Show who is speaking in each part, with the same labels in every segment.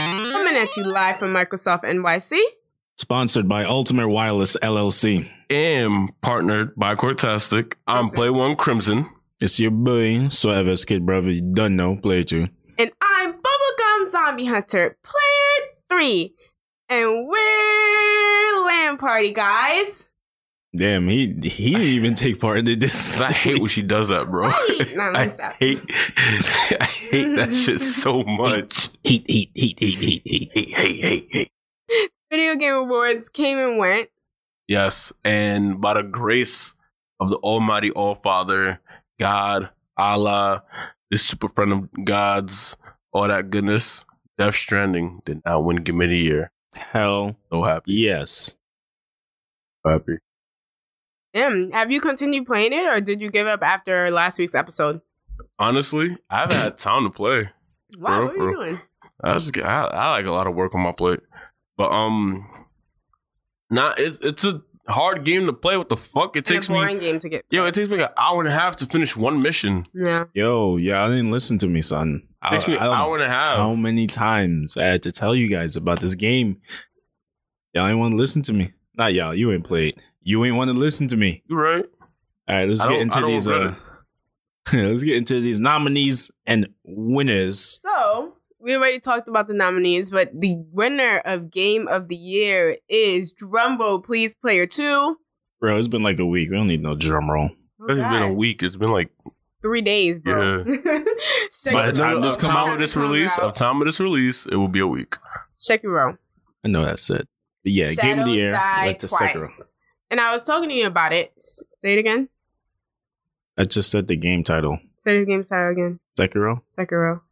Speaker 1: at you live from Microsoft NYC.
Speaker 2: Sponsored by Ultimate Wireless LLC.
Speaker 3: am partnered by Cortastic. I'm
Speaker 1: Crimson.
Speaker 3: Play One Crimson.
Speaker 2: It's your boy, Suave's kid brother. You don't know, play it you.
Speaker 1: And I'm Bubblegum Zombie Hunter, player three. And we're Land Party, guys.
Speaker 2: Damn, he he didn't even take part in this.
Speaker 3: I hate when she does that, bro.
Speaker 1: Right. Nah,
Speaker 3: I
Speaker 1: let me stop.
Speaker 3: hate, I hate that shit so much.
Speaker 2: heat, heat, heat, heat, heat, heat, heat, heat, heat, heat.
Speaker 1: Video Game Awards came and went.
Speaker 3: Yes, and by the grace of the Almighty All Father, God, Allah, this super friend of God's, all that goodness, Death Stranding did not win Game of the Year.
Speaker 2: Hell
Speaker 3: So happy,
Speaker 2: yes.
Speaker 3: so happy.
Speaker 1: Damn, have you continued playing it or did you give up after last week's episode?
Speaker 3: Honestly, I haven't had time to play.
Speaker 1: Wow,
Speaker 3: Bro,
Speaker 1: what are you
Speaker 3: bro.
Speaker 1: doing?
Speaker 3: I just get- I, I like a lot of work on my plate, but um, nah, it's it's a hard game to play. What the fuck? It
Speaker 1: It's
Speaker 3: takes
Speaker 1: a
Speaker 3: me,
Speaker 1: boring game to get.
Speaker 3: yo, it takes me an hour and a half to finish one mission.
Speaker 1: Yeah.
Speaker 2: Yo, yeah, I didn't listen to me, son. I,
Speaker 3: takes me an
Speaker 2: I don't
Speaker 3: hour and a half.
Speaker 2: know how many times I had to tell you guys about this game? Y'all ain't want to listen to me. Not y'all. You ain't played. You ain't want to listen to me.
Speaker 3: you right?
Speaker 2: All right, let's
Speaker 3: I
Speaker 2: get
Speaker 3: don't- I
Speaker 2: into
Speaker 3: don't
Speaker 2: these.
Speaker 3: regret
Speaker 2: Uh, let's get into these nominees and winners.
Speaker 1: So we already talked about the nominees, but the winner of Game of the Year is Drumbo, please, player two.
Speaker 2: Bro, it's been like a week. We don't need no drum roll.
Speaker 3: It's been a
Speaker 1: God.
Speaker 3: week. It's been like
Speaker 1: Three days, bro. Check
Speaker 3: by
Speaker 2: By
Speaker 3: the
Speaker 1: it
Speaker 2: the
Speaker 3: time
Speaker 2: time
Speaker 1: out.
Speaker 3: this
Speaker 2: this
Speaker 3: come
Speaker 2: comes
Speaker 3: out of this
Speaker 1: comes
Speaker 3: release,
Speaker 1: out.
Speaker 3: of time of this release, it will be a week.
Speaker 1: Check your roll.
Speaker 2: I know that's it. But yeah, game of
Speaker 1: Shadows
Speaker 2: the year
Speaker 1: die
Speaker 2: went to
Speaker 1: twice.
Speaker 2: Sekiro.
Speaker 1: And I was talking to you about it. S- Say it again.
Speaker 2: I just said the game title.
Speaker 1: Say the game title again.
Speaker 2: Sekiro.
Speaker 1: Sekiro.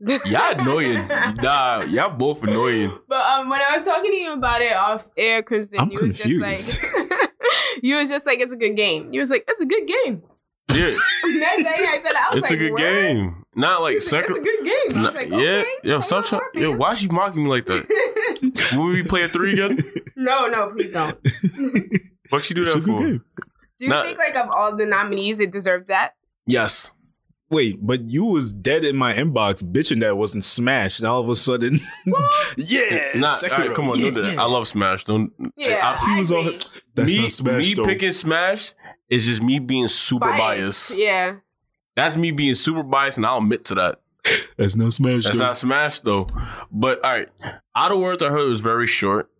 Speaker 3: Y'all annoying. nah, y'all both annoying.
Speaker 1: But um, when I was talking to you about it off air, Crimson,
Speaker 2: I'm
Speaker 1: you was
Speaker 2: confused.
Speaker 1: just like, you was just like, it's a good game. You was like, it's a good game.
Speaker 3: Yeah,
Speaker 1: Next day I said, I was like,
Speaker 3: it's a good
Speaker 1: "What?"
Speaker 3: game. Not like
Speaker 1: It's a- it's a
Speaker 3: second.
Speaker 1: good game. I was like,
Speaker 3: yeah,
Speaker 1: okay,
Speaker 3: yo,
Speaker 1: I'm
Speaker 3: stop.
Speaker 1: not
Speaker 3: try-
Speaker 1: working.
Speaker 3: Yo, why is she mocking me like that? Will we play a three again?
Speaker 1: no, no, please don't.
Speaker 3: What she do
Speaker 2: It's a
Speaker 3: that
Speaker 2: good
Speaker 3: for?
Speaker 2: game.
Speaker 1: Do you
Speaker 3: No.
Speaker 1: think like of all the nominees, it deserved that?
Speaker 3: Yes.
Speaker 2: Wait, but you was dead in my inbox bitching that it wasn't smashed, and all of a sudden, yeah,
Speaker 3: Nah, all
Speaker 2: Sekiro,
Speaker 3: right, come on,
Speaker 2: yeah,
Speaker 3: don't do that.
Speaker 2: yeah.
Speaker 3: I love Smash. Don't.
Speaker 1: Yeah,
Speaker 2: I- he was
Speaker 1: agree.
Speaker 2: on- That's
Speaker 3: me
Speaker 2: not Smash,
Speaker 3: me
Speaker 2: though.
Speaker 3: picking Smash is just me being super biased.
Speaker 1: Yeah,
Speaker 3: That's me being super biased, and I'll admit to that.
Speaker 2: That's not smashed.
Speaker 3: That's
Speaker 2: though.
Speaker 3: not Smash though. But all right, out of words, I heard it was very short.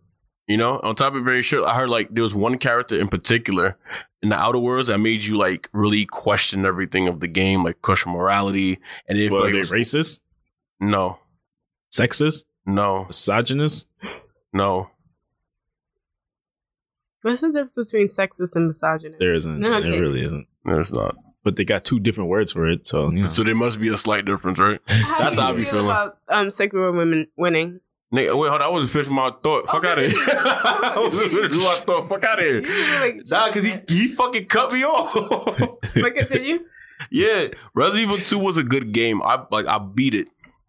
Speaker 3: You know, on top of very short, I heard like there was one character in particular in the Outer Worlds that made you like really question everything of the game, like question morality. And if
Speaker 2: Well,
Speaker 3: like,
Speaker 2: are
Speaker 3: it
Speaker 2: they
Speaker 3: was-
Speaker 2: racist,
Speaker 3: no,
Speaker 2: sexist,
Speaker 3: no,
Speaker 2: misogynist?
Speaker 3: no,
Speaker 1: What's the difference between sexist and misogynist?
Speaker 2: There isn't.
Speaker 1: No,
Speaker 2: There
Speaker 1: okay.
Speaker 2: really isn't.
Speaker 3: no, it's not.
Speaker 2: But they got two different words for it, so you know.
Speaker 3: So there must be a slight difference, right?
Speaker 1: How
Speaker 3: That's
Speaker 1: do you
Speaker 3: how I be
Speaker 1: feel
Speaker 3: feeling.
Speaker 1: about um, Sekiro women winning?
Speaker 3: Nigga, wait, hold on. I wasn't finished my thought. Fuck
Speaker 1: Oh,
Speaker 3: out of here.
Speaker 1: okay.
Speaker 3: I wasn't finished my thought. Fuck out of
Speaker 1: You
Speaker 3: here.
Speaker 1: were, like,
Speaker 3: Nah, because he, he fucking cut me off.
Speaker 1: But continue.
Speaker 3: Yeah, Resident Evil Two was a good game. I like I beat it.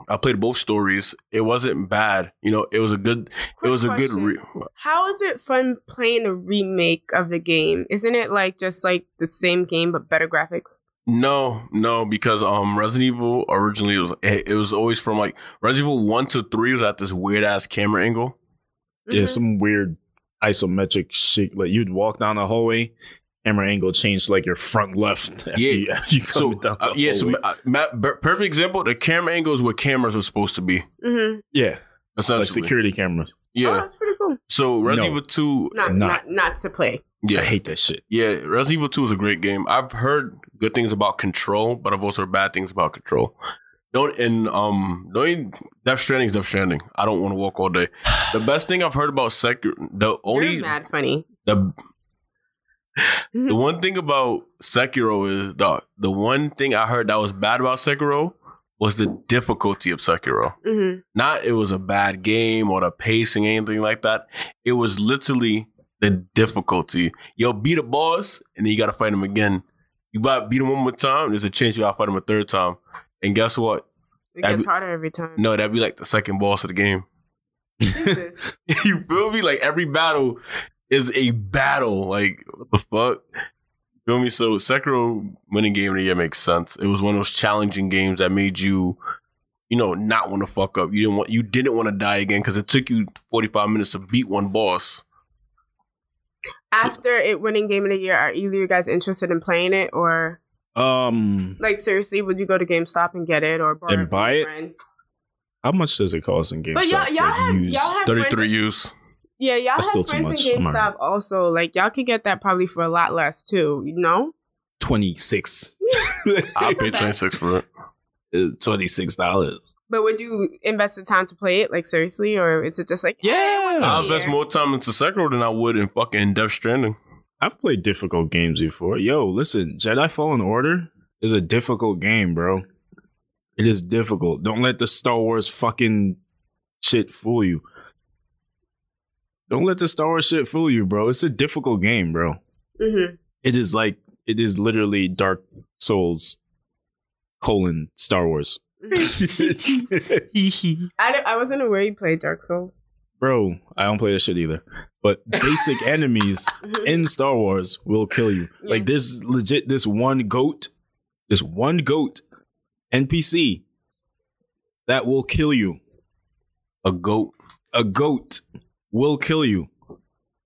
Speaker 3: I played both stories. It wasn't bad. You know, it was a good. it
Speaker 1: Quick
Speaker 3: was a good.
Speaker 1: question.
Speaker 3: Re-
Speaker 1: How is it fun playing a remake of the game? Isn't it like just like the same game but better graphics?
Speaker 3: no, no, because um, Resident Evil originally was it, it was always from like Resident Evil One to Three was at this weird ass camera angle.
Speaker 1: Mm-hmm.
Speaker 2: Yeah,
Speaker 3: Mm-hmm.
Speaker 2: some weird isometric shit. Like you'd walk down the hallway, camera angle changed to, like your front left. After
Speaker 3: Yeah.
Speaker 2: you, after you come
Speaker 3: So
Speaker 2: down the
Speaker 3: uh, yeah, so
Speaker 2: hallway.
Speaker 3: uh, ma- per- perfect example. The camera angle is where cameras are supposed to be.
Speaker 1: Mm-hmm.
Speaker 2: yeah, like
Speaker 3: Essentially,
Speaker 2: security cameras.
Speaker 1: Yeah. Oh,
Speaker 3: yeah.
Speaker 1: that's pretty cool.
Speaker 3: So Resident
Speaker 2: No.
Speaker 3: Evil Two,
Speaker 1: Not,
Speaker 2: Nah.
Speaker 1: not not to play.
Speaker 3: yeah,
Speaker 2: I hate that shit.
Speaker 3: yeah. Resident Evil Two is a great game. I've heard good things about Control, but I've also heard bad things about Control. Don't and um don't even, Death Stranding is Death Stranding. I don't want to walk all day. The best thing I've heard about Sekiro, the only
Speaker 1: You're mad funny.
Speaker 3: the the one thing about Sekiro is the the one thing I heard that was bad about Sekiro was the difficulty of Sekiro.
Speaker 1: Mm-hmm.
Speaker 3: Not it was a bad game or the pacing anything like that. It was literally the difficulty. Yo, beat a boss and then you gotta fight him again. You about beat him one more time, there's a chance you gotta fight him a third time. And guess what?
Speaker 1: It
Speaker 3: I
Speaker 1: gets
Speaker 3: be-
Speaker 1: harder every time.
Speaker 3: No, that'd be like the second boss of the game.
Speaker 1: Jesus.
Speaker 3: you feel me? Like every battle is a battle. Like what the fuck? Feel me? So Sekiro winning game of the year makes sense. It was one of those challenging games that made you
Speaker 4: you know, not want to fuck up. You didn't want you didn't want to die again because it took you 45 minutes to beat one boss.
Speaker 1: After it winning game of the year, are either you guys interested in playing it or
Speaker 2: Um,
Speaker 1: like seriously, would you go to GameStop and get it or borrow
Speaker 2: And
Speaker 1: it from
Speaker 2: buy
Speaker 1: a
Speaker 2: it?
Speaker 1: friend?
Speaker 2: how much does it cost in GameStop?
Speaker 1: But y'all, y'all
Speaker 2: like,
Speaker 1: have,
Speaker 2: used?
Speaker 1: y'all have friends-
Speaker 4: 33 use.
Speaker 1: Yeah, y'all
Speaker 2: That's still
Speaker 1: have
Speaker 2: too
Speaker 1: friends
Speaker 2: much.
Speaker 1: in
Speaker 2: I'm alright.
Speaker 1: GameStop also. Like y'all could get that probably for a lot less too. You know?
Speaker 2: 26.
Speaker 4: I paid 26 for it.
Speaker 2: $26.
Speaker 1: But would you invest the time to play it? Like seriously, or is it just like eh,
Speaker 2: Yeah.
Speaker 1: one
Speaker 4: I'll
Speaker 1: year?
Speaker 4: invest more time into Sekiro than I would in fucking Death Stranding.
Speaker 2: I've played difficult games before. Yo, listen, Jedi Fallen Order is a difficult game, bro. It is difficult. Don't let the Star Wars fucking shit fool you. Don't let the Star Wars shit fool you, bro. It's a difficult game, bro.
Speaker 1: Mhm.
Speaker 2: It is like it is literally Dark Souls colon Star Wars.
Speaker 1: Mm-hmm. I, don't- I wasn't aware you played Dark Souls.
Speaker 2: bro, I don't play that shit either. But basic enemies
Speaker 1: Mhm.
Speaker 2: in Star Wars will kill you.
Speaker 1: Yeah.
Speaker 2: Like there's legit this one goat, this one goat NPC that will kill you.
Speaker 4: A goat.
Speaker 2: A goat will kill you.
Speaker 4: That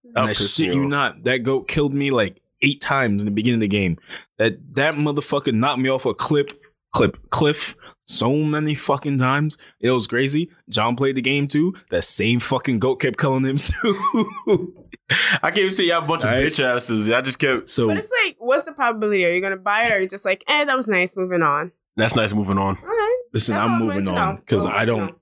Speaker 2: And I
Speaker 4: pissed
Speaker 2: shit
Speaker 4: me
Speaker 2: you
Speaker 4: off.
Speaker 2: not. That goat killed me like eight times in the beginning of the game. That that motherfucker knocked me off a clip, clip, cliff so many fucking times. It was crazy. John played the game too. That same fucking goat kept killing him too.
Speaker 4: I can't even see y'all a bunch of
Speaker 2: Alright.
Speaker 4: bitch asses. I just kept.
Speaker 2: so
Speaker 1: But it's like, what's the probability? Are you gonna buy it, or are you just like, eh, that was nice, moving on?
Speaker 4: That's nice moving on.
Speaker 1: All right.
Speaker 2: listen,
Speaker 1: That's all
Speaker 2: I'm
Speaker 1: I wanted
Speaker 2: moving
Speaker 1: to
Speaker 2: on
Speaker 1: know.
Speaker 2: because
Speaker 1: All I
Speaker 2: I
Speaker 1: wanted to
Speaker 2: don't
Speaker 1: know.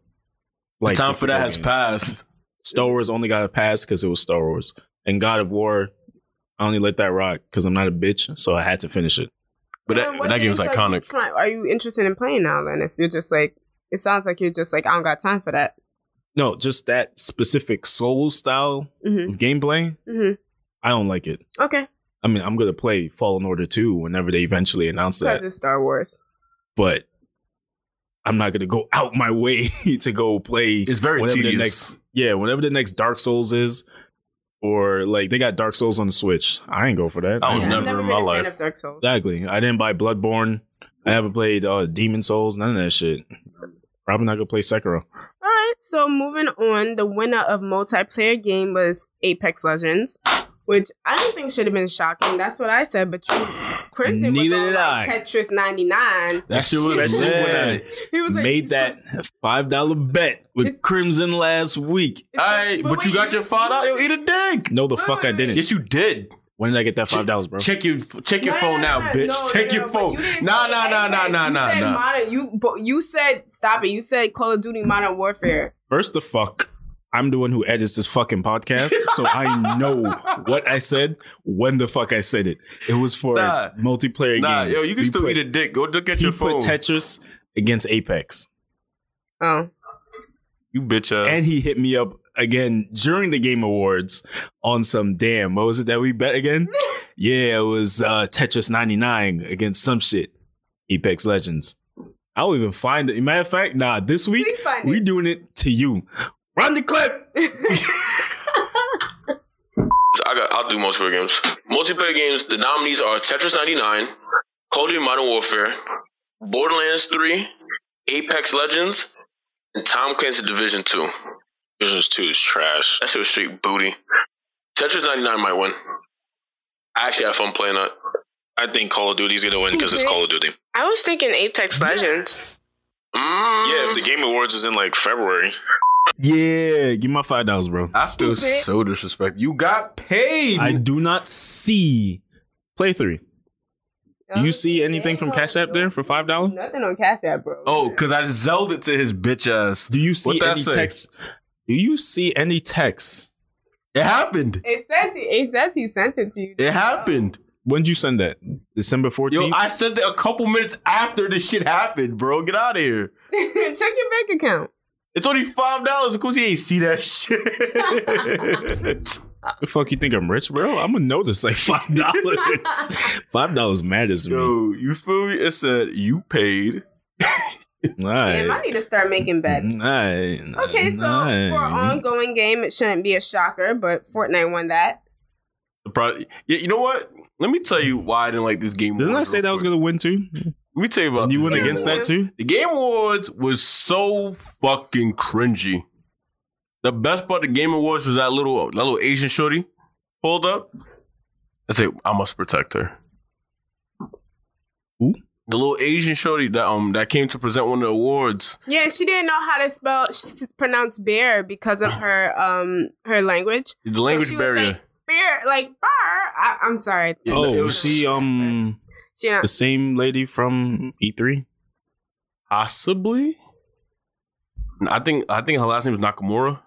Speaker 2: like
Speaker 4: the time for that
Speaker 2: difficult
Speaker 4: has
Speaker 2: games.
Speaker 4: passed.
Speaker 2: Star Wars only got a pass because it was Star Wars, and God of War. I only let that rock because I'm not a bitch, so I had to finish it.
Speaker 4: But
Speaker 1: So
Speaker 4: that,
Speaker 1: then
Speaker 4: but
Speaker 1: what
Speaker 4: that game's
Speaker 1: games are you
Speaker 4: iconic.
Speaker 1: try- Are you interested in playing now? Then, if you're just like, it sounds like you're just like, I don't got time for that.
Speaker 2: No, just that specific soul style
Speaker 1: hmm
Speaker 2: of gameplay.
Speaker 1: hmm
Speaker 2: I don't like it.
Speaker 1: Okay,
Speaker 2: I mean, I'm gonna play Fallen Order 2 whenever they eventually announce
Speaker 1: because
Speaker 2: that,
Speaker 1: it's Star Wars.
Speaker 2: but I'm not gonna go out my way to go play
Speaker 4: It's very
Speaker 2: whatever
Speaker 4: tedious.
Speaker 2: the next yeah, whenever the next Dark Souls is, or like they got Dark Souls on the Switch. I ain't go for that.
Speaker 4: I would
Speaker 2: ain't
Speaker 1: I've
Speaker 4: never
Speaker 2: go-
Speaker 1: been
Speaker 4: in my
Speaker 1: a fan
Speaker 4: life.
Speaker 1: of Dark Souls.
Speaker 2: Exactly. I didn't buy Bloodborne. I haven't played uh, Demon Souls. None of that shit. Probably not gonna play Sekiro.
Speaker 1: All right, so moving on, the winner of multiplayer game was Apex Legends, which I don't think should have been shocking. That's what I said, but you, Crimson
Speaker 2: Neither
Speaker 1: was on
Speaker 2: did
Speaker 1: like
Speaker 2: I.
Speaker 1: Tetris 99.
Speaker 4: That shit was
Speaker 2: Especially
Speaker 4: lit.
Speaker 2: when
Speaker 1: He
Speaker 2: I
Speaker 1: was like,
Speaker 2: made that five dollar bet with
Speaker 1: It's-
Speaker 2: Crimson last week.
Speaker 1: It's
Speaker 4: All
Speaker 1: like-
Speaker 4: right, but, you
Speaker 1: wait,
Speaker 4: got your five dollars. Yo, eat a dick.
Speaker 2: No, the
Speaker 1: Wait,
Speaker 2: fuck I
Speaker 1: wait,
Speaker 2: didn't.
Speaker 1: wait.
Speaker 4: Yes, you did.
Speaker 2: When did I get that five dollars, bro?
Speaker 4: Check your check your
Speaker 1: No,
Speaker 4: phone
Speaker 1: no,
Speaker 4: now,
Speaker 1: no,
Speaker 4: bitch.
Speaker 1: no,
Speaker 4: check
Speaker 1: no,
Speaker 4: your
Speaker 1: no,
Speaker 4: phone.
Speaker 1: but you didn't
Speaker 4: Nah,
Speaker 1: say
Speaker 4: nah, nah, nah,
Speaker 1: Apex.
Speaker 4: nah,
Speaker 1: You
Speaker 4: nah,
Speaker 1: said
Speaker 4: nah.
Speaker 1: Modern, you but you said stop it. You said Call of Duty Modern Warfare.
Speaker 2: First the fuck, I'm the one who edits this fucking podcast, so I know what I said when the fuck I said it. It was for
Speaker 4: Nah.
Speaker 2: a multiplayer
Speaker 4: Nah,
Speaker 2: game.
Speaker 4: yo, you can
Speaker 2: He
Speaker 4: still
Speaker 2: put,
Speaker 4: eat a dick. Go look at
Speaker 2: He
Speaker 4: your
Speaker 2: put
Speaker 4: phone.
Speaker 2: Tetris against Apex,
Speaker 1: Oh,
Speaker 4: you bitch ass.
Speaker 2: and he hit me up again during the Game Awards on some damn. What was it that we bet again? yeah, it was uh, Tetris 99 against some shit. Apex Legends. I'll even find it. Matter of fact, nah, this week
Speaker 1: please find
Speaker 2: we
Speaker 1: it.
Speaker 2: doing it to you. Run the clip.
Speaker 3: I got, I'll do multiplayer games. Multiplayer games, the nominees are Tetris 99, Call of Duty Modern Warfare, Borderlands 3, Apex Legends, and Tom Clancy Division 2. Division 2 is trash. That shit was straight booty. Tetris 99 might win. I actually had fun playing that. I think Call of Duty's gonna win because it's Call of Duty.
Speaker 1: I was thinking Apex Legends.
Speaker 3: Yeah, if the Game Awards is in like February.
Speaker 2: Yeah, give my five dollars, bro.
Speaker 4: I feel
Speaker 1: Stupid.
Speaker 4: so disrespected. You got paid.
Speaker 2: I do not see play three. Do
Speaker 4: Uh,
Speaker 2: you see anything from Cash App there for $5?
Speaker 1: Nothing on Cash App, bro.
Speaker 4: oh, because I zelled it to his bitch ass.
Speaker 2: Do you see
Speaker 4: What that
Speaker 2: any
Speaker 4: say?
Speaker 2: text? Do you see any texts?
Speaker 4: It happened.
Speaker 1: It says he, it says he sent it to you.
Speaker 4: It happened.
Speaker 2: When did you send that? December
Speaker 4: Yo,
Speaker 2: fourteenth.
Speaker 4: I sent it a couple minutes after this shit happened, bro. Get out of here.
Speaker 1: Check your bank account.
Speaker 4: It's only five dollars. Of course, he ain't see that shit.
Speaker 2: the fuck you think I'm rich, bro? I'm gonna notice like five dollars. five dollars matters to me.
Speaker 4: Yo, you feel me? It said you paid.
Speaker 2: All
Speaker 1: Damn, I
Speaker 2: right.
Speaker 1: need to start making bets. Okay, so for ongoing game, it shouldn't be a shocker, but Fortnite won that.
Speaker 4: The pro- yeah, you know what? Let me tell you why I didn't like this game.
Speaker 2: Didn't I
Speaker 4: Awards
Speaker 2: say
Speaker 4: real
Speaker 2: that was
Speaker 4: quick.
Speaker 2: gonna win too?
Speaker 4: Let me tell you about
Speaker 2: And you
Speaker 4: this
Speaker 2: went
Speaker 4: Game
Speaker 2: against
Speaker 4: Awards.
Speaker 2: that too?
Speaker 4: The Game Awards was so fucking cringy. The best part of the Game Awards was that little that little Asian shorty pulled up. I said, I must protect her.
Speaker 2: Who?
Speaker 4: The little Asian shorty that um that came to present one of the awards.
Speaker 1: Yeah, she didn't know how to spell s- pronounce bear because of her um her language.
Speaker 4: The language
Speaker 1: she was
Speaker 4: barrier.
Speaker 1: like- Bear like bar. I, I'm sorry.
Speaker 4: Yeah,
Speaker 2: oh,
Speaker 4: it
Speaker 2: it was
Speaker 4: was-
Speaker 2: she um
Speaker 1: She not,
Speaker 2: the same lady from E E3?
Speaker 4: Possibly. I think I think her last name was Nakamura.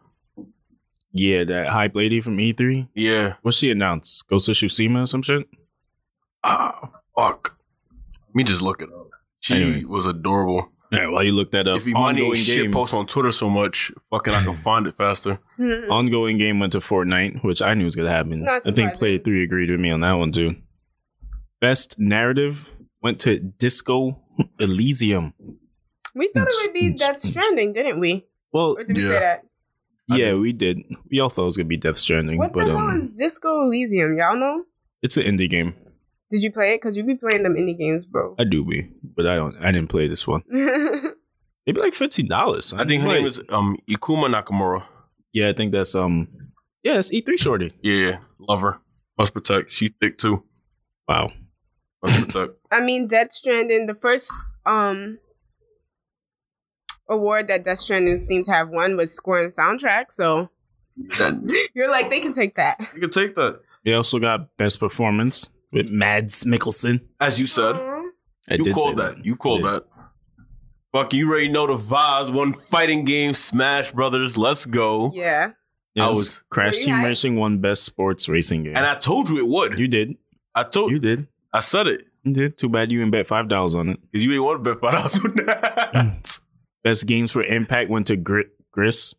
Speaker 2: Yeah, that hype lady from E3.
Speaker 4: Yeah.
Speaker 2: What's she announced? Ghost of Tsushima or some shit?
Speaker 4: Ah, fuck. Let me just look it up. She
Speaker 2: Anyway.
Speaker 4: was adorable.
Speaker 2: All right, while you look that up,
Speaker 4: if Imani
Speaker 2: ongoing
Speaker 4: ain't shit
Speaker 2: game,
Speaker 4: posts on Twitter so much, fucking I can find it faster.
Speaker 1: Hmm.
Speaker 2: ongoing game went to Fortnite, which I knew was gonna happen.
Speaker 1: Not
Speaker 2: I think
Speaker 1: surprising.
Speaker 2: Play Three agreed with me on that one too. Best narrative went to Disco Elysium.
Speaker 1: we thought it would be Death Stranding, didn't we?
Speaker 2: Well,
Speaker 1: Or did we
Speaker 4: Yeah.
Speaker 1: say that?
Speaker 4: I
Speaker 2: yeah,
Speaker 4: did.
Speaker 2: we did. We all thought it was gonna be Death Stranding,
Speaker 1: What
Speaker 2: but
Speaker 1: the hell
Speaker 2: um,
Speaker 1: is Disco Elysium? Y'all know?
Speaker 2: it's an indie game.
Speaker 1: Did you play it? Because you be playing them indie games, bro.
Speaker 2: I do be, but I don't. I didn't play this one. It'd be like fifteen dollars.
Speaker 4: I think her name is um Ikuma Nakamura.
Speaker 2: Yeah, I think that's um. Yeah, it's E3 shorty.
Speaker 4: Yeah, love her. Must protect. She thick too.
Speaker 2: Wow.
Speaker 4: Must protect.
Speaker 1: I mean, Death Stranding, the first um award that Death Stranding seemed to have won was score and soundtrack. So
Speaker 4: That-
Speaker 1: you're like, they can take that.
Speaker 4: you can take that.
Speaker 2: They also got best performance with Mads Mikkelsen.
Speaker 4: As you said.
Speaker 1: Aw.
Speaker 2: I
Speaker 4: you
Speaker 2: say
Speaker 4: called that. You called
Speaker 2: I did.
Speaker 4: that. Fuck, you already know the vibes. One fighting game, Smash Brothers. Let's go.
Speaker 1: Yeah.
Speaker 2: Yes.
Speaker 4: I was-
Speaker 2: Crash
Speaker 1: Were you
Speaker 2: Team
Speaker 1: hyped?
Speaker 2: Racing won best sports racing game.
Speaker 4: And I told you it would.
Speaker 2: you did.
Speaker 4: I told
Speaker 2: You
Speaker 4: you.
Speaker 2: did.
Speaker 4: I said it.
Speaker 2: You did. Too bad you didn't bet five dollars on it.
Speaker 4: 'Cause You ain't want to bet five dollars on that.
Speaker 2: Mm. Best games for impact went to Gri- Gris.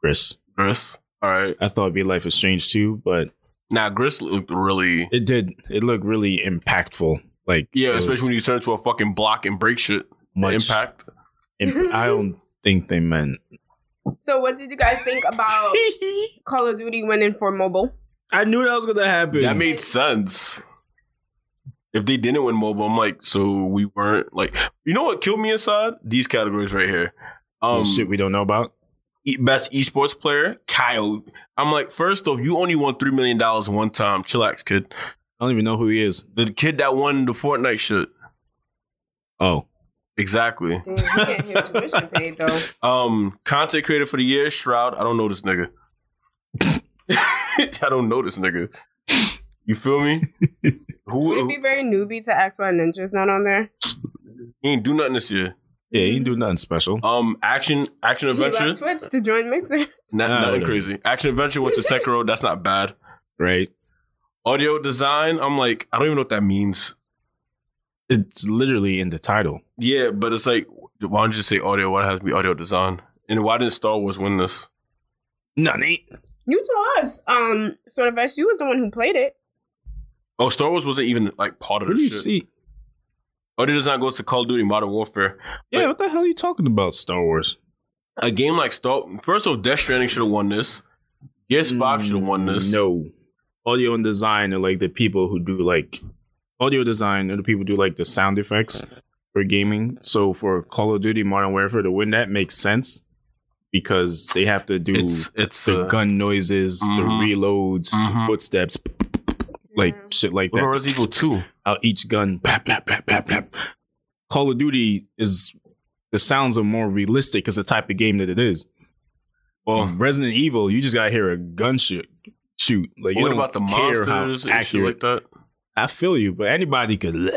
Speaker 2: Gris.
Speaker 4: Chris. All right.
Speaker 2: I thought it'd be Life is Strange too, but
Speaker 4: Now, Chris looked really.
Speaker 2: it did. It looked really impactful. Like
Speaker 4: Yeah,
Speaker 2: it was
Speaker 4: especially when you turn into a fucking block and break shit.
Speaker 2: much
Speaker 4: Impact.
Speaker 2: imp- I don't think they meant.
Speaker 1: So what did you guys think about
Speaker 4: Oh.
Speaker 1: Call of Duty winning for mobile?
Speaker 2: I knew that was gonna happen.
Speaker 4: That made sense. If they didn't win mobile, I'm like, so we weren't like, you know what killed me inside? These categories right here. Um,
Speaker 2: oh, shit we don't know about.
Speaker 4: e- best esports player, Kyle. I'm like, first off, you only won three million dollars one time. Chillax, kid.
Speaker 2: I don't even know who he is.
Speaker 4: The kid that won the Fortnite shit.
Speaker 2: Oh,
Speaker 4: Exactly.
Speaker 1: Damn, he getting his tuition paid though.
Speaker 4: Um, content creator for the year, Shroud. I don't know this nigga. I don't know this nigga. You feel me?
Speaker 1: Would
Speaker 4: Who,
Speaker 1: it
Speaker 4: who
Speaker 1: be very newbie to ask why Ninja's not on there?
Speaker 4: he ain't do nothing this year?
Speaker 2: yeah, he didn't do nothing special.
Speaker 4: Um, action, action
Speaker 1: He left
Speaker 4: adventure,
Speaker 1: Twitch to join Mixer.
Speaker 4: not,
Speaker 2: Ah,
Speaker 4: nothing
Speaker 2: whatever.
Speaker 4: crazy. Action adventure went to Sekiro. That's not bad.
Speaker 2: Right?
Speaker 4: Audio design. I'm like, I don't even know what that means.
Speaker 2: It's literally in the title.
Speaker 4: Yeah, but it's like, why don't you just say audio? Why does it have to be audio design? And why didn't Star Wars win this?
Speaker 2: None.
Speaker 1: You told us. Um, sort of as you was the one who played it.
Speaker 4: Oh, Star Wars wasn't even like part of
Speaker 2: What
Speaker 4: the
Speaker 2: do you
Speaker 4: Oh, shit.
Speaker 2: see?
Speaker 4: Audio design goes to Call of Duty Modern Warfare.
Speaker 2: Yeah,
Speaker 4: Like-
Speaker 2: what the hell are you talking about? Star Wars.
Speaker 4: A game like Star, first of all, Death Stranding should have won this. Gears Five should have won this.
Speaker 2: Mm, No. Audio and design are like the people who do like audio design are the people who do like the sound effects for gaming. So for Call of Duty Modern Warfare to win that makes sense because they have to do
Speaker 4: it's it's
Speaker 2: the
Speaker 4: uh,
Speaker 2: gun noises, the
Speaker 4: mhm.
Speaker 2: reloads, the
Speaker 4: Mhm.
Speaker 2: footsteps, like
Speaker 1: Yeah.
Speaker 2: shit like
Speaker 4: What about
Speaker 2: that.
Speaker 4: Resident Evil Two?
Speaker 2: out each gun. Blap, blap, blap, blap, blap. Call of Duty is the sounds are more realistic because the type of game that it is. Well,
Speaker 4: Hmm.
Speaker 2: Resident Evil, you just gotta hear a gunshot shoot. Like you
Speaker 4: what
Speaker 2: don't
Speaker 4: about the
Speaker 2: care how
Speaker 4: monsters and shit
Speaker 2: accurate.
Speaker 4: like that?
Speaker 2: I feel you, but anybody could.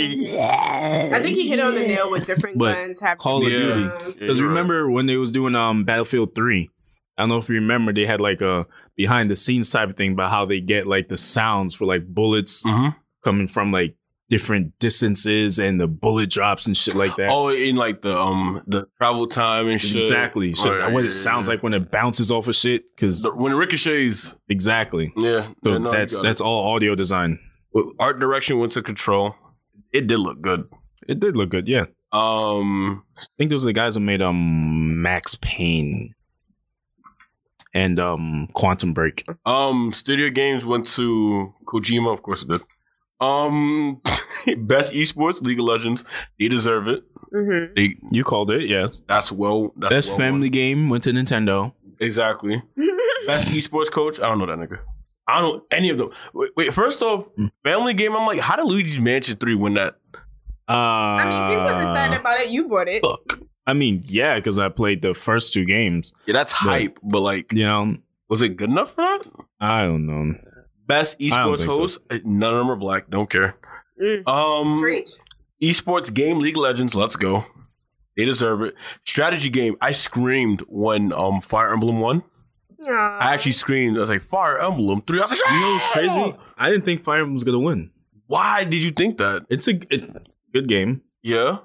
Speaker 1: I think he hit on the nail with different
Speaker 2: But
Speaker 1: guns. Have um,
Speaker 2: Call of
Speaker 1: different
Speaker 4: Duty.
Speaker 1: guns.
Speaker 4: Yeah,
Speaker 2: Because
Speaker 4: you're right.
Speaker 2: remember when they was doing um Battlefield Three? I don't know if you remember, they had like a behind the scenes type of thing about how they get like the sounds for like bullets
Speaker 4: Mhm.
Speaker 2: coming from like different distances and the bullet drops and shit like that.
Speaker 4: Oh, in like the um the travel time and shit.
Speaker 2: Exactly. Shit,
Speaker 4: Right,
Speaker 2: what
Speaker 4: yeah,
Speaker 2: it sounds
Speaker 4: yeah.
Speaker 2: like when it bounces off of shit. Because
Speaker 4: The- when it ricochets.
Speaker 2: exactly.
Speaker 4: Yeah,
Speaker 2: So
Speaker 4: Yeah, no, you
Speaker 2: that's
Speaker 4: got
Speaker 2: that's all audio design.
Speaker 4: it. art direction went to control. It did look good.
Speaker 2: It did look good. Yeah, I
Speaker 4: Um,
Speaker 2: think those are the guys who made um Max Payne and um Quantum Break.
Speaker 4: um, Studio Games went to Kojima, of course it did. Um, best esports, League of Legends. They deserve it.
Speaker 1: Mm-hmm.
Speaker 4: They
Speaker 2: You called it, yes.
Speaker 4: that's well. That's
Speaker 2: Best
Speaker 4: well
Speaker 2: family game went to Nintendo.
Speaker 4: won. Exactly. Best esports coach. I don't know that nigga. I don't know any of them. Wait, wait, first off,
Speaker 2: Hmm.
Speaker 4: family game. I'm like, how did Luigi's Mansion Three win that?
Speaker 2: Uh,
Speaker 1: I mean, we was excited about it. You bought it.
Speaker 4: Fuck.
Speaker 2: I mean, yeah, because I played the first two games.
Speaker 4: Yeah, that's hype. But like,
Speaker 2: You know,
Speaker 4: was it good enough for that?
Speaker 2: I don't know.
Speaker 4: Best
Speaker 2: don't
Speaker 4: esports
Speaker 2: think so.
Speaker 4: host. Eh, None of them are black. Don't care.
Speaker 1: Mm.
Speaker 4: Um,
Speaker 1: Preach.
Speaker 4: esports game League of Legends. Let's go. They deserve it. Strategy game. I screamed when um Fire Emblem won.
Speaker 1: Aw.
Speaker 4: I actually screamed. I was like Fire Emblem three. I was like, "Ah!"
Speaker 2: You know what's
Speaker 4: "Yeah!"
Speaker 2: crazy? I didn't think Fire Emblem was gonna win.
Speaker 4: Why did you think that?
Speaker 2: It's a it, good game,
Speaker 4: Yeah,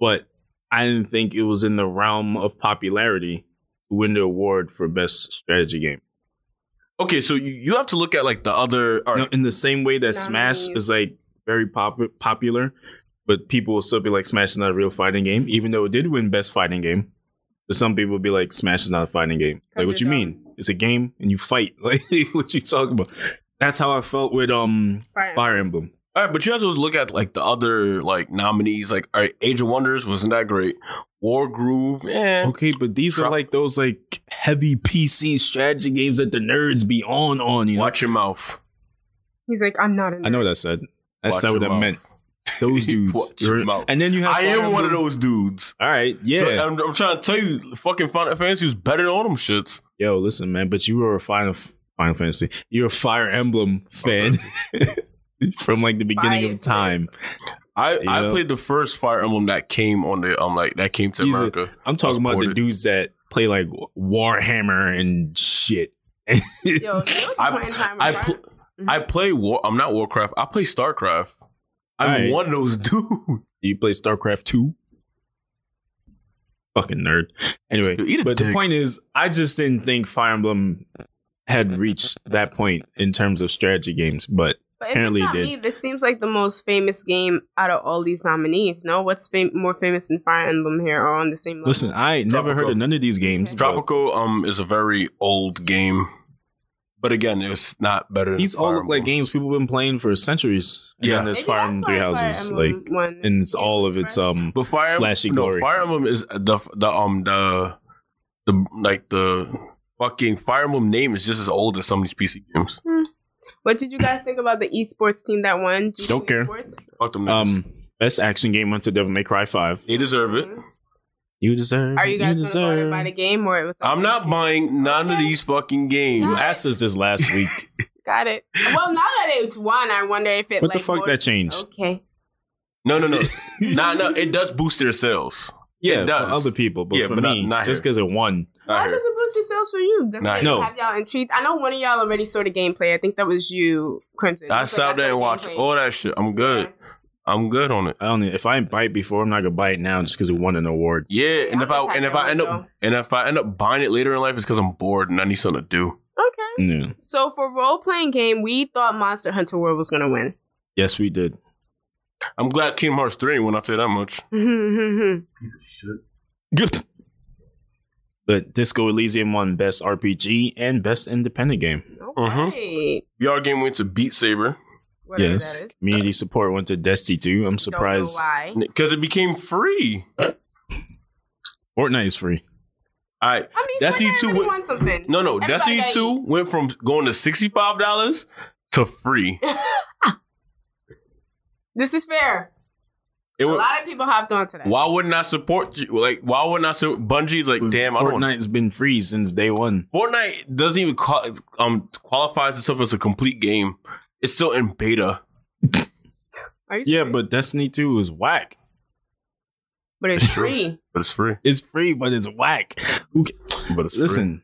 Speaker 2: but I didn't think it was in the realm of popularity to win the award for best strategy game.
Speaker 4: Okay, so you, you have to look at like the other. All
Speaker 2: You know,
Speaker 4: right.
Speaker 2: in the same way that Smash
Speaker 1: Nice.
Speaker 2: is like very pop- popular, but people will still be like, Smash is not a real fighting game, even though it did win best fighting game. But some people will be like, Smash is not a fighting game. Like, what you
Speaker 1: you're
Speaker 2: mean? It's a game and you fight. Like, what you talking about? That's how I felt with um
Speaker 1: Fire.
Speaker 2: Fire Emblem.
Speaker 4: all right, but you have to look at like the other like nominees. Like, all right, Age of Wonders wasn't that great. War Groove, eh.
Speaker 2: Okay, but these
Speaker 4: Tro-
Speaker 2: are like those like heavy PC strategy games that the nerds be on on. You know?
Speaker 4: Watch your mouth.
Speaker 1: He's like, I'm not in.
Speaker 2: I know what I said. That's
Speaker 4: Watch
Speaker 2: not what
Speaker 4: your
Speaker 2: I
Speaker 4: mouth.
Speaker 2: meant. Those dudes.
Speaker 4: Watch your
Speaker 2: You're-
Speaker 4: mouth.
Speaker 2: and then you have.
Speaker 4: I
Speaker 2: Fire
Speaker 4: am one of
Speaker 2: Emblem.
Speaker 4: those dudes.
Speaker 2: All right, yeah.
Speaker 4: So uh, I'm, I'm trying to tell you, fucking Final Fantasy was better than all them shits.
Speaker 2: Yo, listen, man, but you were a Final Final Fantasy. You're a Fire Emblem fan from like the beginning of
Speaker 1: Biases.
Speaker 2: time.
Speaker 4: I,
Speaker 2: You
Speaker 4: I
Speaker 2: know?
Speaker 4: played the first Fire Emblem that came on the um like that came to
Speaker 2: He's a-
Speaker 4: America.
Speaker 2: I'm talking about the
Speaker 4: Transported.
Speaker 2: dudes that play like Warhammer and shit.
Speaker 1: Yo, you know what's
Speaker 4: I-
Speaker 1: the point in time?
Speaker 4: I
Speaker 1: right?
Speaker 4: pl- I play War. I'm not Warcraft. I play Starcraft. I'm
Speaker 2: Alright.
Speaker 4: one of those dudes.
Speaker 2: you play StarCraft 2? Fucking nerd. Anyway,
Speaker 4: Dude, eat a
Speaker 2: but the
Speaker 4: dick.
Speaker 2: point is, I just didn't think Fire Emblem had reached that point in terms of strategy games, but
Speaker 1: But if
Speaker 2: Apparently
Speaker 1: it's
Speaker 2: it
Speaker 1: not
Speaker 2: did.
Speaker 1: me, this seems like the most famous game out of all these nominees. No, what's fam- more famous than Fire Emblem here are on the same level?
Speaker 2: listen, I ain't never heard
Speaker 4: Tropico.
Speaker 2: of none of these games. but
Speaker 4: Tropical um is a very old game, but again, it's not better. than
Speaker 2: These all
Speaker 4: Fire
Speaker 2: look like
Speaker 4: Emblem.
Speaker 2: games people been playing for centuries. And
Speaker 4: Yeah.
Speaker 2: then there's
Speaker 1: Maybe
Speaker 2: Fire
Speaker 1: that's
Speaker 2: Emblem
Speaker 1: why
Speaker 2: Three
Speaker 1: Fire
Speaker 2: Houses,
Speaker 1: Emblem
Speaker 2: like
Speaker 1: won.
Speaker 2: and it's all of its um
Speaker 4: But Fire
Speaker 2: Flashy
Speaker 4: no,
Speaker 2: glory.
Speaker 4: Fire Emblem is the the um the the like the fucking Fire Emblem name is just as old as some of these PC games.
Speaker 1: What did you guys think about the esports team that won? GC
Speaker 2: Don't care.
Speaker 1: Esports?
Speaker 4: Fuck them. niggas.
Speaker 2: um best action game went to Devil May Cry Five.
Speaker 4: they deserve it.
Speaker 2: You deserve.
Speaker 1: um, Are you guys going to go out and
Speaker 2: deserve.
Speaker 1: buy the game or it was?
Speaker 4: I'm not buying none of these fucking games.
Speaker 2: You asked us this last week.
Speaker 1: Got it. Well, now that it's won, I wonder if it.
Speaker 2: what the
Speaker 1: like,
Speaker 2: fuck
Speaker 1: more-
Speaker 2: that changed?
Speaker 1: Okay.
Speaker 4: No, no, no, nah, no. It does boost their sales.
Speaker 2: Yeah,
Speaker 4: It
Speaker 2: for
Speaker 4: does.
Speaker 2: other people, but
Speaker 4: Yeah,
Speaker 2: for
Speaker 4: but not-
Speaker 2: me,
Speaker 4: not
Speaker 2: just
Speaker 4: here.
Speaker 2: because it won.
Speaker 1: Why
Speaker 4: I heard.
Speaker 1: does it boost your sales for you? Does
Speaker 4: Nah,
Speaker 1: it
Speaker 2: no.
Speaker 1: have y'all intrigued? I know one of y'all already saw the gameplay. I think that was you, Crimson.
Speaker 4: I
Speaker 1: You said
Speaker 4: sat there
Speaker 1: the
Speaker 4: and watched
Speaker 1: gameplay.
Speaker 4: all that shit. I'm good. I'm good on it.
Speaker 2: I don't. know, If I didn't buy it before, I'm not gonna buy it now just because it won an award.
Speaker 4: Yeah, and
Speaker 1: I'm
Speaker 4: if
Speaker 1: the
Speaker 4: I
Speaker 1: type
Speaker 4: and if
Speaker 1: that
Speaker 4: I end
Speaker 1: would
Speaker 4: up and if I end up buying it later in life, it's because I'm bored and I need something to do.
Speaker 1: Okay.
Speaker 2: Yeah.
Speaker 1: So for role playing game, we thought Monster Hunter World was gonna win.
Speaker 2: Yes, we did.
Speaker 4: I'm glad Kingdom Hearts three ain't win. I'll tell you that much.
Speaker 2: Good. But Disco Elysium won best RPG and best independent game.
Speaker 1: Alright.
Speaker 4: VR game went to Beat Saber
Speaker 1: Whatever
Speaker 2: yes,
Speaker 1: that is.
Speaker 2: community support went to Destiny 2. I'm surprised
Speaker 1: Don't know why.
Speaker 4: because it became free.
Speaker 2: Fortnite is free.
Speaker 4: All right,
Speaker 1: I mean,
Speaker 4: Destiny
Speaker 1: Fortnite
Speaker 4: 2
Speaker 1: really
Speaker 4: win-
Speaker 1: won something.
Speaker 4: no, no,
Speaker 1: Everybody
Speaker 4: Destiny
Speaker 1: gotta
Speaker 4: two went from going to sixty five dollars to free.
Speaker 1: This is fair.
Speaker 4: It
Speaker 1: A
Speaker 4: went,
Speaker 1: lot of people hopped on to that.
Speaker 4: why wouldn't I support you? Like, why wouldn't I support Bungie's? Like, damn, I don't. want-
Speaker 2: Fortnite's been free since day one.
Speaker 4: Fortnite doesn't even qual- um qualifies itself as a complete game. It's still in beta.
Speaker 1: Are you
Speaker 2: Yeah,
Speaker 1: serious?
Speaker 2: but Destiny 2 is whack.
Speaker 1: but it's
Speaker 4: It's true.
Speaker 1: free.
Speaker 4: But it's free.
Speaker 2: It's free, but it's whack. Who ca-
Speaker 4: But it's free.
Speaker 2: Listen,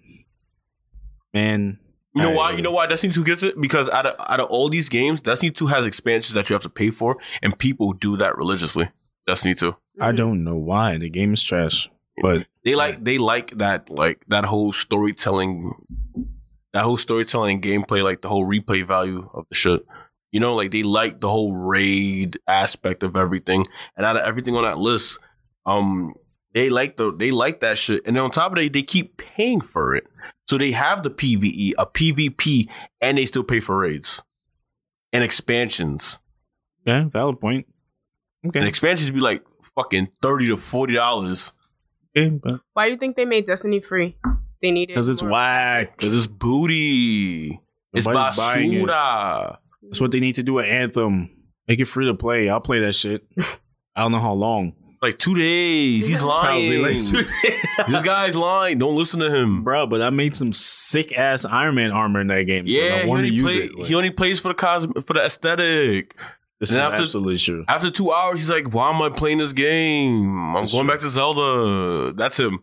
Speaker 2: man.
Speaker 4: You know
Speaker 2: I-
Speaker 4: why? You know why Destiny Two gets it because out of out of all these games, Destiny Two has expansions that you have to pay for, and people do that religiously. Destiny Two,
Speaker 1: Mm-hmm.
Speaker 2: I don't know why. The game is trash. But
Speaker 4: they like they like that like that whole storytelling, that whole storytelling gameplay, like the whole replay value of the shit. You know, like they like the whole raid aspect of everything, and out of everything on that list, um, they like the they like that shit, and then on top of that, they keep paying for it. So they have the E, PVE, a PvP, and they still pay for raids and expansions.
Speaker 2: Yeah, valid point.
Speaker 4: And
Speaker 2: Okay.
Speaker 4: expansions be like fucking thirty to forty dollars.
Speaker 2: Because
Speaker 1: Why you think they made Destiny free? They needed
Speaker 2: it's
Speaker 1: more-
Speaker 2: whack.
Speaker 4: Cause it's booty. It's
Speaker 2: Nobody's buying it.
Speaker 4: basura.
Speaker 2: That's what they need to do with Anthem. Make it free to play. I'll play that shit. I don't know how long.
Speaker 4: Like two days. He's
Speaker 2: Probably
Speaker 4: lying.
Speaker 2: like two
Speaker 4: this guy's lying. Don't listen to him.
Speaker 2: Bro, but I made some sick ass Iron Man armor in that game. So
Speaker 4: yeah,
Speaker 2: I
Speaker 4: he
Speaker 2: want to
Speaker 4: only,
Speaker 2: use
Speaker 4: play-
Speaker 2: it. Like,
Speaker 4: he only plays for the cosm- for the aesthetic.
Speaker 2: this is
Speaker 4: then after-
Speaker 2: absolutely true.
Speaker 4: After two hours, he's like, "Why am I playing this game? I'm
Speaker 2: That's
Speaker 4: going
Speaker 2: true.
Speaker 4: back to Zelda." That's him.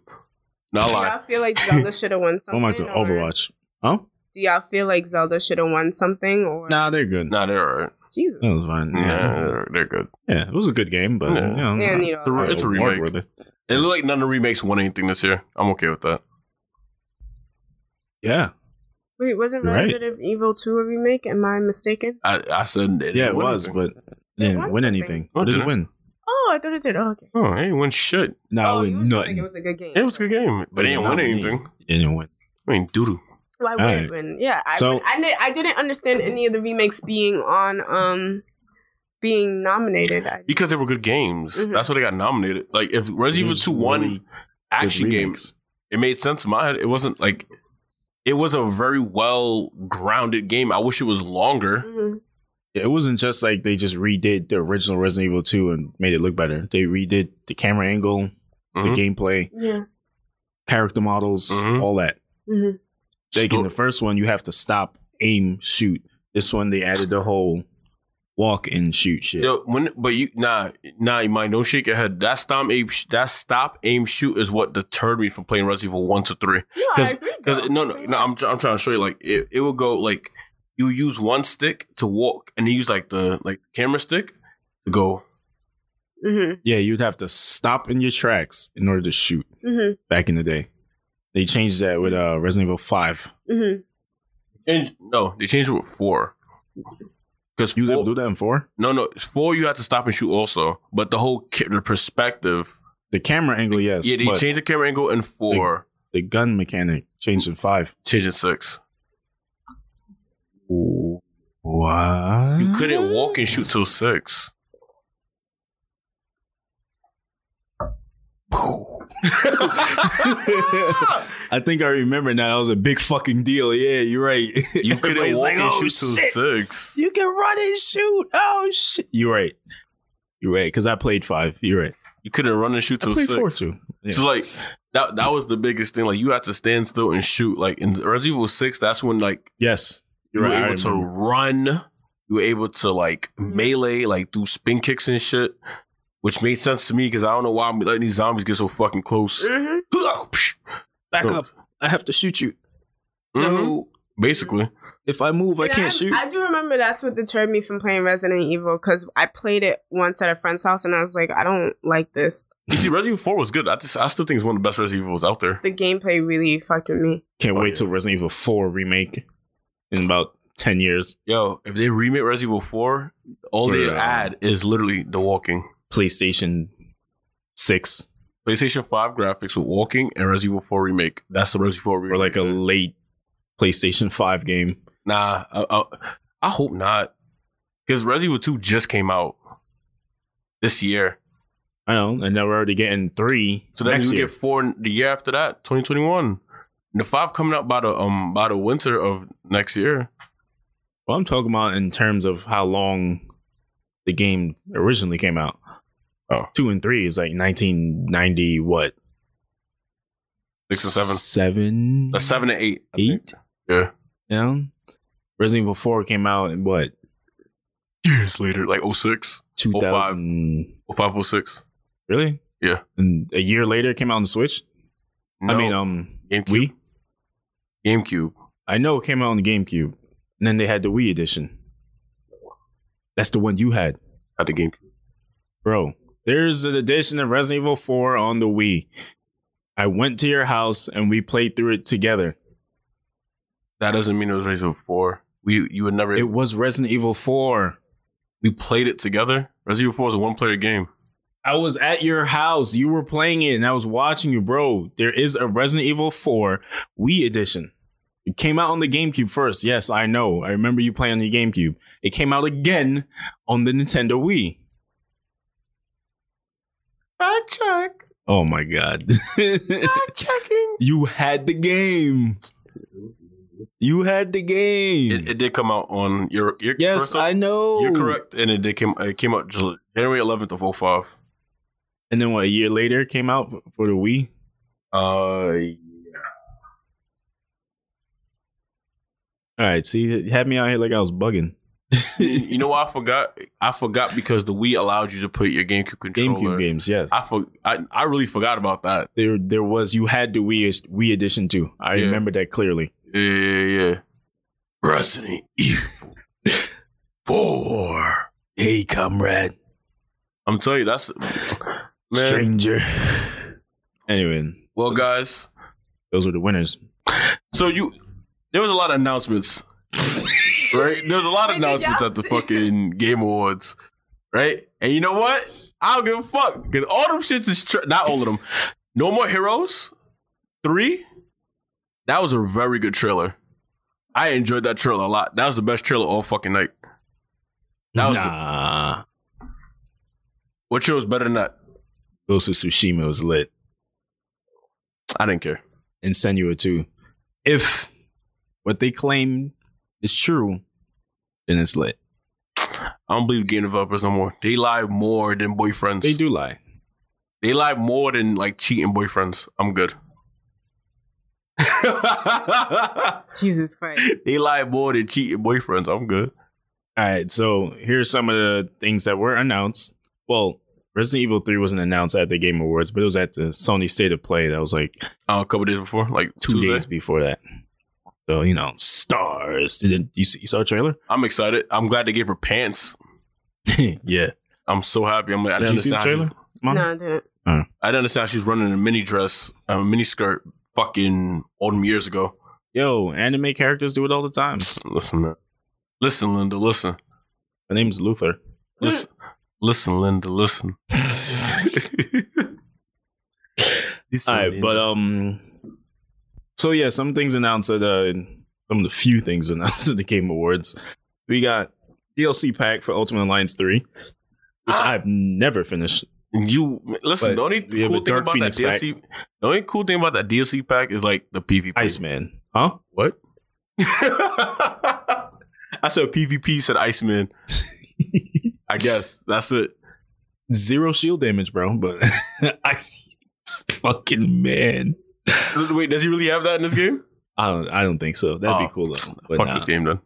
Speaker 4: Not
Speaker 1: Do
Speaker 4: lying.
Speaker 1: y'all feel like Zelda should have won
Speaker 2: Going
Speaker 1: something?
Speaker 2: back to
Speaker 1: or
Speaker 2: Overwatch. Huh?
Speaker 1: Do y'all feel like Zelda should have won something? Or
Speaker 2: Nah, they're good.
Speaker 4: Nah, they're all right.
Speaker 1: Jesus,
Speaker 2: That was fine.
Speaker 4: Yeah,
Speaker 2: Yeah.
Speaker 4: they're, they're good.
Speaker 2: yeah, it was a good game, but
Speaker 4: Yeah.
Speaker 2: you know,
Speaker 1: they don't need all
Speaker 4: The re-
Speaker 1: that.
Speaker 4: it's a
Speaker 2: I warred
Speaker 4: remake.
Speaker 2: with it.
Speaker 4: It looked like none of the remakes won anything this year. I'm okay with that.
Speaker 2: Yeah,
Speaker 1: Wait, wasn't
Speaker 2: You're right.
Speaker 1: Resident Evil Two a remake? Am I mistaken?
Speaker 4: I, I said it.
Speaker 2: yeah, it was, but it didn't
Speaker 1: won
Speaker 2: win
Speaker 1: something.
Speaker 2: anything.
Speaker 4: Oh,
Speaker 2: What did
Speaker 4: did
Speaker 2: it
Speaker 4: it?
Speaker 2: win?
Speaker 1: Oh, I thought it did. Oh, okay.
Speaker 4: oh, it ain't win shit.
Speaker 2: No,
Speaker 1: oh,
Speaker 2: it
Speaker 1: you
Speaker 2: won
Speaker 1: was just like
Speaker 2: nothing.
Speaker 1: it was a good game.
Speaker 4: It was a good game, but it
Speaker 2: It
Speaker 4: didn't
Speaker 2: was
Speaker 4: win
Speaker 2: nominee.
Speaker 4: anything.
Speaker 2: It didn't win.
Speaker 4: I mean, doodoo.
Speaker 1: Why would it win? Yeah, I,
Speaker 2: So-
Speaker 1: would- I, did, I didn't understand any of the remakes being on um being nominated. I,
Speaker 4: Because they were good games.
Speaker 1: Mhm.
Speaker 4: That's why they got nominated. Like if Resident Evil
Speaker 2: There's
Speaker 4: Two won
Speaker 2: really good
Speaker 4: action games,
Speaker 2: remakes.
Speaker 4: it made sense in my head. It wasn't like it was a very well grounded game. I wish it was longer.
Speaker 1: Mhm.
Speaker 2: It wasn't just like they just redid the original Resident Evil 2 and made it look better. They redid the camera angle,
Speaker 4: Mhm.
Speaker 2: the gameplay,
Speaker 1: Yeah.
Speaker 2: character models,
Speaker 4: Mhm.
Speaker 2: all that.
Speaker 1: hmm
Speaker 2: Like in
Speaker 4: Sto-
Speaker 2: the first one, you have to stop, aim, shoot. This one, they added the whole walk and shoot shit.
Speaker 4: Yo, when but you nah nah you mind don't shake your head. That stop aim sh- that stop aim shoot is what deterred me from playing Resident Evil one to three.
Speaker 1: No, I
Speaker 4: 'Cause-
Speaker 1: agree.
Speaker 4: Because
Speaker 1: though.
Speaker 4: no, no, no, I'm try- I'm trying to show you like it, it will go like you use one stick to walk and you use like the like camera stick to go.
Speaker 1: Mhm.
Speaker 2: Yeah, you'd have to stop in your tracks in order to shoot
Speaker 1: Mhm.
Speaker 2: back in the day. They changed that with uh, Resident Evil 5.
Speaker 1: Mhm.
Speaker 4: Change, no, they changed it with four. Because
Speaker 2: You was able to do that in 4?
Speaker 4: no, no, it's four you have to stop and shoot also, but the whole ki- the perspective.
Speaker 2: The camera angle, yes.
Speaker 4: yeah, they
Speaker 2: but
Speaker 4: changed the camera angle in four,
Speaker 2: the gun mechanic changed in 5.
Speaker 4: changed in six.
Speaker 2: What?
Speaker 4: You couldn't walk and shoot till six.
Speaker 2: I think I remember now. That was a big fucking deal. Yeah, you're right.
Speaker 4: You couldn't
Speaker 2: Everybody's
Speaker 4: walk
Speaker 2: like,
Speaker 4: and
Speaker 2: "Oh,
Speaker 4: shoot till
Speaker 2: shit,
Speaker 4: six.
Speaker 2: You can run and shoot. Oh shit! You're right. You're right. Because I played five. You're right.
Speaker 4: You couldn't run and shoot
Speaker 2: I
Speaker 4: till
Speaker 2: played
Speaker 4: six.
Speaker 2: four too. Yeah.
Speaker 4: So like that that was the biggest thing. Like you had to stand still and shoot. Like in Resident Evil Six, that's when like
Speaker 2: yes,
Speaker 4: you
Speaker 2: you're
Speaker 4: were
Speaker 2: right. I
Speaker 4: able to
Speaker 2: remember.
Speaker 4: run. You were able to like melee, like do spin kicks and shit, which made sense to me because I don't know why I'm letting these zombies get so fucking close.
Speaker 1: Mhm.
Speaker 2: Back
Speaker 4: So-
Speaker 2: up. I have to shoot you.
Speaker 4: Mhm.
Speaker 2: No,
Speaker 4: Basically,
Speaker 2: if I move, I
Speaker 1: And
Speaker 2: can't shoot.
Speaker 1: I do remember that's what deterred me from playing Resident Evil because I played it once at a friend's house and I was like, I don't like this.
Speaker 4: you see, Resident Evil Four was good. I just I still think it's one of the best Resident Evils out there.
Speaker 1: The gameplay really fucked with me.
Speaker 2: can't
Speaker 4: Oh,
Speaker 2: wait
Speaker 4: yeah.
Speaker 2: till Resident Evil Four remake in about ten years.
Speaker 4: Yo, if they remake Resident Evil Four, all they
Speaker 2: Yeah.
Speaker 4: add is literally the walking.
Speaker 2: PlayStation Six
Speaker 4: PlayStation Five graphics with walking and Resident Evil Four remake. That's the Resident Evil Four remake.
Speaker 2: or like a late PlayStation Five game.
Speaker 4: Nah, I, I, I hope not. Because Resident Evil 2 just came out this year.
Speaker 2: I know, and now we're already getting three.
Speaker 4: So then
Speaker 2: next
Speaker 4: you
Speaker 2: year.
Speaker 4: get four in- the year after that, 2021. And the five coming out by the um by the winter of next year.
Speaker 2: Well, I'm talking about in terms of how long the game originally came out.
Speaker 4: Oh.
Speaker 2: Two and three is like 1990, what?
Speaker 4: Six and seven.
Speaker 2: Seven?
Speaker 4: That's seven and eight. I think.
Speaker 2: Mm-hmm. Eight?
Speaker 4: Yeah.
Speaker 2: Yeah. Resident Evil 4 came out in what?
Speaker 4: Years later, like 06,
Speaker 2: 2000.
Speaker 4: 05, 06.
Speaker 2: Really?
Speaker 4: Yeah.
Speaker 2: And a year later it came out on the Switch? I
Speaker 4: No,
Speaker 2: mean, um,
Speaker 4: GameCube.
Speaker 2: Wii?
Speaker 4: GameCube.
Speaker 2: I know it came out on the GameCube. And then they had the Wii edition. That's the one you had.
Speaker 4: At the GameCube.
Speaker 2: Bro, there's an edition of Resident Evil 4 on the Wii. I went to your house and we played through it together.
Speaker 4: That doesn't mean it was Resident Evil 4. We you would never
Speaker 2: It was Resident Evil 4.
Speaker 4: we played it together. Resident Evil 4 is a one player game.
Speaker 2: I was at your house. You were playing it and I was watching you, bro. There is a Resident Evil 4 Wii edition. It came out on the GameCube first. Yes, I know. I remember you playing on the GameCube. It came out again on the Nintendo Wii.
Speaker 4: I check.
Speaker 2: Oh my god.
Speaker 4: checking.
Speaker 2: you had the game. You had the game.
Speaker 4: It, it did come out on your. your
Speaker 2: Mm. yes,
Speaker 4: first up-
Speaker 2: I know.
Speaker 4: You're correct, and it did came. It came out Jul- January 11th of 05.
Speaker 2: And then what? A year later, it came out for the Wii.
Speaker 4: Uh,
Speaker 2: All right, see, it had me out here like I was bugging.
Speaker 4: you know what I forgot? I forgot because the Wii allowed you to put your GameCube controller.
Speaker 2: GameCube games, yes.
Speaker 4: I for, I, I really forgot about that.
Speaker 2: there, there was you had the Wii Wii edition too. I
Speaker 4: Yeah.
Speaker 2: remember that clearly.
Speaker 4: Yeah, yeah, yeah. Resident Evil Four.
Speaker 2: Hey, comrade,
Speaker 4: I'm telling you, that's man.
Speaker 2: stranger. Anyway,
Speaker 4: Well, guys,
Speaker 2: those were the winners.
Speaker 4: so you there was a lot of announcements, right? There was a lot of
Speaker 1: Wait, did
Speaker 4: announcements
Speaker 1: y'all
Speaker 4: at the
Speaker 1: see-
Speaker 4: fucking Game Awards, right? And you know what? I don't give a fuck because all them shits is tr- not all of them. No more heroes three. That was a very good trailer. I enjoyed that trailer a lot. That was the best trailer all fucking night. That was-
Speaker 2: nah,
Speaker 4: What trailer was better than that?
Speaker 2: Ghost of Tsushima was lit,
Speaker 4: I didn't care.
Speaker 2: and Senua too. If what they claim is true, then it's lit.
Speaker 4: I don't believe game developers no more. They lie more than boyfriends.
Speaker 2: They do lie.
Speaker 4: They lie more than like cheating boyfriends. I'm good.
Speaker 1: Jesus Christ.
Speaker 4: they lie more than cheating boyfriends. I'm good.
Speaker 2: All right, so here's some of the things that were announced. Well, Resident Evil 3 wasn't announced at the Game Awards, but it was at the Sony State of Play. That was like
Speaker 4: Uh, a couple days before, like
Speaker 2: two
Speaker 4: Tuesday.
Speaker 2: days before that. So, you know, stars. Did you, see, you saw a trailer?
Speaker 4: I'm excited. I'm glad they gave her pants.
Speaker 2: yeah.
Speaker 4: I'm so happy. I'm like, I
Speaker 2: Did
Speaker 4: didn't
Speaker 2: you see the
Speaker 4: understand. how
Speaker 2: trailer?
Speaker 4: she's-
Speaker 2: Mom?
Speaker 1: No, I didn't.
Speaker 4: I didn't understand how she's running a mini dress, a mini skirt, fucking all them years ago.
Speaker 2: Yo, anime characters do it all the time.
Speaker 4: Listen, man. Listen, Linda. Listen.
Speaker 2: My name's Luther.
Speaker 4: Listen. Listen, Linda. Listen.
Speaker 2: All right, but um, so yeah, some things announced at uh, some of the few things announced at the Game Awards. We got DLC pack for Ultimate Alliance Three, which
Speaker 4: Ah.
Speaker 2: I've never finished.
Speaker 4: And You listen.
Speaker 2: But
Speaker 4: the only
Speaker 2: we have a
Speaker 4: cool thing
Speaker 2: Dark
Speaker 4: about
Speaker 2: Phoenix
Speaker 4: that DLC, the only cool thing about that DLC pack is like the PvP.
Speaker 2: Iceman, huh?
Speaker 4: What? I said PvP. you Said Iceman. I guess that's it.
Speaker 2: Zero shield damage, bro. But I, fucking man,
Speaker 4: Wait, does he really have that in this game?
Speaker 2: I don't, I don't think so. That'd
Speaker 4: Oh,
Speaker 2: be cool though. But
Speaker 4: Fuck
Speaker 2: nah,
Speaker 4: this game, then.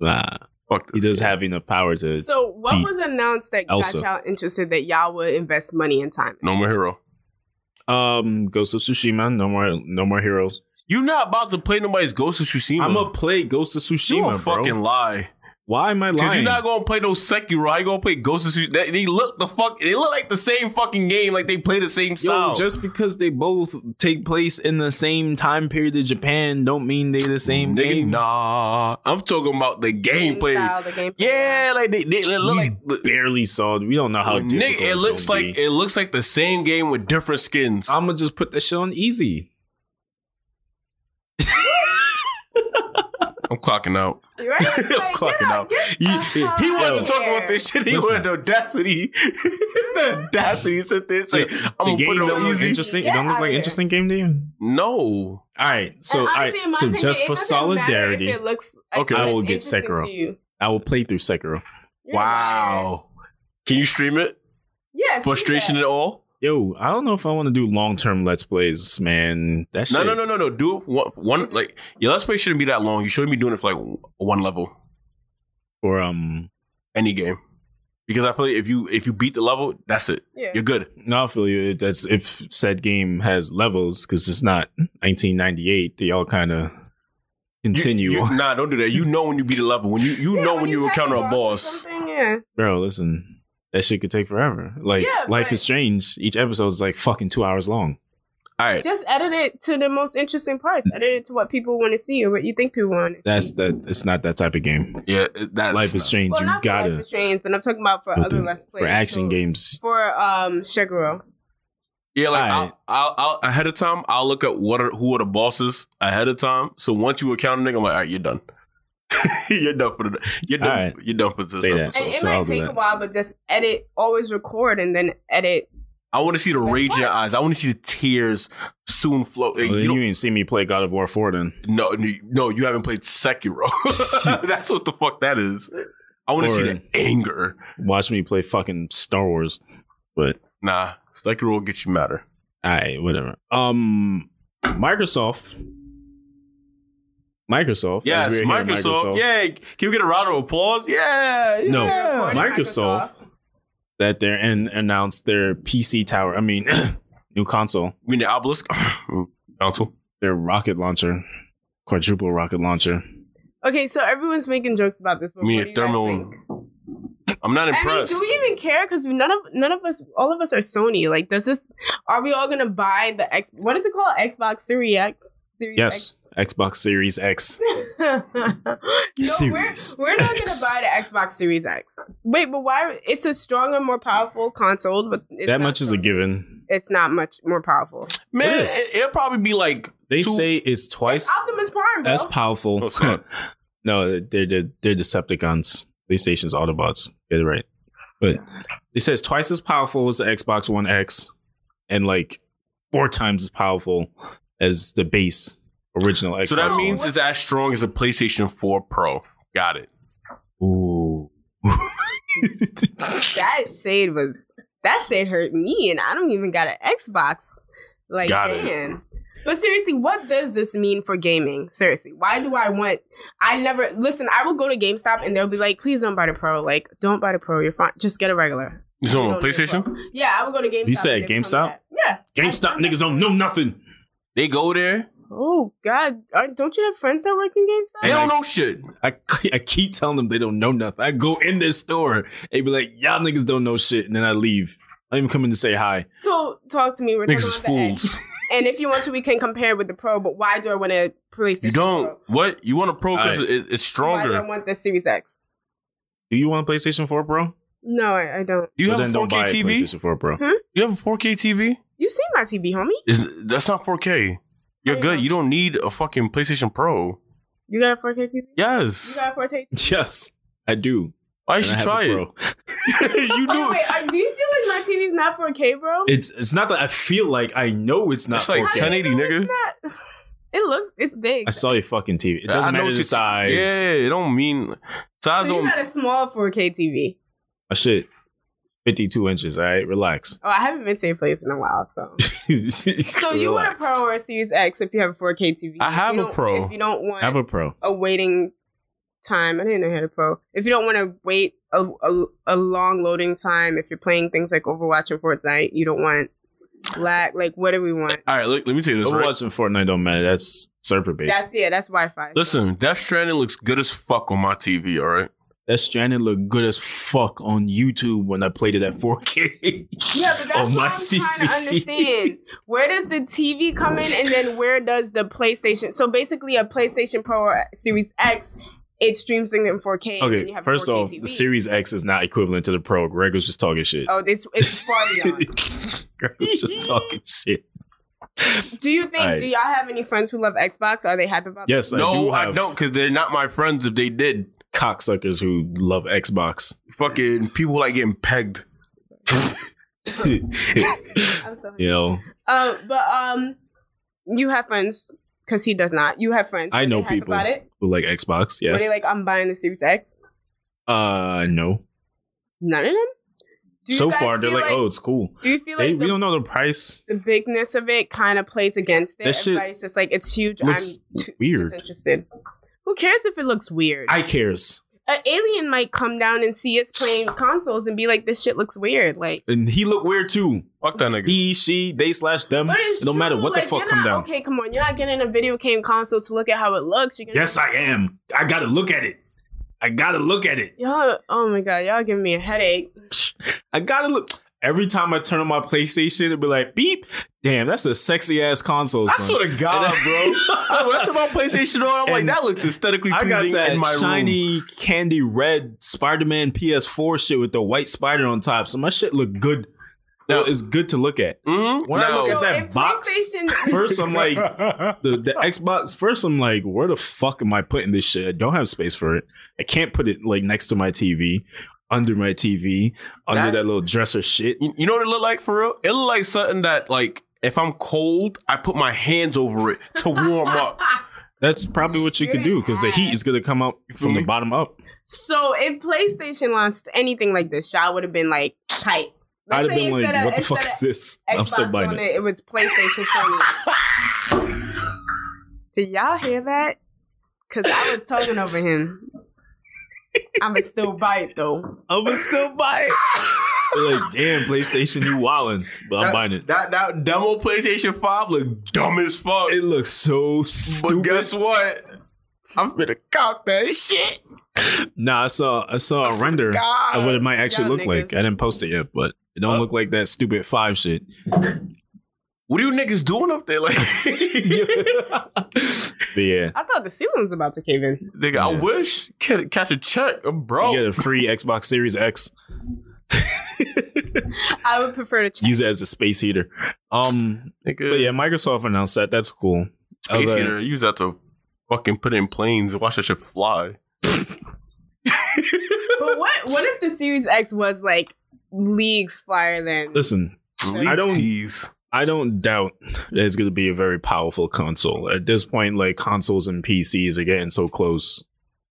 Speaker 2: nah,
Speaker 4: Fuck
Speaker 2: he
Speaker 4: this.
Speaker 2: does have enough power to.
Speaker 1: So, what
Speaker 2: beat
Speaker 1: was announced that
Speaker 2: Elsa.
Speaker 1: got y'all interested that y'all would invest money and time?
Speaker 4: no more hero.
Speaker 2: Um, Ghost of Tsushima, no more, no more heroes.
Speaker 4: You not about to play nobody's Ghost of Tsushima.
Speaker 2: I'm gonna play Ghost of
Speaker 4: you
Speaker 2: Tsushima,
Speaker 4: a fucking
Speaker 2: bro.
Speaker 4: lie.
Speaker 2: Why am I
Speaker 4: Because
Speaker 2: lying?
Speaker 4: you're not gonna play no Sekiro. How you gonna play Ghost of Tsushima? They, they look the fuck. They look like the same fucking game. Like they play the same style.
Speaker 2: Yo, just because they both take place in the same time period as Japan, don't mean they the same
Speaker 4: Nigga,
Speaker 2: game.
Speaker 4: Nah, I'm talking about the
Speaker 1: Game
Speaker 4: gameplay.
Speaker 1: style, the gameplay.
Speaker 4: Yeah, like they, they, they look
Speaker 2: We
Speaker 4: like.
Speaker 2: barely saw. it. We don't know how
Speaker 4: Nigga,
Speaker 2: difficult
Speaker 4: it looks like it looks like the same game with different skins.
Speaker 2: I'm gonna just put that shit on easy.
Speaker 4: I'm clocking out.
Speaker 1: You right? Like,
Speaker 4: I'm
Speaker 1: get
Speaker 4: clocking out.
Speaker 1: get
Speaker 4: He,
Speaker 1: the
Speaker 4: he
Speaker 1: hell
Speaker 4: wanted to
Speaker 1: out
Speaker 4: talk
Speaker 1: here.
Speaker 4: about this shit. He
Speaker 2: Listen.
Speaker 4: wanted the audacity. the audacity to sit there and say,
Speaker 2: The-
Speaker 4: I'm going to
Speaker 2: the game
Speaker 4: put it
Speaker 2: don't
Speaker 4: on
Speaker 2: look
Speaker 4: easy.
Speaker 2: Interesting. it
Speaker 1: Get
Speaker 2: don't look
Speaker 1: outta
Speaker 2: like
Speaker 1: here.
Speaker 2: interesting game to you.
Speaker 4: no.
Speaker 2: All right, so
Speaker 1: And
Speaker 2: all
Speaker 1: honestly, in
Speaker 2: right,
Speaker 1: my
Speaker 2: so
Speaker 1: opinion,
Speaker 2: just
Speaker 1: it
Speaker 2: for
Speaker 1: doesn't matter if
Speaker 2: solidarity,
Speaker 1: it looks
Speaker 4: Okay.
Speaker 1: if
Speaker 2: I
Speaker 1: it's
Speaker 2: will get
Speaker 1: interesting
Speaker 2: Sekiro.
Speaker 1: to you.
Speaker 2: I will play through Sekiro.
Speaker 1: You're lying.
Speaker 4: Wow. Can you stream it?
Speaker 1: Yeah, she
Speaker 4: Frustration
Speaker 1: said.
Speaker 4: at all?
Speaker 2: Yo, I don't know if I want to do long term let's plays, man. That shit.
Speaker 4: No, no, no, no, no. Do it one, one like your let's play shouldn't be that long. You shouldn't be doing it for like one level.
Speaker 2: Or um,
Speaker 4: any game because I feel like if you if you beat the level, that's it.
Speaker 1: Yeah.
Speaker 4: You're good.
Speaker 2: No, I feel you. If That's if said game has levels because it's not 1998. They all kind of
Speaker 4: You-
Speaker 2: continue.
Speaker 4: you- nah, don't do that. You know when you beat a level. When you you
Speaker 1: Yeah,
Speaker 4: know when, you,
Speaker 1: touch
Speaker 4: encounter a
Speaker 1: or
Speaker 4: boss.
Speaker 1: something, Yeah.
Speaker 2: Bro, listen, that shit could take forever. Like
Speaker 1: Yeah,
Speaker 2: life
Speaker 1: but-
Speaker 2: is strange. Each episode is like fucking two hours long.
Speaker 4: All right.
Speaker 1: Just edit it to the most interesting parts. Edit it to what people want to see or what you think people want. to
Speaker 2: That's
Speaker 1: see.
Speaker 2: that. It's not that type of game.
Speaker 4: Yeah, that's
Speaker 2: Life is strange.
Speaker 1: well,
Speaker 2: you
Speaker 1: not for
Speaker 2: gotta
Speaker 1: Life is Strange, but I'm talking about for
Speaker 2: But
Speaker 1: other
Speaker 2: the-
Speaker 1: less plays
Speaker 2: for action
Speaker 1: so-
Speaker 2: games.
Speaker 1: For um Shiguro,
Speaker 4: Yeah, like
Speaker 2: Alright.
Speaker 4: I'll, I'll, I'll ahead of time, I'll look up what are who are the bosses ahead of time. So once you account a nigga, I'm like, all right, you're done. you're done for the you're done.
Speaker 2: Alright.
Speaker 4: You're done for this
Speaker 2: Say that.
Speaker 4: episode.
Speaker 1: And it
Speaker 2: so I'll
Speaker 1: might
Speaker 2: do
Speaker 1: take a
Speaker 2: that.
Speaker 1: while, but just edit, always record and then edit.
Speaker 4: I want to see the
Speaker 1: Like
Speaker 4: rage in your
Speaker 1: what?
Speaker 4: eyes. I want to see the tears soon flow. Hey,
Speaker 2: Well,
Speaker 4: you
Speaker 2: you,
Speaker 4: don't,
Speaker 2: ain't seen me play God of War 4 then.
Speaker 4: no, no, you- no, you haven't played Sekiro. That's what the fuck that is. I want to see the
Speaker 2: Or-
Speaker 4: anger.
Speaker 2: Watch me play fucking Star Wars. But
Speaker 4: Nah, Sekiro will get you madder.
Speaker 2: I whatever. Um Microsoft. Microsoft. as
Speaker 4: Yes,
Speaker 2: we're here,
Speaker 4: Microsoft, Yeah, can we get a round of applause? Yeah, yeah.
Speaker 2: No.
Speaker 1: Record
Speaker 2: Microsoft. That they're and announced their PC tower. I mean new console.
Speaker 4: I mean the obelisk council.
Speaker 2: Their rocket launcher. Quadruple rocket launcher.
Speaker 1: Okay, so everyone's making jokes about this. But
Speaker 4: I mean,
Speaker 1: what do
Speaker 4: a
Speaker 1: you guys
Speaker 4: thermal-
Speaker 1: think?
Speaker 4: I'm not
Speaker 1: I mean,
Speaker 4: impressed.
Speaker 1: do we even care? Because none of none of us, all of us are Sony. Like, does this? Are we all gonna buy the X? What is it called? Xbox Series X. Series
Speaker 2: Yes. Xbox Series X.
Speaker 1: X? no, we're,
Speaker 2: Series
Speaker 1: we're not
Speaker 2: X.
Speaker 1: gonna buy the Xbox Series X. Wait, but why? It's a stronger, more powerful console. But it's
Speaker 2: that
Speaker 1: not
Speaker 2: much is a
Speaker 1: strong-
Speaker 2: given.
Speaker 1: It's not much more powerful.
Speaker 4: Man,
Speaker 2: Yes.
Speaker 4: it, will probably be like
Speaker 2: They
Speaker 4: Two-
Speaker 2: say it's twice
Speaker 1: Optimus Prime, bro.
Speaker 2: as powerful.
Speaker 4: No, it's not.
Speaker 2: no, they're, they're they're Decepticons. PlayStation's Autobots. Get it right. But it says twice as powerful as the Xbox One X, and like four times as powerful as the base original Xbox.
Speaker 4: so that
Speaker 1: Xbox
Speaker 4: means
Speaker 1: One.
Speaker 4: it's as strong as a PlayStation 4 Pro. Got it.
Speaker 2: One. ooh.
Speaker 1: that shade was that shade hurt me, and I don't even got an Xbox. Like,
Speaker 4: Got it.
Speaker 1: man. But seriously, what does this mean for gaming? Seriously, why do I want? I never listen. I will go to GameStop and they'll be like, "Please don't buy the Pro. Like, don't buy the Pro. You're fine. Just get a regular."
Speaker 4: You saw
Speaker 1: You
Speaker 4: on
Speaker 1: don't need a
Speaker 4: PlayStation?
Speaker 1: Pro. Yeah, I will go to GameStop.
Speaker 2: said
Speaker 1: and they
Speaker 2: GameStop?
Speaker 1: tell me that. Yeah.
Speaker 2: GameStop niggas don't know nothing.
Speaker 4: They go there.
Speaker 1: Oh God, Uh, don't you have friends that work in
Speaker 4: They
Speaker 1: GameStop?
Speaker 4: don't know shit.
Speaker 2: I, I keep telling them they don't know nothing. I go in their store and be like, y'all niggas don't know shit, and then I leave. I don't even come in to say hi.
Speaker 1: So talk to me. We're
Speaker 4: Niggas
Speaker 1: talking
Speaker 4: is
Speaker 1: about the X.
Speaker 4: fools.
Speaker 1: And if you want to, we can compare with the Pro. But why do I want a PlayStation?
Speaker 4: You
Speaker 1: Pro?
Speaker 4: don't. What? You want a Pro because
Speaker 2: Alright.
Speaker 4: it, it's
Speaker 1: Why do I
Speaker 4: stronger.
Speaker 1: want the Series X?
Speaker 2: Do you want a PlayStation 4 Pro?
Speaker 1: No, I, I don't.
Speaker 4: You
Speaker 2: So
Speaker 4: have a
Speaker 2: then don't
Speaker 4: 4K
Speaker 2: buy a
Speaker 4: TV?
Speaker 2: PlayStation 4 Pro.
Speaker 4: You have a 4K TV?
Speaker 1: You seen my TV, homie?
Speaker 4: Is That's not 4K. You're
Speaker 1: I
Speaker 4: good.
Speaker 1: know.
Speaker 4: You don't need a fucking PlayStation Pro.
Speaker 1: You got a 4K TV? You
Speaker 4: Yes.
Speaker 1: got a 4K? TV?
Speaker 2: Yes, I do.
Speaker 4: Why
Speaker 2: And I
Speaker 4: should you
Speaker 2: have
Speaker 4: try
Speaker 2: a
Speaker 4: it?
Speaker 2: Pro.
Speaker 4: you
Speaker 1: Oh,
Speaker 4: do
Speaker 1: wait,
Speaker 4: it.
Speaker 1: uh, do you feel like my TV's not 4K, bro?
Speaker 2: It's it's not that I feel like I know it's not
Speaker 4: It's like
Speaker 1: How do
Speaker 2: 4K.
Speaker 1: you
Speaker 4: 1080,
Speaker 1: know
Speaker 4: nigga.
Speaker 1: It's not, it looks, it's big.
Speaker 2: I saw your fucking TV. It
Speaker 4: I
Speaker 2: doesn't
Speaker 4: know
Speaker 2: matter
Speaker 4: what
Speaker 2: the
Speaker 4: you-
Speaker 2: size.
Speaker 4: Yeah, it don't mean size
Speaker 1: so you
Speaker 4: don't.
Speaker 1: got a small 4K TV.
Speaker 2: My shit, fifty-two inches. All right, relax.
Speaker 1: Oh, I haven't been to your place in a while, so. So you want a
Speaker 2: Relax.
Speaker 1: Pro or a Series X if you have a 4K TV?
Speaker 4: I
Speaker 1: If
Speaker 4: have
Speaker 1: you
Speaker 4: a
Speaker 1: don't-
Speaker 4: Pro.
Speaker 1: If you don't want
Speaker 2: Have a Pro.
Speaker 1: a waiting time. I didn't know how to pro. If you don't want to wait a, a, a long loading time, if you're playing things like Overwatch and Fortnite, you don't want lag. Like, what do we want?
Speaker 4: All right, let, let me tell you this. Right?
Speaker 2: Overwatch and Fortnite don't matter. That's server based.
Speaker 1: That's yeah, that's Wi Fi.
Speaker 4: Listen, Death Stranding looks good as fuck on my TV. All right,
Speaker 2: that stranded looked good as fuck on YouTube when I played it at 4K.
Speaker 1: Yeah, but that's
Speaker 2: on Oh, my
Speaker 1: what I'm trying
Speaker 2: TV.
Speaker 1: to understand. Where does the TV come in, and then where does the PlayStation? So basically, a PlayStation Pro or Series X, it streams things in 4K. and then
Speaker 2: okay,
Speaker 1: you have a
Speaker 2: first
Speaker 1: 4K
Speaker 2: off,
Speaker 1: TV.
Speaker 2: the Series X is not equivalent to the Pro. Greg was just talking shit.
Speaker 1: Oh, it's it's far beyond.
Speaker 2: Greg was just talking shit.
Speaker 1: Do you think?
Speaker 2: Alright.
Speaker 1: Do y'all have any friends who love Xbox? Are they hype about?
Speaker 2: Yes, I do
Speaker 4: no, I
Speaker 2: have
Speaker 4: don't, because they're not my friends. If they did,
Speaker 2: Cocksuckers who love Xbox.
Speaker 4: fucking people like getting pegged.
Speaker 1: that? I'm sorry.
Speaker 2: you know,
Speaker 1: Um, but um, you have friends because he does not. You have friends.
Speaker 2: I
Speaker 1: Were
Speaker 2: know
Speaker 1: they hype
Speaker 2: people.
Speaker 1: about it.
Speaker 2: who like Xbox.
Speaker 1: Were
Speaker 2: Yes.
Speaker 1: they like, I'm buying the Series X?
Speaker 2: uh, no.
Speaker 1: None of them. Do you
Speaker 2: So
Speaker 1: guys
Speaker 2: far, they're
Speaker 1: feel
Speaker 2: like, oh, it's cool.
Speaker 1: do you feel
Speaker 2: they
Speaker 1: like the,
Speaker 2: we don't know the price.
Speaker 1: the bigness of it kind of plays against it?
Speaker 2: That shit
Speaker 1: Everybody's just like, it's huge.
Speaker 2: looks
Speaker 1: I'm too,
Speaker 2: weird.
Speaker 1: disinterested. Who cares if it looks weird?
Speaker 2: I cares,
Speaker 1: An alien might come down and see us playing consoles and be like, this shit looks weird. Like.
Speaker 2: and he look weird too.
Speaker 4: Fuck that nigga.
Speaker 2: He, she, they slash them.
Speaker 1: But it's
Speaker 2: It don't Um, matter
Speaker 1: true,
Speaker 2: what the
Speaker 1: like,
Speaker 2: fuck
Speaker 1: you're
Speaker 2: come
Speaker 1: not-
Speaker 2: down.
Speaker 1: Okay, come on. You're not getting a video game console to look at how it looks. You're gonna-
Speaker 2: Yes, I am. I gotta look at it. I gotta look at it.
Speaker 1: Y'all, oh my god, y'all giving me a headache.
Speaker 2: I gotta look. Every time I turn on my PlayStation, it'll be like beep. Damn, that's a sexy ass console.
Speaker 4: I
Speaker 2: son.
Speaker 4: swear to God, bro. I went to my PlayStation on. I'm like,
Speaker 2: And
Speaker 4: that looks aesthetically
Speaker 2: I got
Speaker 4: pleasing
Speaker 2: that
Speaker 4: in my room.
Speaker 2: shiny candy red Spider Man PS4 shit with the white spider on top. So my shit look good. Now it's good to look at.
Speaker 4: Mm-hmm.
Speaker 2: When I
Speaker 4: Now-
Speaker 2: look at
Speaker 1: in
Speaker 2: Oh, that box,
Speaker 1: PlayStation-
Speaker 2: first I'm like, the, the Xbox, first I'm like, where the fuck am I putting this shit? I don't have space for it. I can't put it like next to my TV, under my TV, under
Speaker 4: That-
Speaker 2: that, little dresser shit.
Speaker 4: You, you know what it looked like for real? It looked like something that like if I'm cold, I put my hands over it to warm up.
Speaker 2: That's probably what you could do because the heat is going to come up
Speaker 4: feel
Speaker 2: from
Speaker 4: me?
Speaker 2: the bottom up.
Speaker 1: So if PlayStation launched anything like this, y'all would have been like tight. Let's
Speaker 2: I'd have
Speaker 1: say
Speaker 2: been like,
Speaker 1: instead of-
Speaker 2: what the fuck is
Speaker 1: instead
Speaker 2: this?
Speaker 1: of
Speaker 2: I'm still
Speaker 1: Xbox
Speaker 2: buying
Speaker 1: on
Speaker 2: it.
Speaker 1: It was PlayStation Sony. Did y'all hear that? Cause I was talking over him. I'ma still buy it though.
Speaker 2: I would still buy it. like, damn, PlayStation, you wildin', but I'm buying it.
Speaker 4: That that demo PlayStation Five looked dumb as fuck.
Speaker 2: It looks so
Speaker 4: but
Speaker 2: stupid.
Speaker 4: guess what? I'm finna cop that shit.
Speaker 2: Nah, I saw I saw a render
Speaker 4: God. Uh,
Speaker 2: of what it might actually
Speaker 1: Y'all
Speaker 2: look
Speaker 1: niggas.
Speaker 2: like. I didn't post it yet, but it don't look like that stupid five shit.
Speaker 4: What are you niggas doing up there? Like,
Speaker 2: But yeah,
Speaker 1: I thought the ceiling was about to cave in.
Speaker 4: nigga, I
Speaker 2: Yeah.
Speaker 4: wish Ca- catch a check, uh, bro.
Speaker 2: you get a free Xbox Series X.
Speaker 1: I would prefer to check.
Speaker 2: Use it as a space heater. Um, but
Speaker 4: nigga,
Speaker 2: yeah, Microsoft announced that. That's cool.
Speaker 4: space
Speaker 2: Other-
Speaker 4: heater. You just have to fucking put it in planes and watch that shit fly.
Speaker 1: but what what if the Series X was like leagues flyer then?
Speaker 2: Listen, I don't-
Speaker 4: These.
Speaker 2: I don't doubt that it's going to be a very powerful console. At this point, like consoles and PCs are getting so close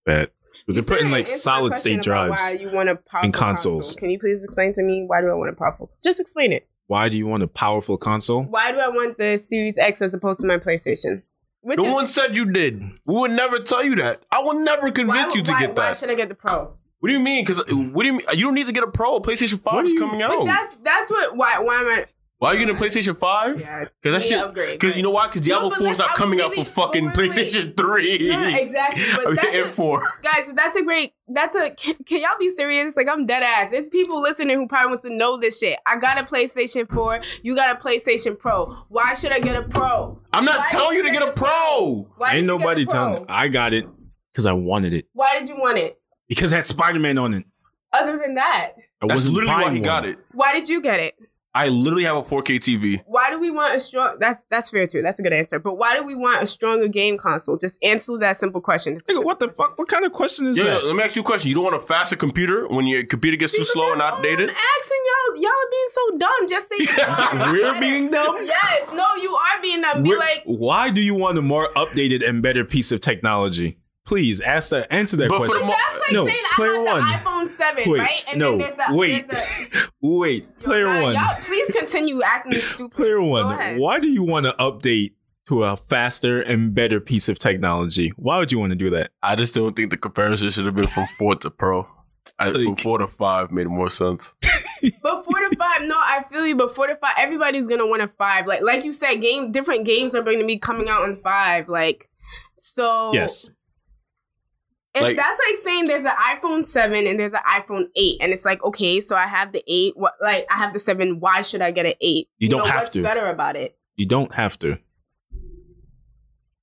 Speaker 2: that
Speaker 1: You
Speaker 2: they're
Speaker 1: still
Speaker 2: putting
Speaker 1: didn't
Speaker 2: like
Speaker 1: answer my
Speaker 2: solid
Speaker 1: question
Speaker 2: state
Speaker 1: about
Speaker 2: drives.
Speaker 1: Why you want a powerful
Speaker 2: consoles.
Speaker 1: console. Can you please explain to me why do I want a powerful? Just explain it.
Speaker 2: Why do you want a powerful console?
Speaker 1: Why do I want the Series X as opposed to my PlayStation? Which
Speaker 4: No
Speaker 1: is,
Speaker 4: one said you did. We would never tell you that. I will never
Speaker 1: why,
Speaker 4: convince you to
Speaker 1: why,
Speaker 4: get
Speaker 1: why
Speaker 4: that.
Speaker 1: should I get the Pro?
Speaker 4: What do you mean? Because what do you mean? You don't need to get a Pro. PlayStation Five
Speaker 2: do
Speaker 4: is
Speaker 2: you-
Speaker 4: coming
Speaker 1: But
Speaker 4: out.
Speaker 1: that's that's what why why am I?
Speaker 4: Why are you getting a PlayStation Five? Because
Speaker 1: Yeah,
Speaker 4: that
Speaker 1: we
Speaker 4: shit.
Speaker 1: upgrade,
Speaker 4: Because
Speaker 1: but-
Speaker 4: you know why? Because Diablo
Speaker 1: but
Speaker 4: Four is
Speaker 1: like,
Speaker 4: not
Speaker 1: I'm
Speaker 4: coming out for
Speaker 1: really-
Speaker 4: fucking
Speaker 1: wait, wait, wait.
Speaker 4: PlayStation Three.
Speaker 1: Yeah, exactly.
Speaker 4: I'm
Speaker 1: But that's
Speaker 4: getting
Speaker 1: a,
Speaker 4: four.
Speaker 1: guys, that's a great. That's a. Can, can y'all be serious? Like I'm dead ass. It's people listening who probably want to know this shit. I got a PlayStation Four. You got a PlayStation Pro. Why should I get a Pro?
Speaker 4: I'm not
Speaker 1: Why
Speaker 4: telling you
Speaker 1: did
Speaker 4: to
Speaker 1: you
Speaker 4: get a
Speaker 1: get the
Speaker 4: Pro.
Speaker 1: Why did
Speaker 2: Ain't
Speaker 1: you get the
Speaker 2: nobody
Speaker 1: Pro?
Speaker 2: telling. I got it because I wanted it
Speaker 1: Why did you want it?
Speaker 2: because it had Spider Man on it.
Speaker 1: Other than that,
Speaker 2: I
Speaker 4: That's
Speaker 2: wasn't
Speaker 4: literally why
Speaker 2: buying
Speaker 4: he
Speaker 2: one.
Speaker 4: got it.
Speaker 1: why did you get it?
Speaker 4: I literally have a 4K TV.
Speaker 1: Why do we want a strong? That's that's fair too. That's a good answer. But why do we want a stronger game console? Just answer that simple question.
Speaker 2: Nigga, what the fuck? What kind of question is
Speaker 4: Yo,
Speaker 2: that?
Speaker 4: yo, let me ask you a question. You don't want a faster computer when your computer gets too
Speaker 1: Because
Speaker 4: slow and
Speaker 1: that's all
Speaker 4: outdated?
Speaker 1: I'm asking y'all. Y'all are being so dumb. Just say you are.
Speaker 2: We're being dumb.
Speaker 1: Yes, no, you are being dumb. Be
Speaker 2: We're-
Speaker 1: like,
Speaker 2: why do you want a more updated and better piece of technology? Please ask that. Answer that
Speaker 4: But for the
Speaker 2: question.
Speaker 4: mo-
Speaker 1: that's like
Speaker 2: No,
Speaker 1: saying
Speaker 2: player
Speaker 1: I
Speaker 2: one.
Speaker 1: have the iPhone Seven,
Speaker 2: Wait,
Speaker 1: right?
Speaker 2: no,
Speaker 1: a,
Speaker 2: wait.
Speaker 1: there's a-
Speaker 2: Wait, player
Speaker 1: Nah,
Speaker 2: one.
Speaker 1: Y'all, please continue acting stupid.
Speaker 2: Player
Speaker 1: Go
Speaker 2: one.
Speaker 1: ahead.
Speaker 2: Why do you want to update to a faster and better piece of technology? Why would you want to do that?
Speaker 4: I just don't think the comparison should have been from four to pro. I, from
Speaker 2: Like-
Speaker 4: four to five made more sense.
Speaker 1: But four to five, no, I feel you. But four to five, everybody's gonna want a five. Like like you said, game different games are going to be coming out on five. Like so,
Speaker 2: Yes.
Speaker 1: If
Speaker 4: Like-
Speaker 1: that's like saying there's an iPhone seven and there's an iPhone eight, and it's like okay, so I have the eight. What like I have the seven. Why should I get an eight?
Speaker 2: You don't
Speaker 1: know,
Speaker 2: have
Speaker 1: what's
Speaker 2: to.
Speaker 1: Better about it.
Speaker 2: You don't have to.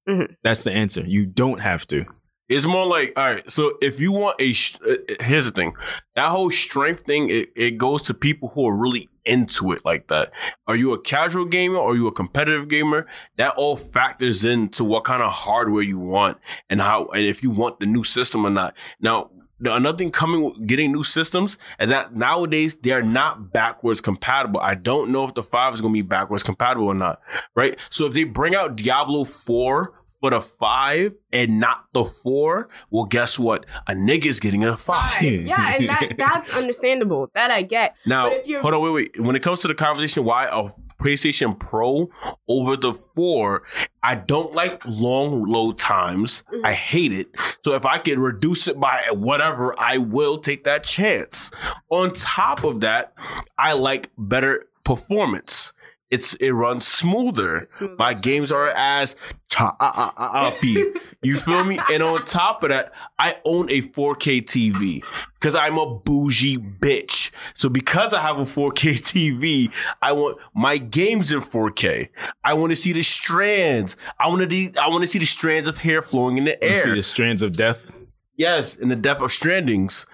Speaker 1: Mhm.
Speaker 2: That's the answer. You don't have to.
Speaker 4: It's more like, all right, so if you want a, sh- uh, uh, here's the thing that whole strength thing, it, it goes to people who are really into it like that. Are you a casual gamer? Are you a competitive gamer? That all factors into what kind of hardware you want and how, and if you want the new system or not. Now, the- another thing coming, with getting new systems, and that nowadays they are not backwards compatible. I don't know if the five is going to be backwards compatible or not, right? So if they bring out Diablo four for the five and not the four, well, guess what? A nigga's getting a five.
Speaker 1: Five. yeah, and that that's understandable. That I get.
Speaker 4: Now,
Speaker 1: But if you're-
Speaker 4: hold on, wait, wait. When it comes to the conversation, why a PlayStation Pro over the four, I don't like long load times.
Speaker 1: Mhm.
Speaker 4: I hate it. So if I could reduce it by whatever, I will take that chance. On top of that, I like better performance. It's it runs smoother.
Speaker 1: Smooth.
Speaker 4: My games are as cha ah ah ah ah You feel me? And on top of that, I own a 4K TV because I'm a bougie bitch. So because I have a 4K TV, I want my games in 4K. I want to see the strands. I want to de- I want to see the strands of hair flowing in the
Speaker 2: You see
Speaker 4: air.
Speaker 2: the strands of death.
Speaker 4: Yes, in the depth of strandings.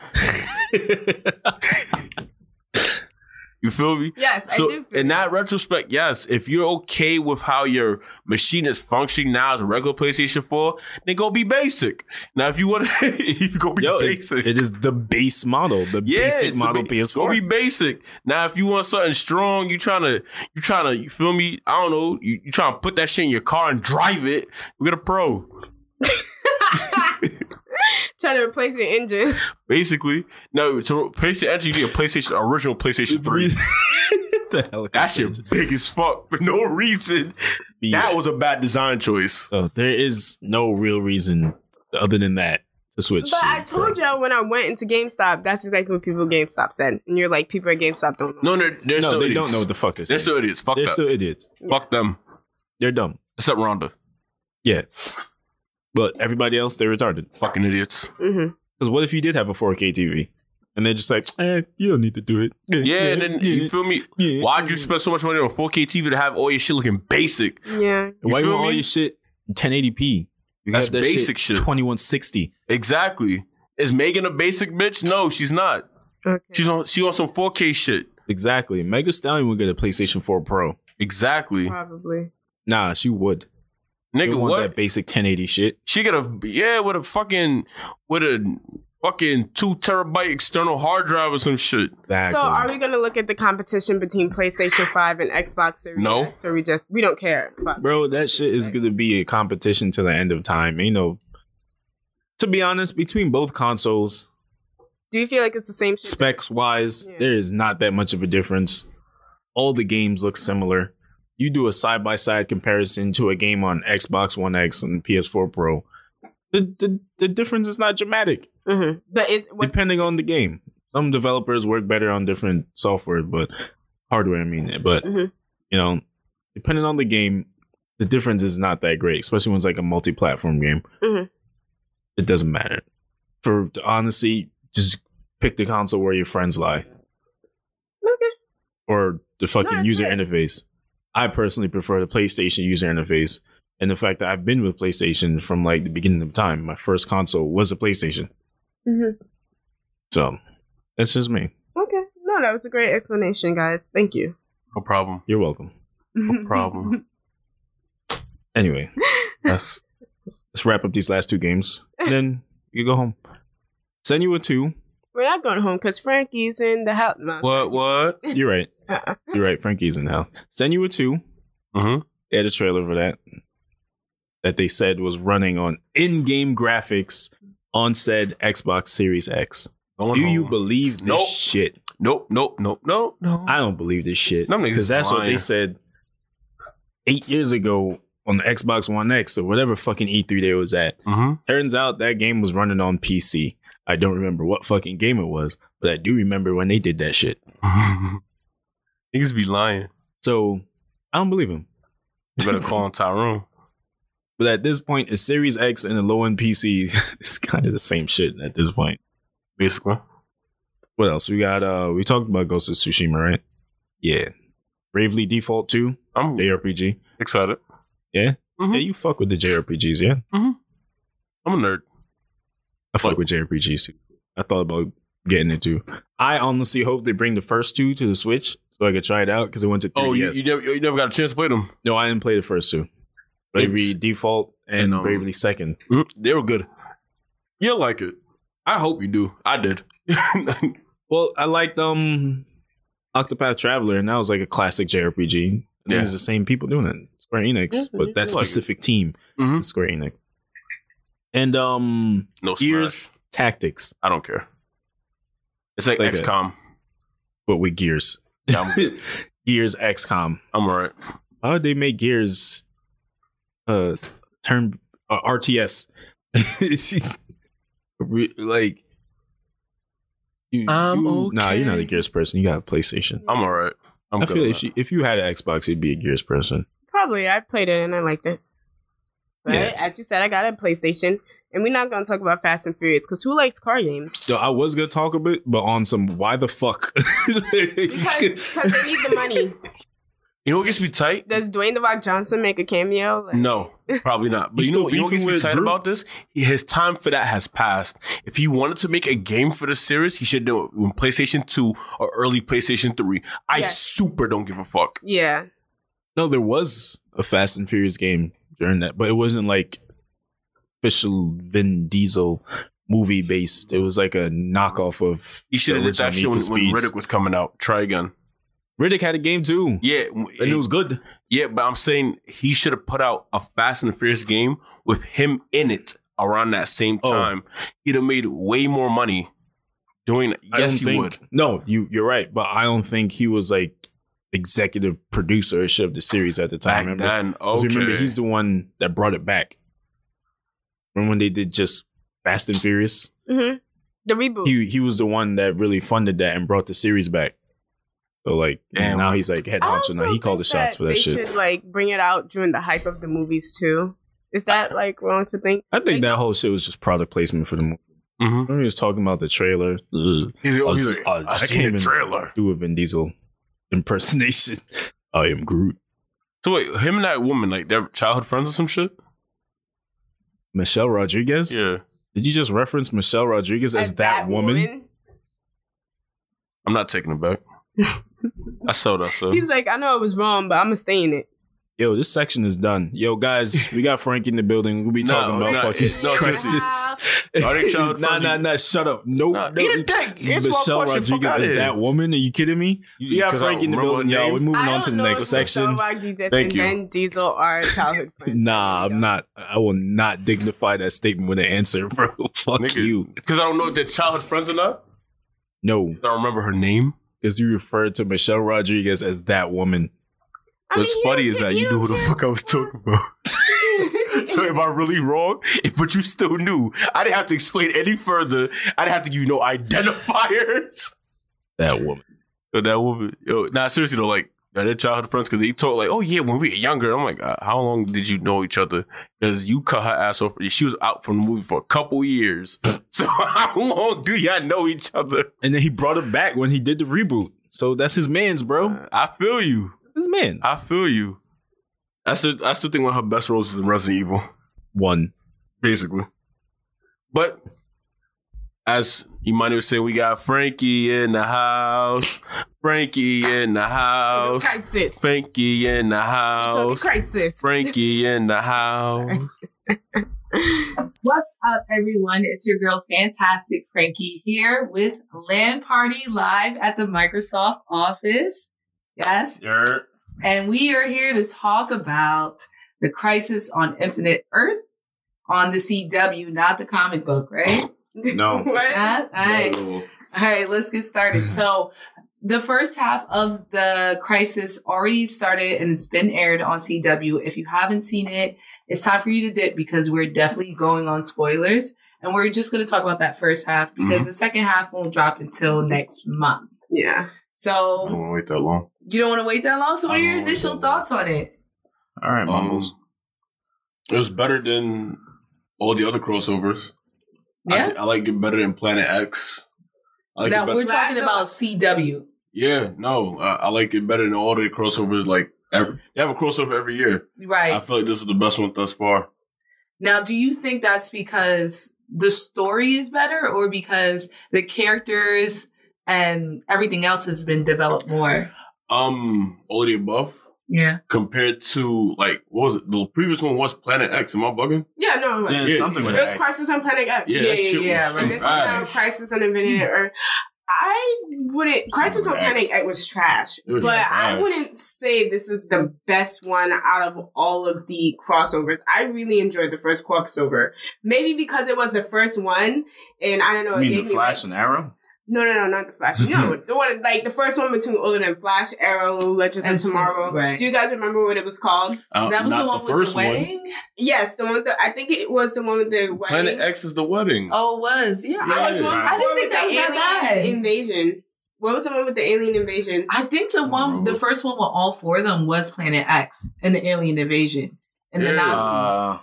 Speaker 4: You feel me?
Speaker 1: Yes, I do.
Speaker 4: So
Speaker 1: feel
Speaker 4: in
Speaker 1: that.
Speaker 4: that retrospect, yes, if you're okay with how your machine is functioning now as a regular PlayStation 4, then go be basic. Now if you want to you go be
Speaker 2: Yo, it-
Speaker 4: basic.
Speaker 2: it is the base model, the
Speaker 4: yeah,
Speaker 2: basic
Speaker 4: it's
Speaker 2: model
Speaker 4: the ba- Go
Speaker 2: PS4.
Speaker 4: be basic. Now if you want something strong, you trying to you trying to you feel me? I don't know. You you trying to put that shit in your car and drive it. Get a pro.
Speaker 1: Trying to replace your engine.
Speaker 4: Basically, no. To place the engine, you need a PlayStation original PlayStation Three.
Speaker 2: the hell?
Speaker 4: That shit big as fuck for no reason. That was a bad design choice.
Speaker 2: So there is no real reason other than that to switch.
Speaker 1: But I
Speaker 2: shit,
Speaker 1: told
Speaker 2: bro.
Speaker 1: y'all when I went into GameStop, that's exactly what people at GameStop said. And you're like, people at GameStop don't know.
Speaker 4: No, they're, they're
Speaker 2: no,
Speaker 4: still
Speaker 2: they
Speaker 4: idiots.
Speaker 2: don't know what the fuck they're
Speaker 4: they're
Speaker 2: saying.
Speaker 4: still idiots. Fuck
Speaker 2: They're
Speaker 4: that.
Speaker 2: still idiots.
Speaker 4: Fuck them.
Speaker 2: They're dumb.
Speaker 4: Except Rhonda.
Speaker 2: Yeah, but everybody else they're retarded.
Speaker 4: Fucking idiots.
Speaker 1: Mm-hmm.
Speaker 2: Because what if you did have a 4K TV and they're just like, eh, you don't need to do it.
Speaker 4: Yeah, and then you feel me?
Speaker 2: yeah.
Speaker 4: Why'd you spend so much money on a 4K TV to have all your shit looking basic?
Speaker 1: Yeah.
Speaker 2: And Why you want
Speaker 4: You feel
Speaker 2: all
Speaker 4: me?
Speaker 2: your shit 1080p? You
Speaker 4: That's
Speaker 2: got
Speaker 4: basic shit.
Speaker 2: 2160.
Speaker 4: Exactly. Is Megan a basic bitch? No, she's not.
Speaker 1: Okay.
Speaker 4: She's on. She on some 4K shit.
Speaker 2: Exactly. Mega Stallion would get a PlayStation 4 Pro.
Speaker 4: Exactly.
Speaker 1: Probably.
Speaker 2: Nah, she would. She
Speaker 4: Nigga,
Speaker 2: would want
Speaker 4: what?
Speaker 2: that basic 1080 shit.
Speaker 4: She got a yeah with a fucking with a fucking two terabyte external hard drive or some shit.
Speaker 2: Exactly.
Speaker 1: So are we gonna look at the competition between PlayStation 5 and Xbox Series
Speaker 4: No.
Speaker 1: X, or we just we don't care? But
Speaker 2: Bro, that shit is going to be a competition to the end of time. You know, to be honest, between both consoles,
Speaker 1: do you feel like it's the same shit?
Speaker 2: specs wise,
Speaker 1: Yeah.
Speaker 2: there is not that much of a difference. All the games look similar. You do a side by side comparison to a game on Xbox One X and PS4 Pro. The, the the difference is not dramatic,
Speaker 1: Mhm. But it's what's
Speaker 2: depending on the game. Some developers work better on different software, but hardware. I mean, but
Speaker 1: Mhm.
Speaker 2: you know, depending on the game, the difference is not that great, especially when it's like a multi platform game.
Speaker 1: Mhm.
Speaker 2: It doesn't matter. For honestly, just pick the console where your friends lie
Speaker 1: okay.
Speaker 2: or the fucking
Speaker 1: that's
Speaker 2: user
Speaker 1: it.
Speaker 2: interface. I personally prefer the PlayStation user interface and the fact that I've been with PlayStation from like the beginning of time. My first console was a PlayStation.
Speaker 1: Mhm.
Speaker 2: So that's just me.
Speaker 1: Okay. No, that was a great explanation, guys. Thank you.
Speaker 4: No problem.
Speaker 2: You're welcome.
Speaker 1: No
Speaker 4: problem.
Speaker 2: Anyway,
Speaker 4: That's
Speaker 2: let's wrap up these last two games. And then you go home. Send you a two.
Speaker 1: We're not going home because Frankie's in the house. No.
Speaker 4: what what.
Speaker 2: You're right.
Speaker 1: Uh-uh.
Speaker 2: You're right. Frankie's in now. Send you a two.
Speaker 4: Mm-hmm.
Speaker 2: They had a trailer for that that they said was running on in-game graphics on said Xbox Series X. Do you believe this
Speaker 4: Nope.
Speaker 2: shit?
Speaker 4: Nope, nope, nope, nope, no.
Speaker 2: I don't believe this shit
Speaker 4: Them niggas
Speaker 2: because that's what they
Speaker 4: lying.
Speaker 2: said eight years ago on the Xbox One X or whatever fucking E3 they was at.
Speaker 4: mm-hmm.
Speaker 2: Turns out that game was running on PC. I don't remember what fucking game it was, but I do remember when they did that shit.
Speaker 4: Niggas be lying.
Speaker 2: So I don't believe him.
Speaker 4: You better call on Tyrone.
Speaker 2: But at this point, a Series X and a low end PC is kind of the same shit at this point.
Speaker 4: Basically.
Speaker 2: What else? We got uh we talked about Ghost of Tsushima, right? Yeah. Bravely Default 2,
Speaker 4: I'm
Speaker 2: JRPG.
Speaker 4: excited. Hmm?
Speaker 2: Yeah, you fuck with the JRPGs, yeah?
Speaker 4: I'm a nerd.
Speaker 2: I fuck with JRPGs. I thought about getting it too. I honestly hope they bring the first two to the Switch so I could try it out because it went to 3DS.
Speaker 4: Oh, you, you never you never got a chance to play them.
Speaker 2: No, I didn't play the first two. Bravely
Speaker 4: It's-
Speaker 2: Default and,
Speaker 4: and, um,
Speaker 2: Bravely Second.
Speaker 4: They were good. You'll like it. I hope you do. I did.
Speaker 2: Well, I liked um Octopath Traveler, and that was like a classic JRPG. And
Speaker 4: Yeah.
Speaker 2: it's the same people doing it, Square Enix,
Speaker 1: Mhm.
Speaker 2: but that
Speaker 4: Like it.
Speaker 2: specific team,
Speaker 4: Mhm.
Speaker 2: is Square Enix. And um
Speaker 4: no
Speaker 2: Gears.
Speaker 4: Smash.
Speaker 2: tactics,
Speaker 4: I don't care. It's like
Speaker 2: Like it.
Speaker 4: XCOM.
Speaker 2: but with gears,
Speaker 4: Yeah, I'm,
Speaker 2: gears XCOM.
Speaker 4: I'm all right.
Speaker 2: How would they make gears? Uh, turn uh, RTS. Re- like, you,
Speaker 4: I'm
Speaker 2: you- Nah, you're not a
Speaker 4: okay.
Speaker 2: gears person. You got a PlayStation.
Speaker 4: I'm all right. I'm
Speaker 2: i
Speaker 4: good
Speaker 2: feel
Speaker 4: on
Speaker 2: if you, if you had an Xbox, you'd be a Gears person.
Speaker 1: Probably. I played it and I liked it. But
Speaker 2: Yeah.
Speaker 1: as you said, I got a PlayStation. And we're not going to talk about Fast and Furious because who likes car games?
Speaker 2: So I was gonna talk about, it, but on some why the fuck?
Speaker 1: Because 'cause they need the money.
Speaker 4: You know what gets me tight?
Speaker 1: Does Dwayne the Rock Johnson make a cameo? Like,
Speaker 4: No, probably not. But
Speaker 2: He's
Speaker 4: you know,
Speaker 2: still
Speaker 4: what- you know what gets
Speaker 2: beefing
Speaker 4: me
Speaker 2: with
Speaker 4: tight
Speaker 2: Drew?
Speaker 4: about this? He- His time for that has passed. If he wanted to make a game for the series, he should do it when PlayStation 2 or early PlayStation 3. I
Speaker 1: Yes.
Speaker 4: super don't give a fuck.
Speaker 1: Yeah.
Speaker 2: No, there was a Fast and Furious game during that, but it wasn't like official Vin Diesel movie based. It was like a knockoff of.
Speaker 4: He should have
Speaker 2: the
Speaker 4: did that shit
Speaker 2: original
Speaker 4: when,
Speaker 2: Need for
Speaker 4: when
Speaker 2: Speeds.
Speaker 4: Riddick was coming out. Try again.
Speaker 2: Riddick had a game too,
Speaker 4: Yeah,
Speaker 2: and it was good.
Speaker 4: yeah, but I'm saying he should have put out a Fast and the Furious game with him in it around that same
Speaker 2: Oh.
Speaker 4: time. He'd have made way more money doing it.
Speaker 2: I
Speaker 4: Yes,
Speaker 2: don't
Speaker 4: he
Speaker 2: think,
Speaker 4: would.
Speaker 2: No, you you're right, but I don't think he was like executive producer or shit of the series at the
Speaker 4: Back
Speaker 2: time. remember?
Speaker 4: then,
Speaker 2: 'Cause
Speaker 4: okay.
Speaker 2: remember, he's the one that brought it back. Remember when they did just Fast and Furious?
Speaker 1: Mm-hmm. The reboot.
Speaker 2: He he was the one that really funded that and brought the series back. So like
Speaker 4: Damn.
Speaker 2: now he's like head
Speaker 1: I
Speaker 2: honcho. Now
Speaker 1: also
Speaker 2: he called the
Speaker 1: think
Speaker 2: shots for
Speaker 1: they
Speaker 2: that shit.
Speaker 1: should like bring it out during the hype of the movies too. Is
Speaker 2: Uh,
Speaker 1: that like wrong to think?
Speaker 2: I think that whole shit was just product placement for the movie.
Speaker 4: Mhm.
Speaker 2: Remember he was talking about the trailer. Ugh.
Speaker 4: He's like, oh, he's
Speaker 2: s-
Speaker 4: like,
Speaker 2: I
Speaker 4: I seen
Speaker 2: came
Speaker 4: the
Speaker 2: in
Speaker 4: trailer.
Speaker 2: Do a Vin Diesel impersonation. I am Groot.
Speaker 4: So wait, him and that woman, like they're childhood friends or some shit?
Speaker 2: Michelle Rodriguez.
Speaker 4: Yeah.
Speaker 2: Did you just reference Michelle Rodriguez as, that, woman?
Speaker 4: I'm not taking it back. I saw that, so.
Speaker 1: He's like, I know I was wrong, but I'm gonna stay in it.
Speaker 2: Yo, this section is done. Yo, guys, we got Frank in the building. We'll be
Speaker 4: No,
Speaker 2: talking about
Speaker 4: no,
Speaker 2: fucking
Speaker 4: no,
Speaker 2: crisis.
Speaker 4: seriously. Are they child
Speaker 2: nah, nah,
Speaker 4: friendly?
Speaker 2: nah. Shut up. No,
Speaker 4: Nah,
Speaker 2: no.
Speaker 4: eat a dick. Answer my
Speaker 2: Michelle
Speaker 4: question. Fuck outta
Speaker 2: Rodriguez
Speaker 4: here.
Speaker 2: is that woman? Are you kidding me? We got
Speaker 4: Because I
Speaker 2: Frank in the
Speaker 4: remember
Speaker 2: building,
Speaker 4: her
Speaker 2: y'all.
Speaker 4: name.
Speaker 2: We're moving on to the next section. Thank
Speaker 1: Thank
Speaker 2: you.
Speaker 1: you. And Diesel are childhood friends.
Speaker 2: Nah, I'm not. I will not dignify that statement with an answer, bro. Fuck you.
Speaker 4: Because I don't know if they're childhood friends or not.
Speaker 2: No,
Speaker 4: I don't remember her name.
Speaker 2: because you referred to Michelle Rodriguez as that woman.
Speaker 1: I
Speaker 4: What's
Speaker 1: mean,
Speaker 4: funny
Speaker 1: don't
Speaker 4: is
Speaker 1: care-
Speaker 4: that you
Speaker 1: don't
Speaker 4: knew who the
Speaker 1: care.
Speaker 4: fuck I was talking about. so am I really wrong? But you still knew. I didn't have to explain any further. I didn't have to give you no identifiers.
Speaker 2: That woman.
Speaker 4: But that woman, yo, nah, seriously though, like are they childhood friends? Because they talk like, oh yeah, when we were younger. I'm like, uh, how long did you know each other? Because you cut her ass off. She was out from the movie for a couple years. so how long do y'all know each other?
Speaker 2: And then he brought it back when he did the reboot. So that's his man's, bro.
Speaker 4: I feel you.
Speaker 2: His man.
Speaker 4: I feel you. I still, I still think one of her best roles is in Resident Evil,
Speaker 2: One.
Speaker 4: basically. But as Emmanuel said, we got Frankie in the house. Frankie in the
Speaker 1: Total
Speaker 4: house.
Speaker 1: Crisis.
Speaker 4: Frankie in the
Speaker 1: Total
Speaker 4: house.
Speaker 1: Crisis.
Speaker 4: Frankie in the house.
Speaker 5: What's up, everyone? It's your girl, Fantastic Frankie, here with Land Party Live at the Microsoft office. Yes. And we are here to talk about the crisis on Infinite Earth on the CW, not the comic book, right?
Speaker 2: No.
Speaker 1: What?
Speaker 5: Huh? All right. All right, let's get started. So, the first half of the crisis already started and it's been aired on CW. If you haven't seen it, it's time for you to dip because we're definitely going on spoilers. And we're just going to talk about that first half because
Speaker 4: Mm-hmm.
Speaker 5: the second half won't drop until next month.
Speaker 1: Yeah.
Speaker 5: So,
Speaker 4: want to wait that long.
Speaker 5: you don't want to wait that long. So, what are
Speaker 4: I
Speaker 5: your
Speaker 4: don't wanna
Speaker 5: initial
Speaker 4: wait that long.
Speaker 5: thoughts on it?
Speaker 2: All right, Mumbles.
Speaker 4: Um, it was better than all the other crossovers.
Speaker 5: Yeah.
Speaker 4: I, I like it better than Planet X. I like it
Speaker 5: now,
Speaker 4: better.
Speaker 5: we're talking about CW.
Speaker 4: yeah, no, I, I like it better than all the crossovers. Like every, they have a crossover every year.
Speaker 5: Right.
Speaker 4: I feel like this was the best one thus far.
Speaker 5: Now, do you think that's because the story is better or because the characters and everything else has been developed more?
Speaker 4: Um, all of the above
Speaker 5: Yeah.
Speaker 4: compared to like what was it? The previous one was Planet X. Am I bugging?
Speaker 1: Yeah, no. It
Speaker 4: Yeah.
Speaker 6: something with
Speaker 1: was
Speaker 6: X.
Speaker 1: Crisis on Planet X.
Speaker 4: Yeah,
Speaker 5: Yeah,
Speaker 4: that
Speaker 5: yeah,
Speaker 4: shit
Speaker 5: yeah,
Speaker 4: was
Speaker 5: right.
Speaker 1: This is now
Speaker 4: trash.
Speaker 1: Crisis on Infinite Earth. I wouldn't. Crisis on
Speaker 4: Something
Speaker 1: Planet
Speaker 4: X.
Speaker 1: X was trash,
Speaker 4: It was
Speaker 1: but I
Speaker 4: trash.
Speaker 1: wouldn't say this is the best one out of all of the crossovers. I really enjoyed the first crossover, maybe because it was the first one, and I don't know.
Speaker 6: I
Speaker 1: it
Speaker 6: mean,
Speaker 1: gave
Speaker 6: the
Speaker 1: me,
Speaker 6: Flash
Speaker 1: like-
Speaker 6: and Arrow.
Speaker 1: no, no, no, not the Flash. No, the one like the first one between older than Flash, Arrow, Legends
Speaker 5: And
Speaker 1: of
Speaker 5: so-
Speaker 1: Tomorrow.
Speaker 5: right.
Speaker 1: Do you guys remember what it was called?
Speaker 4: Uh,
Speaker 5: That was
Speaker 4: not
Speaker 5: the one with
Speaker 4: first
Speaker 5: the wedding?
Speaker 1: Yes, the one with the. I think it was the one with the
Speaker 4: one.
Speaker 1: wedding.
Speaker 4: Planet X is the wedding.
Speaker 5: Oh, it was. Yeah.
Speaker 1: I
Speaker 5: I,
Speaker 1: was
Speaker 4: Yeah.
Speaker 1: one.
Speaker 5: I didn't think that was
Speaker 1: the
Speaker 5: that bad.
Speaker 1: alien invasion. What was the one with the alien invasion?
Speaker 5: I think the one, the first one with all four of them was Planet X and the alien invasion and the
Speaker 4: Yeah.
Speaker 5: Nazis.
Speaker 6: Uh,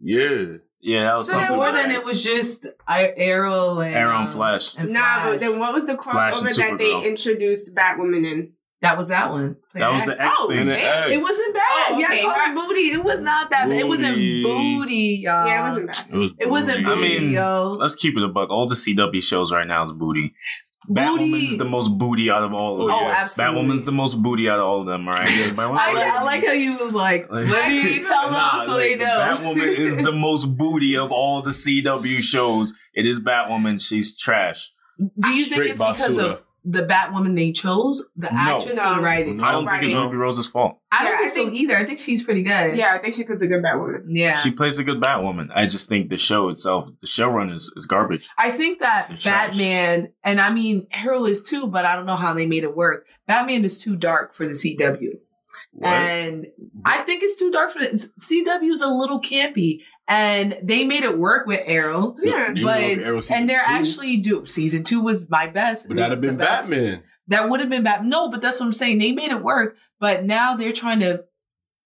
Speaker 4: Yeah.
Speaker 6: yeah, that was
Speaker 5: so
Speaker 6: something.
Speaker 5: before
Speaker 6: with
Speaker 5: then,
Speaker 6: X.
Speaker 5: it was just I- Arrow and
Speaker 6: Arrow and
Speaker 5: um,
Speaker 6: Flash.
Speaker 5: and
Speaker 1: Nah, but
Speaker 5: Flash.
Speaker 1: then what was the
Speaker 6: Flash and
Speaker 1: crossover that they
Speaker 6: Supergirl.
Speaker 1: introduced Batwoman in?
Speaker 5: That was that one. Play
Speaker 4: That was the X
Speaker 5: Oh,
Speaker 4: thing.
Speaker 2: man.
Speaker 4: X.
Speaker 5: It wasn't bad.
Speaker 1: Oh, okay.
Speaker 5: Yeah, I called it booty. It was not that bad. It wasn't
Speaker 4: Booty.
Speaker 5: booty, y'all.
Speaker 1: yeah, it wasn't bad.
Speaker 2: was.
Speaker 5: It wasn't
Speaker 2: I
Speaker 5: booty,
Speaker 2: mean,
Speaker 5: yo.
Speaker 2: Let's keep it a buck. All the CW shows right now is booty. Batwoman's
Speaker 5: Booty.
Speaker 2: the most booty out of all of
Speaker 5: Oh,
Speaker 2: them.
Speaker 5: yeah. absolutely.
Speaker 2: Batwoman's the most booty out of all of them, right? Batwoman-
Speaker 5: I, I like how you was like,
Speaker 2: Like-
Speaker 5: let me tell them
Speaker 2: Nah,
Speaker 5: so
Speaker 2: like,
Speaker 5: they know.
Speaker 2: Batwoman is the most booty of all the CW shows. It is Batwoman. She's trash.
Speaker 5: Do you
Speaker 4: Straight
Speaker 5: think it's because
Speaker 4: basura.
Speaker 5: of the Batwoman they chose, the
Speaker 2: No.
Speaker 5: actress or
Speaker 1: No.
Speaker 5: the writing?
Speaker 4: No.
Speaker 2: I don't think it's
Speaker 5: Writing.
Speaker 2: Ruby Rose's fault.
Speaker 5: I don't
Speaker 1: Yeah,
Speaker 5: think
Speaker 1: I
Speaker 5: so
Speaker 1: think-
Speaker 5: either. I think she's pretty good.
Speaker 1: Yeah, I think she puts a good Batwoman.
Speaker 5: Yeah.
Speaker 2: She plays a good Batwoman. I just think the show itself, the showrun is, is garbage.
Speaker 5: I think that
Speaker 2: They're trash.
Speaker 5: Batman, and I mean Arrow is too, but I don't know how they made it work. Batman is too dark for the CW, and I think it's too dark for the CW is a little campy, and they made it work with Arrow.
Speaker 1: Yeah.
Speaker 4: You
Speaker 5: But-
Speaker 4: know if Arrow season
Speaker 5: And they're
Speaker 4: two,
Speaker 5: actually do season two was my best.
Speaker 4: But
Speaker 5: It
Speaker 4: that'd
Speaker 5: was
Speaker 4: have
Speaker 5: the
Speaker 4: been
Speaker 5: best.
Speaker 4: Batman.
Speaker 5: That would have been Batman. No, but that's what I'm saying. They made it work, but now they're trying to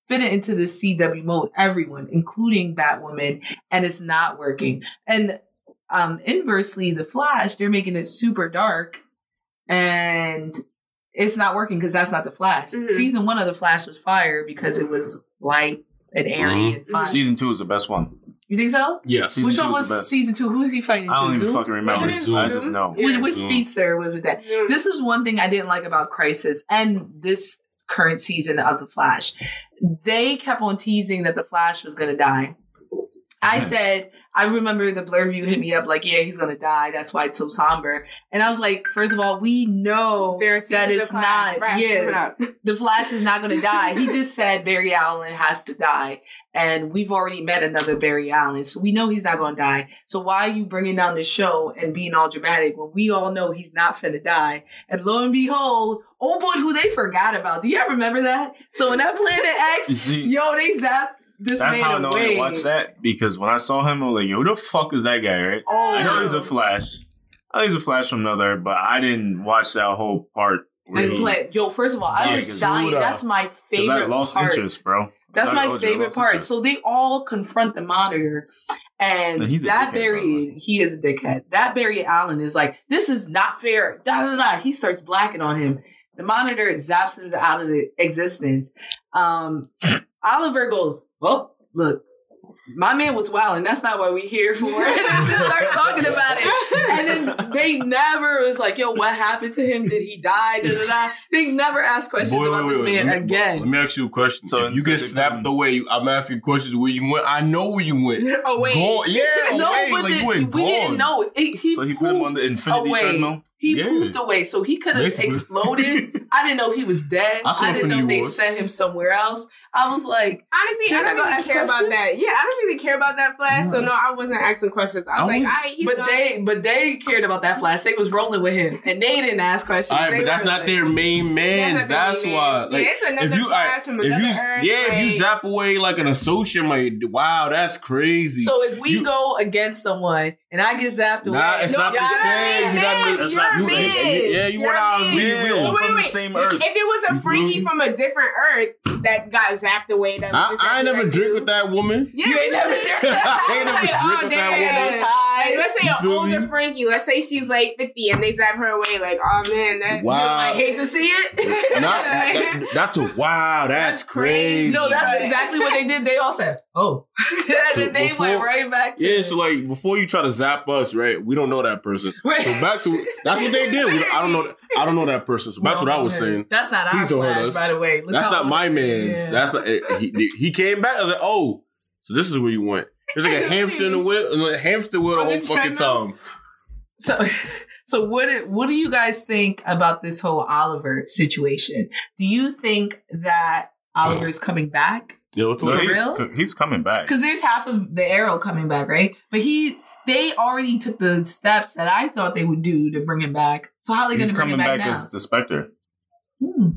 Speaker 5: fit it into the CW mode. Everyone, including Batwoman, and it's not working. And um inversely, the Flash, they're making it super dark, and it's not working because that's not the Flash.
Speaker 1: Mhm.
Speaker 5: Season one of the Flash was fire because it was light and airy and fun.
Speaker 2: Mm-hmm. Season two is the best one.
Speaker 5: You think so?
Speaker 4: Yes.
Speaker 2: Season
Speaker 5: Which
Speaker 2: two
Speaker 5: one
Speaker 2: was the
Speaker 5: was
Speaker 2: best.
Speaker 5: season two? Who's he fighting?
Speaker 2: I don't
Speaker 5: to?
Speaker 2: even
Speaker 5: Zoo?
Speaker 2: fucking remember.
Speaker 1: Wasn't
Speaker 4: it
Speaker 2: I just
Speaker 1: Zoom?
Speaker 2: know.
Speaker 1: Yeah.
Speaker 5: Which, which
Speaker 4: Mm.
Speaker 5: speedster was it that?
Speaker 1: Zoom.
Speaker 5: this is one thing I didn't like about Crisis and this current season of The Flash. They kept on teasing that The Flash was going to die. I said, I remember the blur view hit me up like, yeah, he's going to die. That's why it's so somber. And I was like, first of all, we know
Speaker 1: There are
Speaker 5: that
Speaker 1: seasons
Speaker 5: it's
Speaker 1: of Flash,
Speaker 5: not.
Speaker 1: Flash coming
Speaker 5: yeah,
Speaker 1: up.
Speaker 5: The Flash is not going to die. He just said Barry Allen has to die. And we've already met another Barry Allen. So we know he's not going to die. So why are you bringing down the show and being all dramatic when we all know he's not finna die? And lo and behold, oh boy, who they forgot about. Do y'all remember that? So in that Planet
Speaker 2: You
Speaker 5: X,
Speaker 2: see,
Speaker 5: yo, they zapped this
Speaker 2: that's
Speaker 5: man
Speaker 2: how I know
Speaker 5: away.
Speaker 2: I watched that because when I saw him, I was like, yo, who the fuck is that guy, right?
Speaker 5: Oh,
Speaker 2: I know he's a Flash. I know he's a Flash from another, but I didn't watch that whole part. where
Speaker 5: and
Speaker 2: he-
Speaker 5: play. Yo, first of all, I
Speaker 2: Yeah,
Speaker 5: was
Speaker 2: 'cause
Speaker 5: dying.
Speaker 4: Zuda.
Speaker 5: That's my
Speaker 2: 'cause
Speaker 5: favorite
Speaker 2: I lost
Speaker 5: part.
Speaker 2: interest, bro.
Speaker 5: That's
Speaker 2: I
Speaker 5: my
Speaker 2: told you, I
Speaker 5: favorite
Speaker 2: Oh, lost
Speaker 5: part.
Speaker 2: interest.
Speaker 5: So they all confront the monitor. And
Speaker 2: No, he's a dickhead,
Speaker 5: that
Speaker 2: by the
Speaker 5: Barry,
Speaker 2: way.
Speaker 5: he is a dickhead. That Barry Allen is like, this is not fair. Da da da. He starts blacking on him. The monitor zaps him out of the existence. Um, Oliver goes, well, look, my man was wild, and that's not what we here for. and he just starts talking about it. And then they never was like, yo, what happened to him? Did he die? Da da da. They never ask questions
Speaker 4: Wait,
Speaker 5: about
Speaker 4: wait,
Speaker 5: this
Speaker 4: wait,
Speaker 5: man
Speaker 4: let me-
Speaker 5: again.
Speaker 4: Let me ask you a question.
Speaker 2: So
Speaker 4: So if you get
Speaker 2: instead of-
Speaker 4: snapped away, you- I'm asking questions where you went. I know where you went.
Speaker 5: away.
Speaker 4: Go- yeah,
Speaker 5: no,
Speaker 4: away.
Speaker 5: but
Speaker 4: like,
Speaker 5: the-
Speaker 4: you ain't
Speaker 5: we
Speaker 4: gone.
Speaker 5: didn't know. It, It- he
Speaker 2: so he put him on the Infinity
Speaker 5: away.
Speaker 2: treadmill.
Speaker 5: he
Speaker 4: Yeah.
Speaker 5: poofed away, so he could have
Speaker 4: Basically.
Speaker 5: exploded. I didn't know if he was dead.
Speaker 4: I
Speaker 5: I,
Speaker 4: saw
Speaker 5: didn't
Speaker 4: Infinity
Speaker 5: know if they
Speaker 4: War.
Speaker 5: sent him somewhere else. I was like,
Speaker 1: Honestly,
Speaker 5: They're
Speaker 1: I don't
Speaker 5: not gonna
Speaker 1: really
Speaker 5: ask
Speaker 1: care about
Speaker 5: questions?
Speaker 1: that. Yeah, I don't really care about that flash. So
Speaker 4: No.
Speaker 1: no, I wasn't asking questions. I was
Speaker 4: I
Speaker 1: like,
Speaker 4: was-
Speaker 1: all right, he's
Speaker 5: but
Speaker 1: gone.
Speaker 5: they, but they cared about that flash. They was rolling with him, and they didn't ask questions.
Speaker 4: All right,
Speaker 5: They
Speaker 4: but that's
Speaker 5: were
Speaker 4: not
Speaker 5: like-
Speaker 4: their main man.
Speaker 1: not their
Speaker 4: That's
Speaker 1: main
Speaker 4: why.
Speaker 1: mans.
Speaker 4: Like,
Speaker 1: Yeah, it's another
Speaker 4: if you, all
Speaker 1: Flash from
Speaker 4: if
Speaker 1: another
Speaker 4: you,
Speaker 1: Earth,
Speaker 4: yeah, if
Speaker 1: like-
Speaker 4: you zap away like an associate, like, wow, that's crazy.
Speaker 5: So if we
Speaker 4: You-
Speaker 5: go against someone and I get zapped away,
Speaker 4: nah, it's
Speaker 5: no,
Speaker 4: not the
Speaker 5: y'all-
Speaker 4: same. You
Speaker 1: man.
Speaker 4: gotta,
Speaker 1: That's
Speaker 2: not
Speaker 4: you,
Speaker 2: the
Speaker 1: same.
Speaker 4: yeah, you
Speaker 1: You're
Speaker 4: went out.
Speaker 1: a
Speaker 4: We,
Speaker 1: man.
Speaker 4: we
Speaker 2: Yeah,
Speaker 4: on
Speaker 1: Wait,
Speaker 2: from the
Speaker 1: wait.
Speaker 2: same
Speaker 1: If
Speaker 2: Earth.
Speaker 1: it was a
Speaker 4: You
Speaker 1: Frankie
Speaker 4: feel me?
Speaker 1: from a different Earth that got zapped away, that was
Speaker 4: I, I ain't
Speaker 1: exactly
Speaker 4: never
Speaker 1: like
Speaker 4: drink
Speaker 1: you.
Speaker 4: with that woman.
Speaker 1: Yeah,
Speaker 5: You ain't never drink-
Speaker 4: I ain't never
Speaker 1: Like,
Speaker 4: drink
Speaker 1: oh,
Speaker 4: with that
Speaker 1: damn.
Speaker 4: woman.
Speaker 5: Yeah, no ties.
Speaker 1: Like, let's say
Speaker 4: You
Speaker 1: an
Speaker 4: feel
Speaker 1: older
Speaker 4: me?
Speaker 1: Frankie. Let's say she's like fifty, and they zap her away. Like, oh man, that
Speaker 5: I
Speaker 4: Wow.
Speaker 5: hate to see it.
Speaker 4: Not, that, that's a wow. That's
Speaker 1: That's crazy.
Speaker 4: crazy.
Speaker 5: No, that's
Speaker 1: Right.
Speaker 5: exactly what they did. They all said, "Oh," and then they went
Speaker 4: before-
Speaker 5: right back to
Speaker 4: Yeah, so like before you try to zap us, right? We don't know that person.
Speaker 5: Right.
Speaker 4: So back to that's what they did. We- I don't know. I don't know that person. So that's what I was saying.
Speaker 5: That's not our
Speaker 4: Please don't hurt
Speaker 5: flash,
Speaker 4: us.
Speaker 5: by the way. Look
Speaker 4: That's
Speaker 5: how-
Speaker 4: not my man's.
Speaker 5: Yeah.
Speaker 4: That's not. eh, He, he came back. I was like, oh, so this is where you went. There's like a hamster in the wheel, and a hamster wheel the
Speaker 1: On the
Speaker 4: whole fucking
Speaker 1: treadmill.
Speaker 4: time.
Speaker 5: so. So what? do- What do you guys think about this whole Oliver situation? Do you think that Oliver is coming back?
Speaker 4: Yo, what's
Speaker 2: No,
Speaker 5: For
Speaker 4: up?
Speaker 2: he's,
Speaker 5: real?
Speaker 2: co- he's coming back.
Speaker 5: Because there's half of the Arrow coming back, right? But he, they already took the steps that I thought they would do to bring him back. So how are they going
Speaker 2: He's
Speaker 5: to bring
Speaker 2: coming
Speaker 5: him back,
Speaker 2: back,
Speaker 5: now?
Speaker 2: as the Spectre.
Speaker 5: Hmm.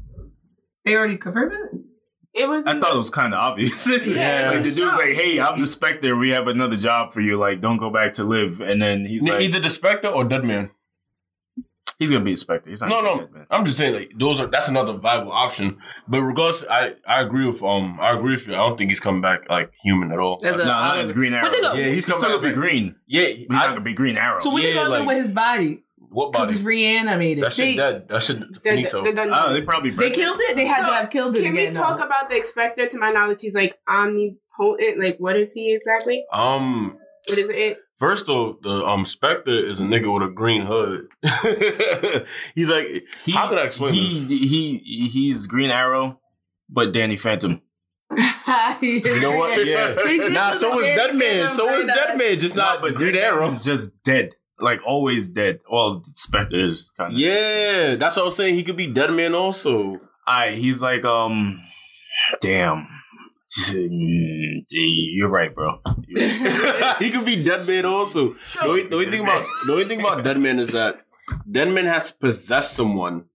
Speaker 5: They already confirmed it.
Speaker 1: it was.
Speaker 2: I thought it was kind of obvious.
Speaker 1: Yeah.
Speaker 2: like the dude's like, "Hey, I'm the Spectre. We have another job for you. Like, don't go back to live." And then he's like,
Speaker 4: Either the Spectre or Dead Man.
Speaker 2: "He's gonna be a Spectre. He's not
Speaker 4: No,
Speaker 2: gonna be
Speaker 4: no.
Speaker 2: dead, man."
Speaker 4: I'm just saying, like those are that's another viable option. But regardless, I I agree with um I agree with you. I don't think he's coming back like human at all.
Speaker 5: As a
Speaker 2: No, not as
Speaker 5: Oliver.
Speaker 2: Green Arrow.
Speaker 5: they go-
Speaker 4: yeah, he's coming
Speaker 2: still
Speaker 4: back.
Speaker 2: gonna be
Speaker 4: like-
Speaker 2: green.
Speaker 4: Yeah,
Speaker 2: He's not
Speaker 4: I,
Speaker 2: gonna be Green Arrow.
Speaker 5: So what are
Speaker 4: Yeah,
Speaker 5: they going to do
Speaker 4: like-
Speaker 5: with his body?
Speaker 4: What
Speaker 5: because
Speaker 4: body?
Speaker 5: it's reanimated.
Speaker 4: That
Speaker 5: They,
Speaker 4: shit dead. That shit
Speaker 1: They're-
Speaker 4: finito.
Speaker 1: they're done
Speaker 2: Oh,
Speaker 1: doing
Speaker 2: they
Speaker 1: it.
Speaker 2: probably
Speaker 5: they killed it. They had
Speaker 1: So,
Speaker 5: to have killed it.
Speaker 1: Can we
Speaker 5: again,
Speaker 1: talk
Speaker 5: though.
Speaker 1: about the expector? To my knowledge, he's like omnipotent. Like, what is he exactly?
Speaker 4: Um,
Speaker 1: What is it?
Speaker 4: first though, the um Spectre is a nigga with a green hood. he's like, how can I explain
Speaker 2: he,
Speaker 4: this?
Speaker 2: He, he he's Green Arrow, but Danny Phantom.
Speaker 5: you
Speaker 4: know what? Yeah. Nah, so is Dead Man. So is Dead Man. Just not but Green Arrow.
Speaker 2: He's just dead, like always dead. Well, Spectre is kind of.
Speaker 4: Yeah, that's what I'm saying. He could be Dead Man also.
Speaker 2: I he's like um, damn. Mm, You're right, bro. You're right.
Speaker 4: he could be Dead Man also. The
Speaker 1: So,
Speaker 4: only, the only thing about the only thing about Deadman is that Deadman has to possess someone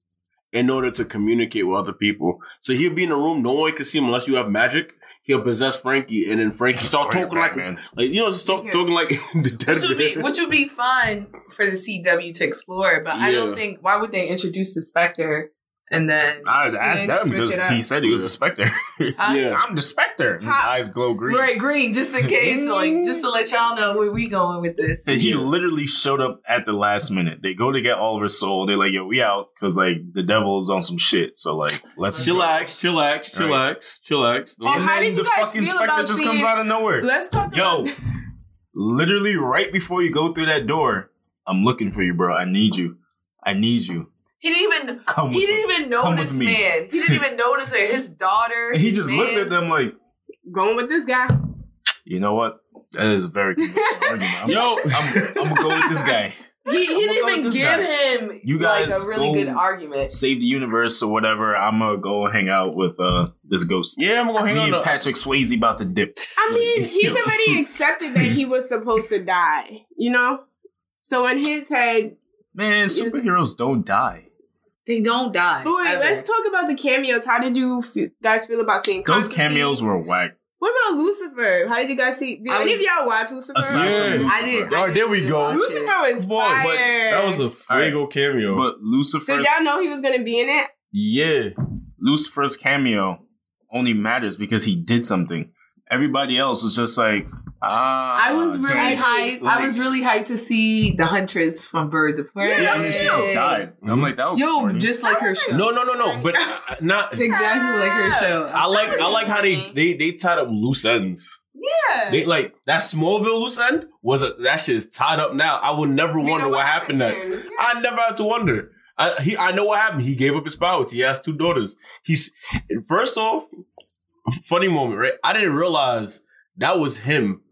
Speaker 4: in order to communicate with other people. So he'll be in a room, no one can see him unless you have magic. He'll possess Frankie, and then Frankie start
Speaker 2: Or you're
Speaker 4: talking like, like
Speaker 2: Batman.
Speaker 4: you know, just talk,
Speaker 5: Okay.
Speaker 4: talking like the
Speaker 5: Which would be
Speaker 4: Deadman.
Speaker 5: which would be fun for the CW to explore, but I
Speaker 4: Yeah.
Speaker 5: don't think why would they introduce the Spectre and then
Speaker 2: I'd ask
Speaker 5: Yeah,
Speaker 2: that
Speaker 5: switch
Speaker 2: because
Speaker 5: it up.
Speaker 2: he said he was a Spectre.
Speaker 5: Huh?
Speaker 4: Yeah.
Speaker 2: I'm the Spectre. And His
Speaker 5: Ha-
Speaker 2: eyes glow green.
Speaker 5: Right, green, just in case, like just to let y'all know where we going with this.
Speaker 2: And he literally showed up at the last minute. They go to get Oliver's soul. They're like, "Yo, we out," because like the devil's on some shit. So like, let's go.
Speaker 4: Chillax, chillax,
Speaker 2: Right.
Speaker 4: chillax, chillax.
Speaker 5: Oh,
Speaker 2: And
Speaker 5: how
Speaker 2: then
Speaker 5: did
Speaker 2: the
Speaker 5: you guys
Speaker 2: fucking
Speaker 5: feel
Speaker 2: specter
Speaker 5: about
Speaker 2: just
Speaker 5: seeing-
Speaker 2: comes out of nowhere.
Speaker 5: Let's talk
Speaker 2: Yo,
Speaker 5: about
Speaker 2: literally right before you go through that door, I'm looking for you, bro. I need you. I need you.
Speaker 5: he didn't even
Speaker 2: Come with
Speaker 5: he
Speaker 2: me.
Speaker 5: didn't
Speaker 2: Come
Speaker 5: even know
Speaker 2: with
Speaker 5: this
Speaker 2: me.
Speaker 5: man. He didn't even notice it. His daughter.
Speaker 2: And he just
Speaker 5: his
Speaker 2: looked at
Speaker 5: mans.
Speaker 2: them like,
Speaker 1: going with this guy.
Speaker 2: you know what? That is a very convincing argument. I'm,
Speaker 4: Yo.
Speaker 2: I'm, I'm gonna go with this guy.
Speaker 5: He,
Speaker 2: I'm
Speaker 5: he
Speaker 2: gonna go
Speaker 5: didn't even
Speaker 2: with
Speaker 5: give
Speaker 2: this guy.
Speaker 5: him
Speaker 2: You
Speaker 5: like
Speaker 2: guys
Speaker 5: a really
Speaker 2: go-
Speaker 5: good argument.
Speaker 2: Save the universe or whatever. I'm gonna go hang out with uh this ghost.
Speaker 4: Yeah, I'm gonna
Speaker 2: Me
Speaker 4: hang on.
Speaker 2: and
Speaker 4: to-
Speaker 2: Patrick Swayze about to dip.
Speaker 1: I mean,
Speaker 2: Like,
Speaker 1: he's
Speaker 2: yo.
Speaker 1: already accepted that he was supposed to die. You know. So in his head,
Speaker 2: Man, superheroes don't die.
Speaker 5: They don't die.
Speaker 1: but wait,
Speaker 5: ever.
Speaker 1: let's talk about the cameos. How did you f- guys feel about seeing
Speaker 2: Those
Speaker 1: Constantine?
Speaker 2: cameos were whack.
Speaker 1: What about Lucifer? How did you guys see? Did
Speaker 5: I
Speaker 1: any
Speaker 5: was-
Speaker 1: of y'all watch Lucifer?
Speaker 2: Aside from
Speaker 4: Yeah.
Speaker 5: I
Speaker 2: Lucifer.
Speaker 5: didn't.
Speaker 4: Alright,
Speaker 5: I
Speaker 4: there we
Speaker 5: didn't
Speaker 4: go.
Speaker 5: watch it.
Speaker 1: Lucifer is
Speaker 4: Boy, but
Speaker 1: fire.
Speaker 4: that was a fuego cameo.
Speaker 2: But Lucifer's
Speaker 1: Did y'all know he was gonna be in it?
Speaker 4: yeah,
Speaker 2: Lucifer's cameo only matters because he did something. Everybody else was just like, ah.
Speaker 5: I was really
Speaker 2: damn.
Speaker 5: hyped. I was really hyped to see the huntress from Birds of Prey.
Speaker 1: really-
Speaker 2: Yeah, and she just
Speaker 1: Yay.
Speaker 2: died. I'm
Speaker 4: Mhm.
Speaker 2: like, that was
Speaker 5: Yo,
Speaker 2: corny.
Speaker 5: just like her show.
Speaker 4: no, no, no, no. But uh, not.
Speaker 5: It's exactly like her show.
Speaker 4: I like I like how they they they tied up loose ends.
Speaker 1: Yeah.
Speaker 4: They like that Smallville loose end was a, that shit is tied up now. I would never
Speaker 1: You
Speaker 4: wonder
Speaker 1: know
Speaker 4: what happened
Speaker 1: happens
Speaker 4: next.
Speaker 1: to him.
Speaker 4: I never have to wonder. I he I know what happened. He gave up his powers. He has two daughters. He's first off, funny moment, right? I didn't realize that was him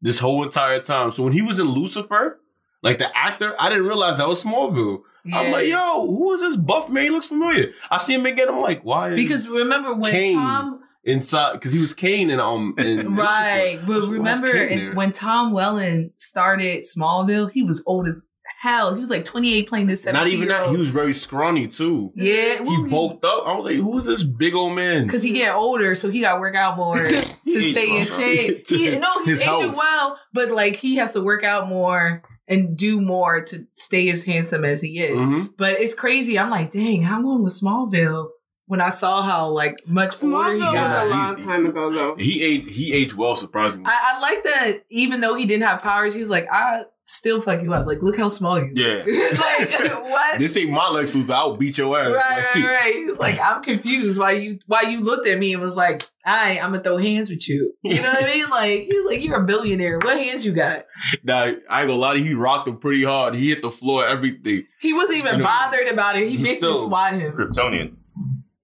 Speaker 4: this whole entire time. So when he was in Lucifer, like the actor, I didn't realize that was Smallville. I'm like, yo, who is this buff man? He looks familiar. I see him again. I'm like, why? Is
Speaker 5: Because remember when
Speaker 4: Kane.
Speaker 5: Tom
Speaker 4: inside because he was Kane and um in
Speaker 5: right, but
Speaker 4: What's-
Speaker 5: remember
Speaker 4: what's Kane
Speaker 5: it-
Speaker 4: there?
Speaker 5: when Tom Welland started Smallville, he was old as hell. He was like 28 playing this 17
Speaker 4: Not even that. He was very scrawny too.
Speaker 5: yeah,
Speaker 4: He bulked up. I was like, who is this big old man?
Speaker 5: Because he get older, so he got to work out more to
Speaker 2: He
Speaker 5: stay in
Speaker 2: aged well,
Speaker 5: shape. He, no,
Speaker 4: His
Speaker 5: he's aging
Speaker 4: health.
Speaker 5: well, but like he has to work out more and do more to stay as handsome as he is.
Speaker 4: Mhm.
Speaker 5: But it's crazy. I'm like, dang, how long was Smallville? When I saw how like much older
Speaker 1: Smallville
Speaker 5: he
Speaker 1: was
Speaker 5: got.
Speaker 1: a
Speaker 4: Yeah.
Speaker 1: long time ago though.
Speaker 4: He aged. He aged well, surprisingly.
Speaker 5: I, I like that even though he didn't have powers, he was like, I still fuck you up. Like, look how small you are.
Speaker 2: yeah.
Speaker 5: like, what?
Speaker 4: this ain't my Lex Luthor. I'll beat your ass.
Speaker 5: right,
Speaker 4: Like,
Speaker 5: right, right. He was like, I'm confused why you why you looked at me and was like, I I'm gonna throw hands with you. You know what I mean? Like he was like, You're a billionaire. What hands you got?
Speaker 4: Nah, I ain't gonna lie. to you, He rocked him pretty hard. He hit the floor. Everything.
Speaker 5: He
Speaker 4: You
Speaker 5: wasn't even
Speaker 4: know,
Speaker 5: bothered about it. He
Speaker 2: he's
Speaker 5: basically
Speaker 2: still-
Speaker 5: swat him.
Speaker 2: Kryptonian.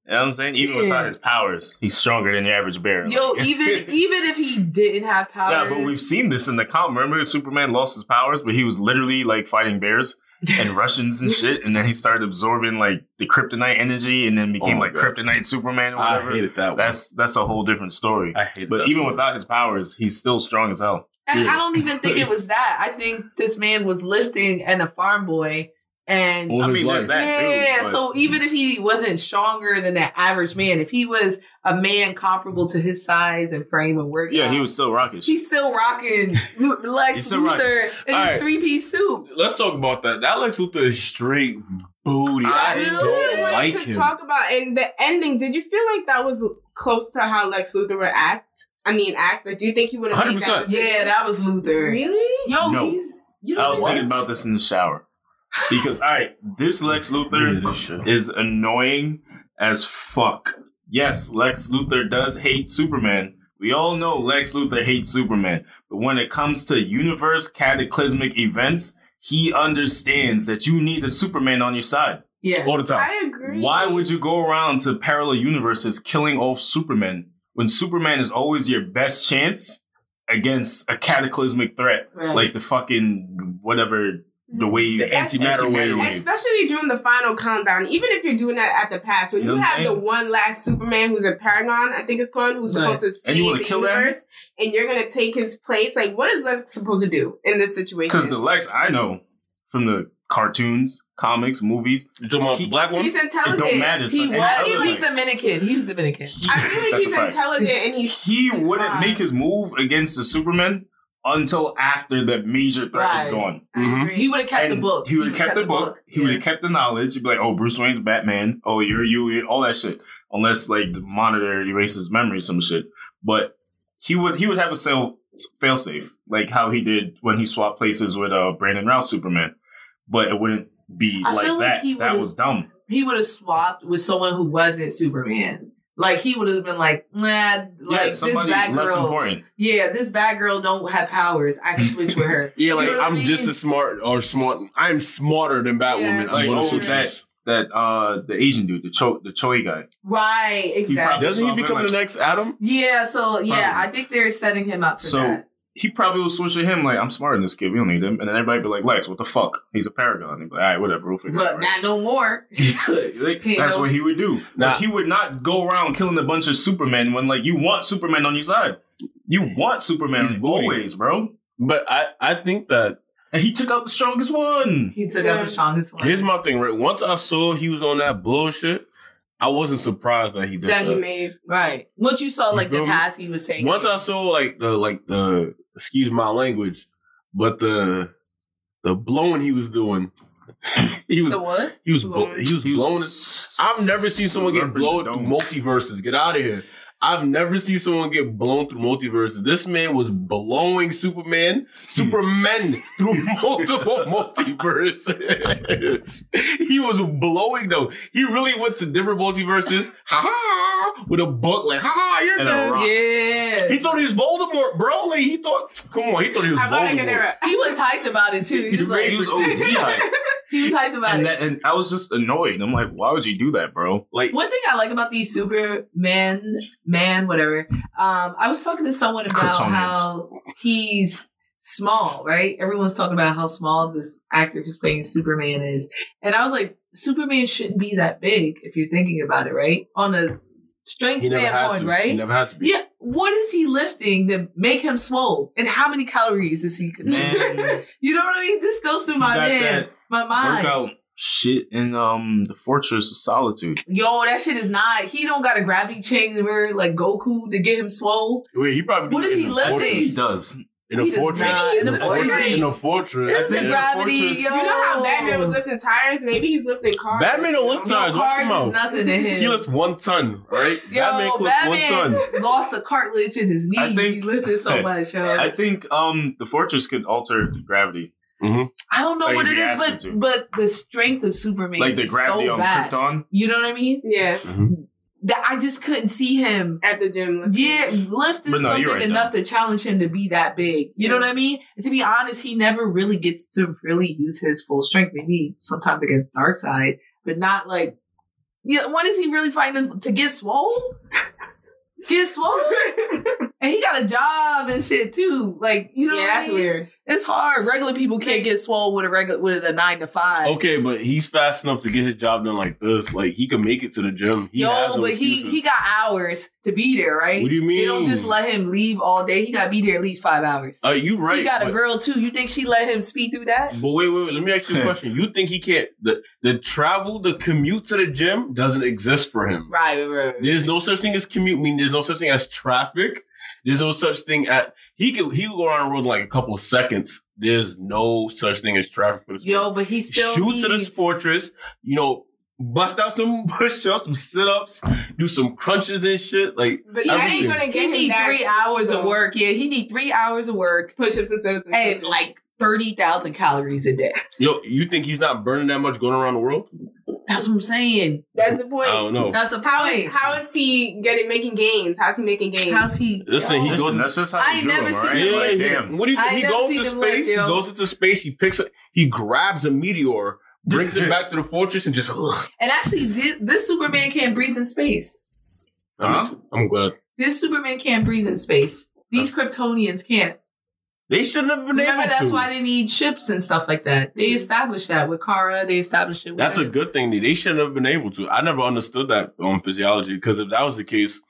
Speaker 2: You know what I'm saying? Even
Speaker 5: Yeah.
Speaker 2: without his powers, he's stronger than the average bear.
Speaker 5: Yo,
Speaker 2: Like-
Speaker 5: even even if he didn't have powers,
Speaker 2: Yeah, but we've seen this in the comic. Remember, Superman lost his powers, but he was literally like fighting bears and Russians and shit, and then he started absorbing like the kryptonite energy, and then became
Speaker 4: Oh my
Speaker 2: like
Speaker 4: God.
Speaker 2: kryptonite Superman or
Speaker 4: I
Speaker 2: whatever.
Speaker 4: hated that. One.
Speaker 2: that's that's a whole different story.
Speaker 4: I hate.
Speaker 2: But
Speaker 4: that
Speaker 2: even
Speaker 4: one.
Speaker 2: without his powers, he's still strong as hell.
Speaker 5: And
Speaker 4: Yeah.
Speaker 5: I don't even think it was that. I think this man was lifting and a farm boy and
Speaker 4: All
Speaker 2: I
Speaker 4: his
Speaker 2: mean, there's
Speaker 4: life.
Speaker 2: that too.
Speaker 5: yeah,
Speaker 2: but-
Speaker 5: so even if he wasn't stronger than that average man, if he was a man comparable to his size and frame and work,
Speaker 2: yeah, he was still rockish.
Speaker 5: He's still rocking Lu- Lex
Speaker 2: He's still
Speaker 5: Luthor
Speaker 2: rocking.
Speaker 5: in
Speaker 4: All
Speaker 5: his
Speaker 4: right.
Speaker 5: three piece suit.
Speaker 4: Let's talk about that. That Lex Luthor is straight booty.
Speaker 2: I
Speaker 4: I, don't
Speaker 1: really wanted
Speaker 4: like
Speaker 1: to
Speaker 4: him.
Speaker 1: talk about and the ending. Did you feel like that was close to how Lex Luthor would act? I mean, act. Like, do you think he would have made that?
Speaker 4: 100%.
Speaker 1: decision?
Speaker 5: Yeah, that was Luthor.
Speaker 1: really.
Speaker 5: Yo,
Speaker 2: No.
Speaker 5: he's you
Speaker 2: I
Speaker 5: know
Speaker 2: was
Speaker 5: what?
Speaker 2: thinking about this in the shower. Because all right, this Lex Luthor is annoying as fuck. Yes, Lex Luthor does hate Superman. We all know Lex Luthor hates Superman, but when it comes to universe cataclysmic events, he understands that you need a Superman on your side.
Speaker 5: Yeah.
Speaker 4: all the time.
Speaker 1: I agree.
Speaker 2: Why would you go around to parallel universes killing off Superman when Superman is always your best chance against a cataclysmic threat
Speaker 5: Right.
Speaker 2: like the fucking whatever
Speaker 1: Mm-hmm.
Speaker 2: the wave,
Speaker 4: The antimatter wave.
Speaker 1: Especially during the final countdown, even if you're doing that at the pass, when
Speaker 2: You
Speaker 1: you,
Speaker 2: know what I'm
Speaker 1: have the
Speaker 2: saying?
Speaker 1: one last Superman who's a paragon, I think it's called, who's
Speaker 5: Right.
Speaker 1: supposed to
Speaker 2: And
Speaker 1: save
Speaker 2: you wanna
Speaker 1: the
Speaker 2: kill that?
Speaker 1: universe, and you're gonna take his place. Like, what is Lex supposed to do in this situation?
Speaker 2: Because the Lex I know from the cartoons, comics, movies,
Speaker 4: You talking about
Speaker 2: He-
Speaker 4: the black one?
Speaker 1: he's intelligent.
Speaker 2: it don't matter.
Speaker 5: He
Speaker 2: son. And
Speaker 5: was.
Speaker 2: the
Speaker 5: He
Speaker 2: other
Speaker 5: was
Speaker 2: Lex,
Speaker 5: Dominican. He was Dominican.
Speaker 2: he-
Speaker 1: I feel like
Speaker 2: that's
Speaker 1: he's
Speaker 2: a fact.
Speaker 1: intelligent, and he's
Speaker 2: he
Speaker 1: He's
Speaker 2: wouldn't
Speaker 1: fine.
Speaker 2: make his move against the Superman until after the major threat is
Speaker 5: Right.
Speaker 2: gone.
Speaker 4: Mhm.
Speaker 5: He would have kept the
Speaker 2: And
Speaker 5: book.
Speaker 2: He would have kept, the book. He would
Speaker 5: Yeah.
Speaker 2: have kept the knowledge. He'd be like, "Oh, Bruce Wayne's Batman. Oh, you're you. you're-" All that shit. Unless like the monitor erases memory or some shit. But he would he would have a fail failsafe like how he did when he swapped places with uh Brandon Routh Superman. But it wouldn't be
Speaker 5: I
Speaker 2: like
Speaker 5: feel like
Speaker 2: that.
Speaker 5: he
Speaker 2: that
Speaker 5: would've-
Speaker 2: was dumb.
Speaker 5: He would have swapped with someone who wasn't Superman. Like he would have been like, nah, like
Speaker 2: yeah,
Speaker 5: this
Speaker 2: somebody
Speaker 5: bad
Speaker 2: less
Speaker 5: girl.
Speaker 2: important.
Speaker 5: Yeah, this bad girl don't have powers. I can switch with her.
Speaker 4: Yeah,
Speaker 5: You
Speaker 4: like
Speaker 5: know what I
Speaker 4: I'm just
Speaker 5: mean?
Speaker 4: as smart or smart. I'm smarter than Batwoman.
Speaker 1: Yeah.
Speaker 4: I'm
Speaker 2: Like,
Speaker 4: gonna
Speaker 2: oh,
Speaker 4: switch
Speaker 2: that-
Speaker 4: this.
Speaker 2: That uh the Asian dude, the Cho the Choi guy.
Speaker 5: Right, exactly.
Speaker 2: probably-
Speaker 4: Doesn't
Speaker 2: So
Speaker 4: he
Speaker 2: I'm
Speaker 4: become
Speaker 2: like-
Speaker 4: the next Adam?
Speaker 5: yeah, so yeah,
Speaker 2: Probably.
Speaker 5: I think they're setting him up for
Speaker 2: So-
Speaker 5: that.
Speaker 2: he probably will switch with him, like, I'm smarter than this kid, we don't need him. And then everybody be like, Lex, what the fuck? He's a paragon. He'd be like, all right, whatever, we'll figure it
Speaker 5: But
Speaker 2: out. right?"
Speaker 5: not no more.
Speaker 2: Like,
Speaker 5: He
Speaker 2: that's
Speaker 5: know-
Speaker 2: what he would do.
Speaker 4: Nah.
Speaker 2: Like, he would not go around killing a bunch of Supermen when like you want Superman on your side. You want Superman
Speaker 4: He's booty.
Speaker 2: always, bro.
Speaker 4: But I, I think that
Speaker 2: And he took out the strongest one.
Speaker 5: he took out
Speaker 1: Yeah.
Speaker 5: the strongest one.
Speaker 4: here's my thing, right? Once I saw he was on that bullshit, I wasn't surprised that he did
Speaker 1: that he
Speaker 4: that.
Speaker 1: made.
Speaker 5: right. Once you saw
Speaker 4: You
Speaker 5: like the
Speaker 4: feel me?
Speaker 5: path he was saying.
Speaker 4: Once I saw like the like the excuse my language, but the the blowing he was doing, he was
Speaker 5: the what?
Speaker 4: he was blo-
Speaker 1: Blowing.
Speaker 4: he was blown. I've never seen someone get
Speaker 2: Rubber
Speaker 4: blown through
Speaker 2: dome.
Speaker 4: multiverses. Get out of here. I've never seen someone get blown through multiverses. This man was blowing Superman, Superman through multiple multiverses. he was blowing though. He really went to different multiverses. Ha ha! With a book like ha ha! You're
Speaker 2: And a
Speaker 4: dead.
Speaker 2: rock.
Speaker 5: Yeah.
Speaker 4: He
Speaker 5: He,
Speaker 4: thought he was Voldemort, bro. Like he thought. Come on, he thought he was
Speaker 1: How about I get
Speaker 4: Voldemort.
Speaker 1: there?
Speaker 5: was hyped about it too. He was like
Speaker 2: he was OD hype.
Speaker 5: he was hyped about
Speaker 2: And,
Speaker 5: it.
Speaker 2: that, and I was just annoyed. I'm like, why would you do that, bro?
Speaker 4: Like
Speaker 5: One thing I like about these Superman, man, whatever. Um, I was talking to someone about
Speaker 2: Kryptonians.
Speaker 5: how he's small, right? Everyone's talking about how small this actor who's playing Superman is, and I was like, Superman shouldn't be that big if you're thinking about it, right? On a strength
Speaker 4: he never had
Speaker 5: standpoint,
Speaker 4: to.
Speaker 5: right?
Speaker 4: He never had to be.
Speaker 5: yeah. What is he lifting to make him swole? And how many calories is he consuming?
Speaker 2: Man,
Speaker 5: you know what I mean? This goes through
Speaker 2: you
Speaker 5: my
Speaker 2: got
Speaker 5: head,
Speaker 2: that
Speaker 5: my mind.
Speaker 2: workout shit in um the Fortress of Solitude.
Speaker 5: Yo, that shit is not. He don't got a gravity chamber like Goku to get him swole.
Speaker 4: Wait, he probably.
Speaker 5: What
Speaker 4: do it
Speaker 5: is
Speaker 4: in
Speaker 5: he
Speaker 4: the
Speaker 5: lifting?
Speaker 2: I think
Speaker 4: fortress.
Speaker 2: he does.
Speaker 4: In a
Speaker 5: He does
Speaker 4: fortress.
Speaker 5: not.
Speaker 4: In a fortress. In a fortress.
Speaker 5: It's
Speaker 4: I
Speaker 5: a
Speaker 4: think.
Speaker 5: gravity.
Speaker 2: fortress.
Speaker 5: Yo.
Speaker 1: You know how Batman was lifting tires? Maybe he's lifting cars.
Speaker 4: Batman don't lift
Speaker 1: You know?
Speaker 4: tires. Watch
Speaker 5: Cars
Speaker 4: him out.
Speaker 5: is nothing to him.
Speaker 4: He lifts one ton, right?
Speaker 5: Yo, Batman, lost the cartilage in his
Speaker 2: I
Speaker 5: knees.
Speaker 2: think-
Speaker 5: he lifted so much, yo.
Speaker 2: I
Speaker 5: I,
Speaker 2: think um the fortress could alter the gravity,
Speaker 5: don't know
Speaker 2: Like,
Speaker 5: what it
Speaker 2: he asked
Speaker 5: is, but
Speaker 2: him to.
Speaker 5: but the strength of Superman,
Speaker 2: like the
Speaker 5: is
Speaker 2: gravity
Speaker 5: so
Speaker 2: on
Speaker 5: vast.
Speaker 2: Krypton.
Speaker 5: You know what I mean?
Speaker 1: Yeah,
Speaker 5: That I just couldn't see him.
Speaker 1: at the gym. lifting.
Speaker 5: Yeah, lifting
Speaker 2: But no,
Speaker 5: something
Speaker 2: you're right,
Speaker 5: enough to challenge him to be that big. You know what I mean? And to be honest, he never really gets to really use his full strength. Maybe sometimes against Darkseid, but not like. Yeah, when is he really fighting to get swole? get swole? and he got a job and shit too. Like you know,
Speaker 1: yeah,
Speaker 5: what I
Speaker 1: that's
Speaker 5: mean?
Speaker 1: weird.
Speaker 5: It's hard. Regular people can't get swole with a regular with a nine to five.
Speaker 4: Okay, but he's fast enough to get his job done like this. Like he can make it to the gym. He has
Speaker 5: Yo,
Speaker 4: no
Speaker 5: but he
Speaker 4: excuses.
Speaker 5: he got hours to be there, right?
Speaker 4: What do you mean?
Speaker 5: They don't just let him leave all day. He got to be there at least five hours.
Speaker 4: Uh, you right.
Speaker 5: he got a
Speaker 4: but-
Speaker 5: girl too. You think she let him speed through that?
Speaker 4: But wait, wait, wait. Let me ask you a question. You think he can't? The the travel, the commute to the gym doesn't exist for him.
Speaker 5: Right, right, right.
Speaker 4: There's no such thing as commute. I mean, there's no such thing as traffic. There's no such thing at he could he could go around the road in like a couple of seconds. There's no such thing as traffic. For this man.
Speaker 5: Yo, but he still
Speaker 4: shoot
Speaker 5: needs,
Speaker 4: to this fortress. You know, bust out some push ups, some sit ups, do some crunches and shit. Like
Speaker 1: But
Speaker 5: He
Speaker 1: you
Speaker 4: I'm
Speaker 1: ain't
Speaker 4: sure.
Speaker 1: gonna get
Speaker 5: He
Speaker 1: him
Speaker 5: need
Speaker 1: that
Speaker 5: three hours of
Speaker 1: though.
Speaker 5: work. Yeah, he need three hours of work
Speaker 1: Push ups and sit ups
Speaker 5: and like thirty thousand calories a day.
Speaker 4: yo, you think he's not burning that much going around the world?
Speaker 5: That's what I'm saying.
Speaker 1: That's the
Speaker 4: I
Speaker 1: point.
Speaker 4: don't know.
Speaker 5: That's the
Speaker 1: How is
Speaker 5: point.
Speaker 1: how is he getting making gains? How's he making gains?
Speaker 5: How's he?
Speaker 4: Listen, he goes.
Speaker 6: Listen, that's just how you
Speaker 5: I ain't
Speaker 6: do
Speaker 5: never
Speaker 6: them,
Speaker 5: seen
Speaker 6: right?
Speaker 5: him
Speaker 4: Yeah,
Speaker 6: Like,
Speaker 4: he-
Speaker 6: damn.
Speaker 4: What do you
Speaker 5: I
Speaker 4: think? He
Speaker 5: never
Speaker 4: goes
Speaker 5: seen
Speaker 4: into
Speaker 5: him like
Speaker 4: space. he
Speaker 5: yo.
Speaker 4: goes into space. He picks. A, he grabs a meteor, brings it back to the fortress, and just. ugh.
Speaker 5: And actually, this, this Superman can't breathe in space.
Speaker 4: I'm, I'm glad
Speaker 5: This Superman can't breathe in space. These Kryptonians can't.
Speaker 4: they shouldn't have been
Speaker 5: Remember,
Speaker 4: able
Speaker 5: that's
Speaker 4: to.
Speaker 5: why they need ships and stuff like that. They established that with Kara. They established it. With
Speaker 4: That's a
Speaker 5: him.
Speaker 4: good thing. that They shouldn't have been able to. I never understood that um, physiology because if that was the case,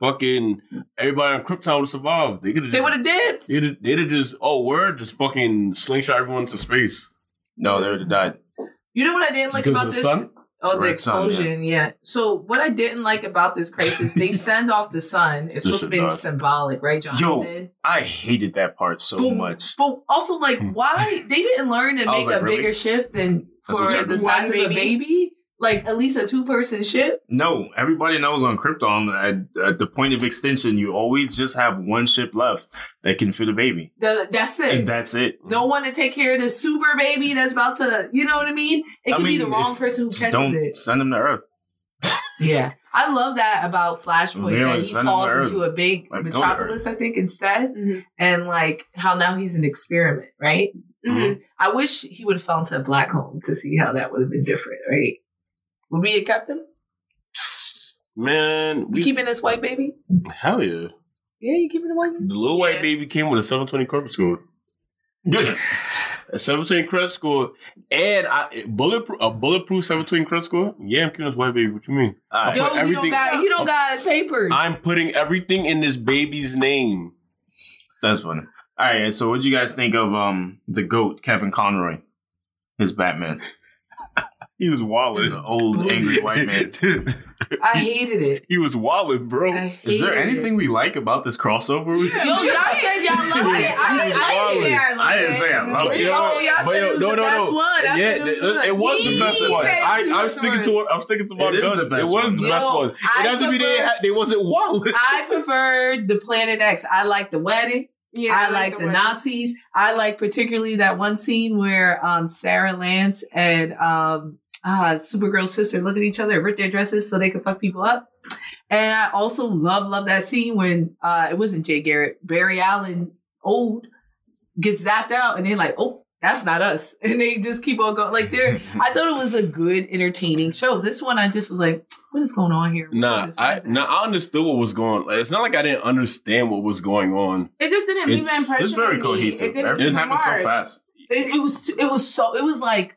Speaker 4: fucking everybody on Krypton would survive. They could have
Speaker 5: They would
Speaker 4: just.
Speaker 5: have did.
Speaker 4: They'd, they'd have just, oh, we're just fucking slingshot everyone into space.
Speaker 6: No, they would have died.
Speaker 5: You know what I didn't like
Speaker 4: Because
Speaker 5: about
Speaker 4: of the
Speaker 5: this?
Speaker 4: sun?
Speaker 5: Oh, the
Speaker 6: Red sun, yeah.
Speaker 5: explosion, yeah. So what I didn't like about this crisis, they send off the sun. It's
Speaker 4: This
Speaker 5: supposed to
Speaker 4: is
Speaker 5: be
Speaker 4: not-
Speaker 5: symbolic, right, Jonathan?
Speaker 6: I hated that part so
Speaker 5: But-
Speaker 6: much.
Speaker 5: But also, like, why they didn't learn to
Speaker 6: I
Speaker 5: make
Speaker 6: was
Speaker 5: a
Speaker 6: like, really?
Speaker 5: bigger ship than
Speaker 6: That's
Speaker 5: for
Speaker 6: what Jonathan
Speaker 5: the
Speaker 1: said.
Speaker 5: size of a
Speaker 1: One baby?
Speaker 5: baby? Like at least a two-person ship.
Speaker 2: No, everybody knows on Krypton at, at the point of extension, you always just have one ship left that can fit a baby,
Speaker 5: Th- That's it.
Speaker 2: and that's it.
Speaker 5: no one to take care of the super baby that's about to, you know what I mean? It
Speaker 2: I
Speaker 5: could be
Speaker 2: mean,
Speaker 5: the wrong
Speaker 2: if-
Speaker 5: person who
Speaker 2: Just
Speaker 5: catches
Speaker 2: don't
Speaker 5: it.
Speaker 2: send them to Earth.
Speaker 5: Yeah. I love that about Flashpoint
Speaker 2: They
Speaker 5: that
Speaker 2: always
Speaker 5: he
Speaker 2: send him
Speaker 5: falls
Speaker 2: to
Speaker 5: into a big
Speaker 2: Like, go to
Speaker 5: metropolis, I think, instead.
Speaker 1: Mhm.
Speaker 4: Mm-hmm.
Speaker 5: And like how now he's an experiment, right?
Speaker 1: Mhm.
Speaker 5: I wish he would have fell into a black hole to see how that would have been different, right? Would we have kept him?
Speaker 4: Man,
Speaker 5: We
Speaker 4: we
Speaker 5: keeping this white baby?
Speaker 4: hell yeah.
Speaker 5: Yeah, you keeping the white baby?
Speaker 4: The little
Speaker 5: Yeah.
Speaker 4: white baby came with a 720 credit score. a 720 credit score and I, bulletproof, a bulletproof 720 credit score? Yeah, I'm keeping this white baby. What you mean?
Speaker 6: All right.
Speaker 5: Yo, he don't
Speaker 4: everything-
Speaker 5: got he don't got papers.
Speaker 4: I'm putting everything in this baby's name.
Speaker 2: That's funny. All right, so what do you guys think of um the goat Kevin Conroy, his Batman?
Speaker 4: He was
Speaker 2: He's an
Speaker 4: walling.
Speaker 2: old angry white man.
Speaker 5: I hated it.
Speaker 4: he was walling, bro.
Speaker 5: I
Speaker 2: Is there
Speaker 5: hated it.
Speaker 2: anything we like about this crossover? We-
Speaker 5: Yo, y'all said y'all loved it. I, I didn't say I loved
Speaker 2: I didn't
Speaker 5: it.
Speaker 2: say I loved
Speaker 4: it.
Speaker 5: Yo, Oh, y'all
Speaker 4: But
Speaker 5: said
Speaker 4: yo,
Speaker 5: it was
Speaker 4: no,
Speaker 5: the
Speaker 4: no,
Speaker 5: best
Speaker 4: no.
Speaker 5: one. I
Speaker 4: yeah,
Speaker 5: said it was,
Speaker 4: it, it was the best one.
Speaker 5: said it was
Speaker 4: I,
Speaker 5: the
Speaker 4: I'm
Speaker 5: best
Speaker 4: sticking
Speaker 5: one.
Speaker 4: to what I'm sticking to my
Speaker 2: It is
Speaker 4: guns.
Speaker 2: the best
Speaker 4: it was
Speaker 2: one.
Speaker 4: the best
Speaker 5: Yo,
Speaker 4: one.
Speaker 5: I
Speaker 4: It doesn't mean they
Speaker 5: prefer-
Speaker 4: had, they wasn't walling.
Speaker 5: I preferred the Planet X. I liked the wedding.
Speaker 1: Yeah,
Speaker 5: I like the
Speaker 1: way-
Speaker 5: Nazis. I like particularly that one scene where um, Sarah Lance and um, uh, Supergirl's sister look at each other and rip their dresses so they could fuck people up. And I also love, love that scene when uh, it wasn't Jay Garrett, Barry Allen, old, gets zapped out and they're like, oh, that's not us. And they just keep on going. Like, they're, I thought it was a good, entertaining show. This one, I just was like, what is going on here? What
Speaker 4: Nah,
Speaker 5: is- what
Speaker 4: I
Speaker 5: is that?
Speaker 4: nah, I understood what was going. Like, it's not like I didn't understand what was going on.
Speaker 1: It just didn't leave
Speaker 4: It's-
Speaker 1: an
Speaker 4: it's
Speaker 1: impression.
Speaker 2: It's very
Speaker 1: on me. It
Speaker 2: cohesive.
Speaker 1: didn't
Speaker 2: Everything
Speaker 1: leave a
Speaker 2: happened so
Speaker 1: mark.
Speaker 2: fast.
Speaker 5: it, it was it was so it was like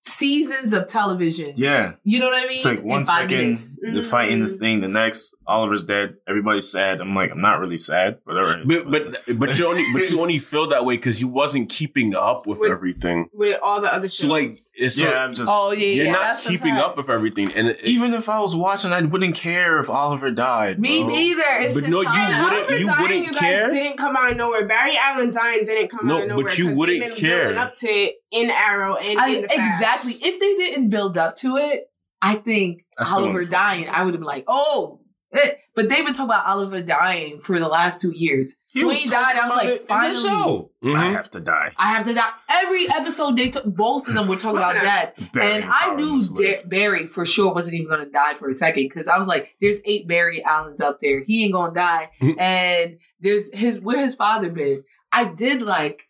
Speaker 5: seasons of television.
Speaker 2: Yeah.
Speaker 5: You know what I mean?
Speaker 2: It's like one
Speaker 5: In five
Speaker 2: second,
Speaker 5: minutes.
Speaker 2: they're fighting
Speaker 5: Mm-hmm.
Speaker 2: this thing. The next, Oliver's dead. Everybody's sad. I'm like, I'm not really sad, but all right.
Speaker 4: But but but you only but you only feel that way because you wasn't keeping up with,
Speaker 1: With-
Speaker 4: everything.
Speaker 1: with all the other shows.
Speaker 4: So like it's so-
Speaker 2: yeah, I'm just.
Speaker 5: Oh yeah,
Speaker 4: you're
Speaker 5: yeah.
Speaker 4: not
Speaker 5: that's a
Speaker 4: keeping
Speaker 5: fact.
Speaker 4: up with everything, and it,
Speaker 2: even if I was watching, I wouldn't care if Oliver died.
Speaker 5: Me
Speaker 2: bro.
Speaker 5: neither. It's
Speaker 4: But
Speaker 5: just
Speaker 4: no, you
Speaker 5: fine.
Speaker 4: wouldn't-
Speaker 1: Oliver
Speaker 4: you
Speaker 1: dying,
Speaker 4: wouldn't
Speaker 1: guys
Speaker 4: care?
Speaker 1: Didn't come out of nowhere. Barry Allen dying didn't come
Speaker 4: No,
Speaker 1: out of
Speaker 4: but
Speaker 1: nowhere.
Speaker 4: you
Speaker 1: 'cause
Speaker 4: wouldn't
Speaker 1: they've been
Speaker 4: care.
Speaker 1: building up to it in Arrow and
Speaker 5: I,
Speaker 1: in the Flash.
Speaker 5: exactly. If they didn't build up to it, I think
Speaker 2: That's the
Speaker 5: Oliver
Speaker 2: one.
Speaker 5: dying, I would have been like, oh. eh. But they've been talking about Oliver dying for the last two years.
Speaker 2: He
Speaker 5: so when
Speaker 2: was
Speaker 5: he died, I was
Speaker 2: about
Speaker 5: like,
Speaker 2: it in the
Speaker 5: finally,
Speaker 2: show. I
Speaker 4: Mhm.
Speaker 2: have to die.
Speaker 5: I have to die. Every episode, they took both of them were talking about death.
Speaker 2: Barry
Speaker 5: and I
Speaker 2: Allen
Speaker 5: knew
Speaker 2: must live.
Speaker 5: Dar- Barry for sure wasn't even going to die for a second because I was like, "There's eight Barry Allens out there. He ain't going to die."
Speaker 4: Mhm.
Speaker 5: and there's his where his father been. I did like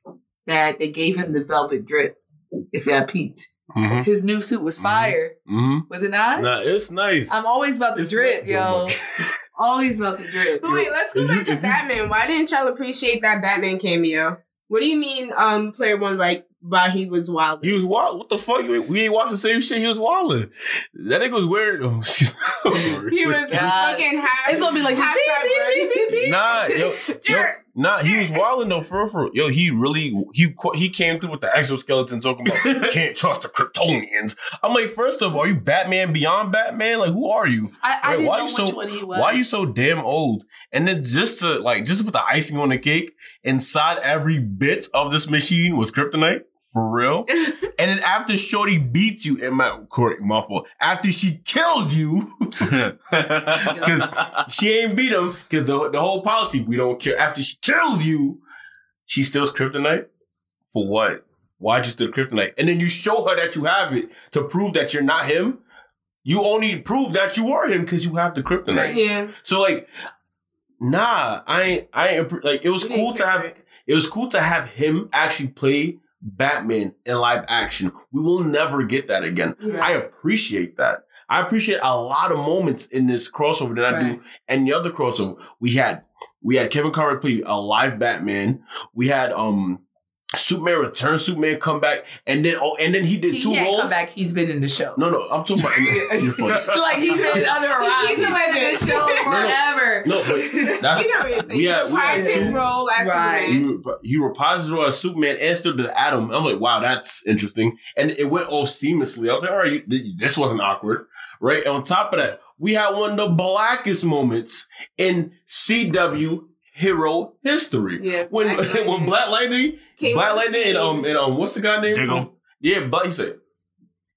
Speaker 5: that they gave him the velvet drip. If y'all peeped,
Speaker 4: Mhm.
Speaker 5: his new suit was
Speaker 4: Mhm.
Speaker 5: fire.
Speaker 4: Mhm.
Speaker 5: Was it not?
Speaker 4: Nah, it's nice.
Speaker 5: I'm always about the
Speaker 4: It's not-
Speaker 5: drip, yo. always about the drip.
Speaker 1: But wait, let's go
Speaker 4: If you-
Speaker 1: back to
Speaker 4: if you-
Speaker 1: Batman. Why didn't y'all appreciate that Batman cameo? What do you mean, um, player one, like, why he was wild?
Speaker 4: He was wild. What the fuck? You ain't- we ain't watching the same shit. He was wilding. That nigga was wearing. Oh, excuse- I'm sorry.
Speaker 1: he was
Speaker 5: God.
Speaker 1: fucking half.
Speaker 5: It's gonna be like
Speaker 1: half
Speaker 5: beep,
Speaker 1: cyborg.
Speaker 5: beep, beep, beep, beep.
Speaker 4: Nah, yo, yo,
Speaker 1: Jerk.
Speaker 4: nah, he was wilding though, for real, for real. Yo, he really he qu- he came through with the exoskeleton talking about can't trust the Kryptonians. I'm like, first of all, are you Batman beyond Batman? Like, who are you?
Speaker 5: I, I
Speaker 4: Wait,
Speaker 5: didn't
Speaker 4: why
Speaker 5: know
Speaker 4: you
Speaker 5: which
Speaker 4: so-
Speaker 5: one he was.
Speaker 4: Why are you so damn old? And then just to like just to put the icing on the cake, inside every bit of this machine was kryptonite. for real. And then after Shorty beats you, and my correct my fault. After she kills you, because she ain't beat him, because the the whole policy we don't care. After she kills you, she steals kryptonite for what? Why'd you steal kryptonite? And then you show her that you have it to prove that you're not him. You only prove that you are him because you have the kryptonite.
Speaker 1: yeah.
Speaker 4: So like, nah, I ain't, I ain't appre- like. It was
Speaker 1: We
Speaker 4: cool
Speaker 1: didn't
Speaker 4: to
Speaker 1: care
Speaker 4: have
Speaker 1: for it.
Speaker 4: it was cool to have him actually play Batman in live action. We will never get that again.
Speaker 1: Right.
Speaker 4: I appreciate that. I appreciate a lot of moments in this crossover than I do any other crossover. We had we had Kevin Conrad play a live Batman. We had um Superman return, Superman come back, and then oh, and then he did
Speaker 5: He
Speaker 4: 2
Speaker 5: can't
Speaker 4: roles.
Speaker 5: come back. He's been in the show.
Speaker 4: No, no, I'm talking about. You're funny.
Speaker 5: like he's been under a rock. He's been in the show forever.
Speaker 4: No, but that's
Speaker 1: You know what you're saying.
Speaker 4: we had- we
Speaker 1: Prior
Speaker 4: had
Speaker 1: to his
Speaker 4: two- Mm.
Speaker 1: role as
Speaker 5: Right.
Speaker 1: Superman.
Speaker 4: he, he reprised the role as Superman and still did Adam. I'm like, wow, that's interesting. And it went all seamlessly. I was like, all right, you- this wasn't awkward, right? And on top of that, we had one of the blackest moments in CW hero history.
Speaker 1: Yeah,
Speaker 4: When
Speaker 1: Black Lightning.
Speaker 4: when Black Lightning,
Speaker 1: Came
Speaker 4: Black
Speaker 1: on
Speaker 4: Lightning,
Speaker 1: scene.
Speaker 4: and um and um, what's the guy name?
Speaker 2: Diggle.
Speaker 4: Yeah, Black. You said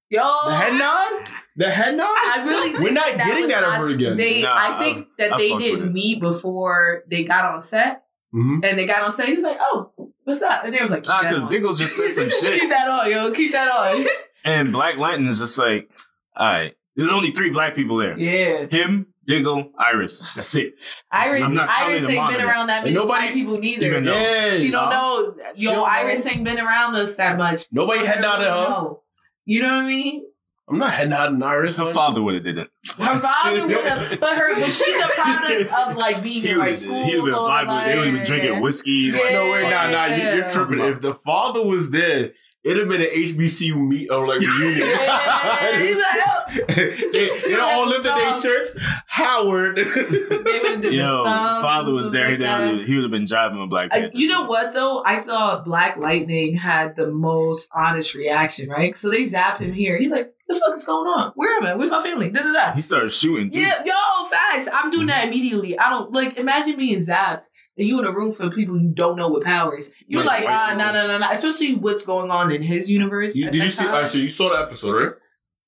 Speaker 5: Yo,
Speaker 4: the head nod, the head nod.
Speaker 5: Oh, I really think
Speaker 4: We're not getting
Speaker 5: was
Speaker 4: that
Speaker 5: us-
Speaker 4: ever again.
Speaker 5: They,
Speaker 6: Nah,
Speaker 5: I think that
Speaker 6: I
Speaker 5: they
Speaker 6: fucked with
Speaker 5: didn't
Speaker 6: it.
Speaker 5: meet before they got on set,
Speaker 4: Mhm.
Speaker 5: and they got on set. He was like, "Oh, what's up?" And they was like, "Keep
Speaker 6: Nah,
Speaker 5: that
Speaker 6: because
Speaker 5: on.
Speaker 6: Diggle just said some
Speaker 5: Keep
Speaker 6: shit.
Speaker 5: that on, yo. Keep that on."
Speaker 6: And Black Lightning is just like, all right, there's only three black people there.
Speaker 5: yeah,
Speaker 6: Him, Diggle, Iris. That's it.
Speaker 5: Iris.
Speaker 6: I'm not counting
Speaker 5: Iris
Speaker 6: the
Speaker 5: ain't been
Speaker 6: monitor.
Speaker 5: around that
Speaker 4: And
Speaker 5: many
Speaker 4: nobody
Speaker 5: white people neither.
Speaker 6: even though-
Speaker 4: Yeah,
Speaker 5: she
Speaker 6: nah.
Speaker 5: don't know.
Speaker 4: She
Speaker 5: Yo,
Speaker 4: don't
Speaker 5: Iris ain't been around us that much.
Speaker 4: Nobody uh-huh. head nodded her.
Speaker 5: No. You know what I mean?
Speaker 4: I'm not head nodding Iris.
Speaker 6: Her father would have did it.
Speaker 5: Her father would have, but her was she the product of like being in right school?
Speaker 2: he was
Speaker 5: so I'm
Speaker 2: vibing. They were even
Speaker 5: like-
Speaker 2: drinking whiskey.
Speaker 5: Yeah.
Speaker 4: No, wait, nah, nah, you, you're tripping.
Speaker 6: Yeah.
Speaker 4: If the father was there, it'd have been an HBCU meet or like reunion.
Speaker 5: Yeah, he was like, oh.
Speaker 4: they they don't all lifted their shirts. Howard.
Speaker 5: They would have done the
Speaker 6: Yo,
Speaker 5: stumps
Speaker 6: father
Speaker 5: and
Speaker 6: was
Speaker 5: stuff
Speaker 6: there.
Speaker 5: like
Speaker 6: he
Speaker 5: that.
Speaker 6: would have been driving a black.
Speaker 5: Uh, you know what though? I thought Black Lightning had the most honest reaction, right? So they zap him here. He's like, "The fuck is going on? Where am I? Where's my family?" Da da da.
Speaker 6: He started shooting. dude.
Speaker 5: Yeah, yo, facts. I'm doing that immediately. I don't like imagine being zapped and you in a room full of people you don't know what powers. You're
Speaker 4: Like
Speaker 5: like,
Speaker 4: white
Speaker 5: ah,
Speaker 4: people.
Speaker 5: nah, nah, nah, nah. Especially what's going on in his universe.
Speaker 4: you,
Speaker 5: at
Speaker 4: did
Speaker 5: that
Speaker 4: you see?
Speaker 5: time.
Speaker 4: Actually, you saw the episode, right?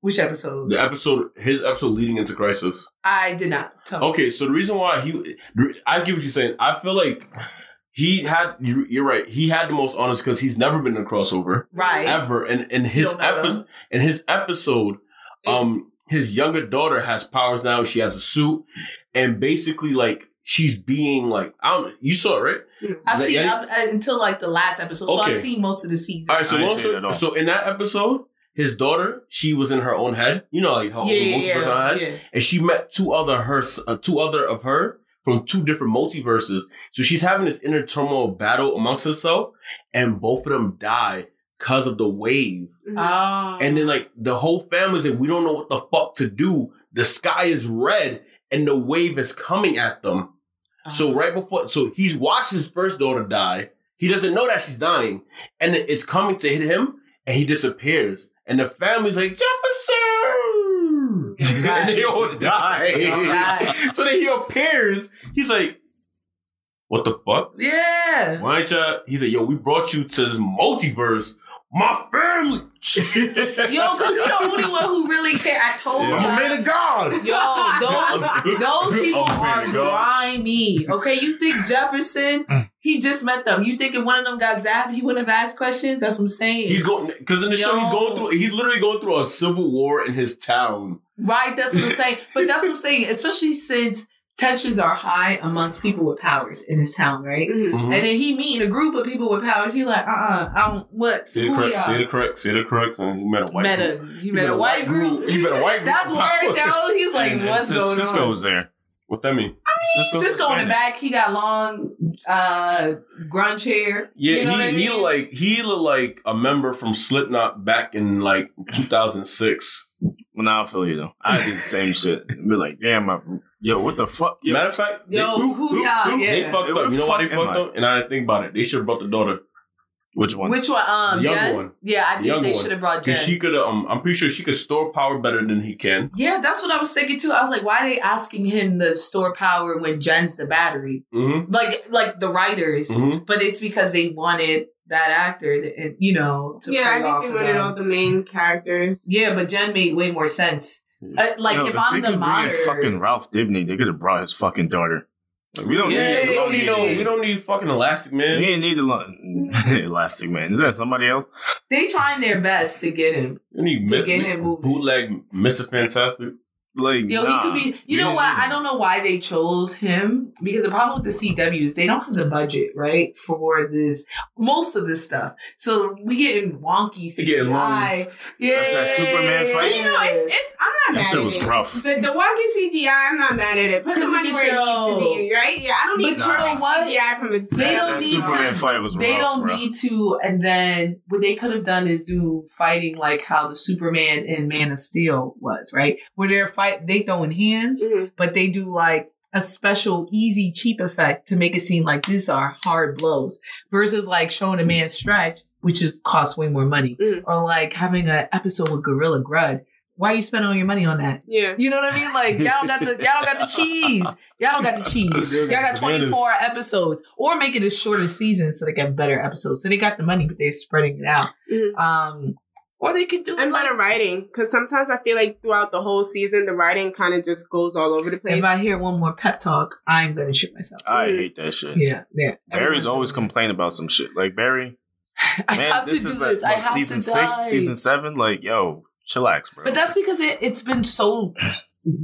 Speaker 5: Which episode?
Speaker 4: The episode, his episode leading into Crisis.
Speaker 5: I did not. Tell
Speaker 4: Okay, so the reason why he, I get what you're saying. I feel like he had. you- You're right. He had the most honest because he's never been in a crossover
Speaker 5: Right.
Speaker 4: ever. And in his
Speaker 5: Don't know them.
Speaker 4: episode, in his episode, um, his younger daughter has powers now. She has a suit, and basically, like she's being like, I don't. You saw it, right?
Speaker 5: I've
Speaker 4: Is that
Speaker 5: seen
Speaker 4: Yeti?
Speaker 5: up uh, until like the last episode, so I've
Speaker 4: Okay.
Speaker 5: seen most of the season.
Speaker 4: All right, so
Speaker 6: I ain't
Speaker 4: long
Speaker 6: seen
Speaker 4: story-
Speaker 6: it at all.
Speaker 4: so in that episode, his daughter, she was in her own head. You know, like how
Speaker 5: yeah,
Speaker 4: the multiverse
Speaker 5: yeah,
Speaker 4: had,
Speaker 5: yeah, yeah.
Speaker 4: and she met two other her, uh, two other of her from two different multiverses. So she's having this inner turmoil battle amongst herself, and both of them die because of the wave.
Speaker 5: Oh.
Speaker 4: And then like the whole family's like, we don't know what the fuck to do. The sky is red, and the wave is coming at them.
Speaker 5: Oh.
Speaker 4: So right before, so he's watched his first daughter die. He doesn't know that she's dying, and it- it's coming to hit him, and he disappears. And the family's like Jefferson, and they all
Speaker 5: They all
Speaker 4: die.
Speaker 5: die.
Speaker 4: so then he appears. He's like, "What the fuck?
Speaker 5: yeah.
Speaker 4: Why ain't you?" He's like, "Yo, we brought you to this multiverse. My family.
Speaker 5: Yo, because you're the only one who really care. I told
Speaker 4: I'm a
Speaker 5: y'all.
Speaker 4: man of God."
Speaker 5: Yo, those those people
Speaker 6: Oh,
Speaker 5: are
Speaker 6: man, God.
Speaker 5: grimy. Okay, you think Jefferson? He just met them. You think if one of them got zapped, he wouldn't have asked questions? That's what I'm saying.
Speaker 4: He's going because in the show he's going through. He's literally going through a civil war in his town.
Speaker 5: right. That's what I'm saying. But that's what I'm saying. Especially since tensions are high amongst people with powers in his town, right?
Speaker 1: Mhm.
Speaker 4: Mhm.
Speaker 5: And then he meeting a group of people with powers. He like, uh, uh I don't what.
Speaker 4: Say the
Speaker 5: Who
Speaker 4: correct,
Speaker 5: y'all?
Speaker 4: say the correct, say the correct, and he met a white
Speaker 5: met
Speaker 4: group.
Speaker 5: a he met a white group.
Speaker 4: He met a white group.
Speaker 5: That's where yo. He's like,
Speaker 6: And
Speaker 5: what's
Speaker 6: Sis-
Speaker 5: going
Speaker 6: Cisco
Speaker 5: on?
Speaker 6: was there.
Speaker 4: What that mean?
Speaker 6: Cisco,
Speaker 5: Cisco in the back, he got long uh grunge hair.
Speaker 4: Yeah,
Speaker 5: You know
Speaker 4: he,
Speaker 5: what I
Speaker 4: he
Speaker 5: mean?
Speaker 4: like he looked like a member from Slipknot back in like 2006.
Speaker 6: Well, now I feel you though. I did the same shit. Be like, damn, I, yo, what the fuck? Yo,
Speaker 4: Matter of fact,
Speaker 5: Yo, who y'all?
Speaker 4: they
Speaker 5: Yeah.
Speaker 4: fucked
Speaker 6: Where
Speaker 4: up. You know why they
Speaker 6: the fuck
Speaker 4: fucked
Speaker 6: am
Speaker 4: up? And I didn't think about it. They should have brought the daughter
Speaker 6: which one?
Speaker 5: Which one? Um,
Speaker 4: The young
Speaker 5: Jen?
Speaker 4: one.
Speaker 5: Yeah,
Speaker 4: The
Speaker 5: I think
Speaker 4: young
Speaker 5: they
Speaker 4: one.
Speaker 5: should have brought Jen.
Speaker 4: because she could. Um, I'm pretty sure she could store power better than he can.
Speaker 5: yeah, that's what I was thinking too. I was like, why are they asking him the store power when Jen's the battery?
Speaker 4: Mm-hmm.
Speaker 5: Like, like the writers,
Speaker 4: Mhm.
Speaker 5: but it's because they wanted that actor, that- you know, to
Speaker 1: yeah, I
Speaker 5: play off
Speaker 1: think they
Speaker 5: of
Speaker 1: wanted
Speaker 5: them.
Speaker 1: all the main characters.
Speaker 5: Yeah, but Jen made way more sense. Uh, like
Speaker 6: Yo,
Speaker 5: if I'm
Speaker 6: they could
Speaker 5: the
Speaker 6: bring in
Speaker 5: moderator,
Speaker 6: fucking Ralph Dibney, they could have brought his fucking daughter. Like, we don't
Speaker 4: yeah,
Speaker 6: need.
Speaker 4: we don't need no. We don't need fucking Elastic Man.
Speaker 6: We ain't need the lo- Elastic Man. Is that somebody else?
Speaker 5: they trying their best to get him.
Speaker 4: We need
Speaker 5: To
Speaker 4: mi-
Speaker 5: get him moving.
Speaker 4: bootleg Mister Fantastic.
Speaker 6: Like,
Speaker 5: Yo,
Speaker 6: nah.
Speaker 5: he could be.
Speaker 6: We
Speaker 5: You know
Speaker 6: don't
Speaker 5: what?
Speaker 6: need
Speaker 5: I
Speaker 6: him.
Speaker 5: don't know why they chose him because the problem with the CW is they don't have the budget right for this most of this stuff. So we getting wonky
Speaker 4: They getting
Speaker 5: CGI. Yeah,
Speaker 6: Like that Superman fight?
Speaker 1: You know, it's, it's I'm not
Speaker 6: That
Speaker 1: mad
Speaker 6: shit
Speaker 1: at
Speaker 6: was
Speaker 1: it.
Speaker 6: rough.
Speaker 1: The, the wonky CGI, I'm not mad at it. Put the
Speaker 5: Because
Speaker 1: money
Speaker 5: it's
Speaker 1: where
Speaker 5: a
Speaker 1: it needs to be, right? Yeah, I don't
Speaker 5: But
Speaker 1: need
Speaker 6: you know
Speaker 1: perfect
Speaker 5: what?
Speaker 1: CGI from a
Speaker 5: They
Speaker 6: That,
Speaker 5: don't
Speaker 6: that
Speaker 5: need
Speaker 6: Superman
Speaker 5: to.
Speaker 6: fight was
Speaker 5: they
Speaker 6: rough.
Speaker 5: don't
Speaker 6: bro.
Speaker 5: need to. And then what they could have done is do fighting like how the Superman in Man of Steel was, right? Where they're fight, they throwing hands,
Speaker 1: Mhm.
Speaker 5: but they do like a special, easy, cheap effect to make it seem like these are hard blows versus like showing a man stretch, which is costs way more money,
Speaker 1: Mhm.
Speaker 5: or like having an episode with Gorilla Grud. Why are you spending all your money on that?
Speaker 1: Yeah.
Speaker 5: You know what I mean? Like y'all don't got the y'all don't got the cheese. Y'all don't got the cheese. Y'all got 24 episodes, or make it a shorter season so they get better episodes. So they got the money, but they're spreading it out.
Speaker 1: Mhm.
Speaker 5: Um, or they could do it
Speaker 1: And
Speaker 5: like-
Speaker 1: better writing, because sometimes I feel like throughout the whole season, the writing kind of just goes all over the place.
Speaker 5: If I hear one more pep talk, I'm gonna shoot myself.
Speaker 6: I hate that shit.
Speaker 5: yeah, yeah.
Speaker 6: Barry's
Speaker 5: Everyone's-
Speaker 6: always complaining about some shit. Like Barry,
Speaker 5: I
Speaker 6: man,
Speaker 5: have to
Speaker 6: this
Speaker 5: do
Speaker 6: is
Speaker 5: this.
Speaker 6: like
Speaker 5: I
Speaker 6: what,
Speaker 5: have
Speaker 6: season
Speaker 5: to die.
Speaker 6: six, season seven. Like, yo, chillax, bro.
Speaker 5: But that's because it, it's been so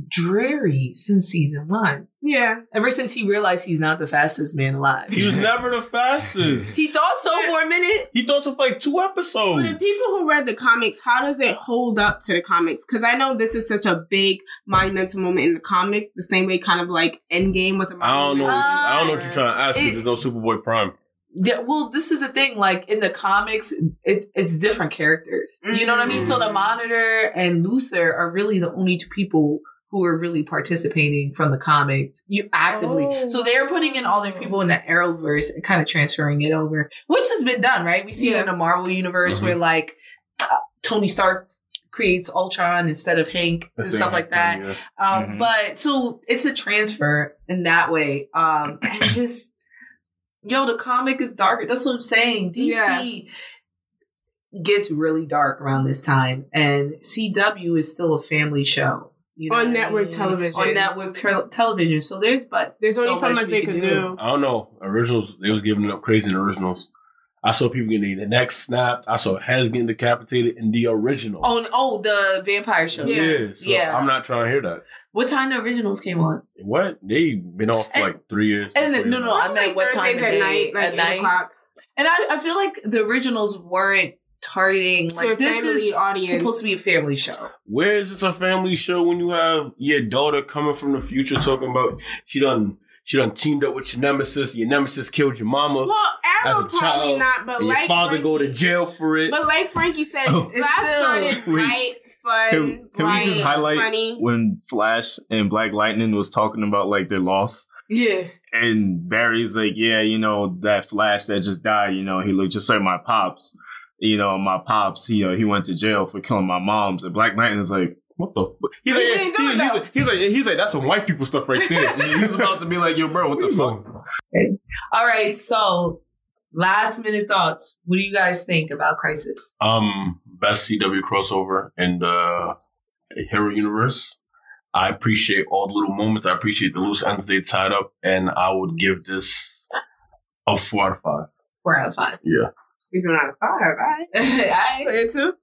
Speaker 5: dreary since season one.
Speaker 1: yeah,
Speaker 5: Ever since he realized he's not the fastest man alive.
Speaker 4: He was never the fastest.
Speaker 5: He thought so for a minute,
Speaker 4: He thought so for like two
Speaker 1: for the
Speaker 4: episodes.
Speaker 1: people who read the comics, how does it hold up to the comics? Because I know this is such a big monumental moment in the comic, the same way kind of like Endgame was a
Speaker 4: I don't
Speaker 1: monumental
Speaker 4: know. What you, I don't know what
Speaker 1: moment.
Speaker 4: you're trying to ask. 'cause
Speaker 5: Uh, It-
Speaker 4: there's no Superboy Prime.
Speaker 5: Yeah, well, this is the thing. Like in the comics, it, it's different characters. You know what I mean? So the
Speaker 1: Mhm.
Speaker 5: Monitor and Luther are really the only two people who are really participating from the comics. You actively,
Speaker 1: Oh.
Speaker 5: so they're putting in all their people in the Arrowverse and kind of transferring it over, which has been done, right? We see it in the Marvel universe where like uh, Tony Stark creates Ultron instead of Hank and stuff like that.
Speaker 4: Yeah.
Speaker 5: Um,
Speaker 6: Mhm.
Speaker 5: but so it's a transfer in that way. Um, and just yo, the comic is darker. That's what I'm saying. DC gets really dark around this time, and CW is still a family show. You
Speaker 1: On
Speaker 5: what I
Speaker 1: network
Speaker 5: mean?
Speaker 1: television.
Speaker 5: On network tel- television. So there's but
Speaker 1: There's only so much
Speaker 5: we
Speaker 1: they
Speaker 5: can
Speaker 1: could do.
Speaker 4: I don't know. Originals, they was giving it up crazy in originals. I saw people getting their necks snapped. I saw heads getting decapitated in the original.
Speaker 5: On oh the vampire show.
Speaker 1: Yeah.
Speaker 4: So
Speaker 5: Yeah.
Speaker 4: I'm not trying to hear that.
Speaker 5: What time the originals came on?
Speaker 4: What? They been off for
Speaker 5: And-
Speaker 4: like three years.
Speaker 5: and
Speaker 4: four
Speaker 5: no,
Speaker 4: years.
Speaker 5: no, Oh, I meant what time
Speaker 1: Thursdays
Speaker 5: of
Speaker 1: at
Speaker 5: day,
Speaker 1: night, like
Speaker 5: at
Speaker 1: eight
Speaker 5: night?
Speaker 1: o'clock.
Speaker 5: And I, I feel like the originals weren't targeting
Speaker 1: To
Speaker 5: like
Speaker 1: a
Speaker 5: this
Speaker 1: family
Speaker 5: is
Speaker 1: audience.
Speaker 5: supposed to be a family show.
Speaker 4: Where is this a family show when you have your daughter coming from the future talking about she done she done teamed up with your nemesis, your nemesis killed your mama,
Speaker 1: Well,
Speaker 4: As a
Speaker 1: Arrow probably
Speaker 4: child,
Speaker 1: not, but
Speaker 4: and your
Speaker 1: like
Speaker 4: father
Speaker 1: Frankie,
Speaker 4: go to jail for it.
Speaker 1: But like Frankie said,
Speaker 6: Oh.
Speaker 5: It's
Speaker 1: Flash
Speaker 5: still-
Speaker 1: started
Speaker 6: Wait.
Speaker 1: light, fun,
Speaker 6: Can- can we
Speaker 1: bright,
Speaker 6: just highlight-
Speaker 1: funny.
Speaker 6: when Flash and Black Lightning was talking about like their loss.
Speaker 5: Yeah.
Speaker 6: and Barry's like, yeah, you know, that Flash that just died, you know, he looked just like my pops. You know, my pops, he uh, he went to jail for killing my moms. And Black Knight is like,
Speaker 4: what the? Fuck? He's,
Speaker 1: He
Speaker 4: like,
Speaker 1: didn't do
Speaker 4: he's,
Speaker 1: it,
Speaker 4: he's,
Speaker 1: though.
Speaker 4: like, he's like, he's like, that's some white people stuff right there.
Speaker 6: and he's about to be like, yo, bro, what the fuck?
Speaker 5: All right. So, last minute thoughts. What do you guys think about Crisis?
Speaker 4: Um, best CW crossover in the Hero universe. I appreciate all the little moments. I appreciate the loose ends they tied up, and I would give this a four out of five.
Speaker 5: Four out of five.
Speaker 1: We're doing out of five, right?
Speaker 5: I
Speaker 1: Player two,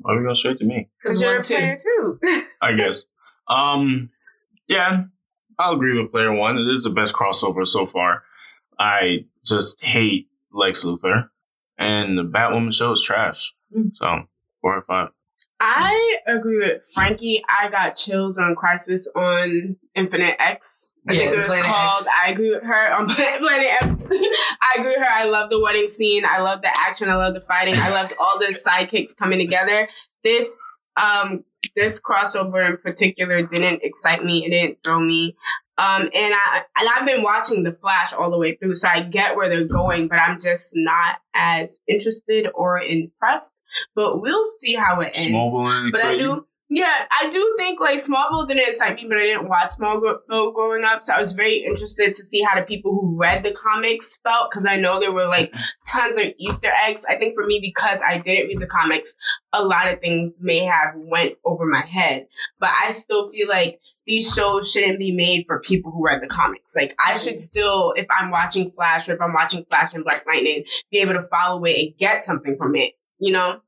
Speaker 6: Why are you going straight to me?
Speaker 1: because you're a player two.
Speaker 6: I guess. Um, yeah, I'll agree with player one. It is the best crossover so far. I just hate Lex Luthor, and the Batwoman show is trash. So, four or five.
Speaker 1: I agree with Frankie. I got chills on Crisis on Infinite X. I
Speaker 5: Yeah,
Speaker 1: think it was
Speaker 5: Planet X.
Speaker 1: called. I agree with her on Planet X. I agree with her. I love the wedding scene. I love the action. I love the fighting. I loved all the sidekicks coming together. This um this crossover in particular didn't excite me. It didn't throw me. Um, and I and I've been watching The Flash all the way through, so I get where they're going, but I'm just not as interested or impressed. But we'll see how it ends.
Speaker 6: Smallville and
Speaker 1: But I
Speaker 6: exciting.
Speaker 1: do. Yeah, I do think like Smallville didn't excite me, but I didn't watch Smallville growing up, so I was very interested to see how the people who read the comics felt because I know there were like tons of Easter eggs. I think for me because I didn't read the comics, a lot of things may have went over my head, but I still feel like these shows shouldn't be made for people who read the comics. Like I should still, if I'm watching Flash or if I'm watching Flash and Black Lightning, be able to follow it and get something from it, you know?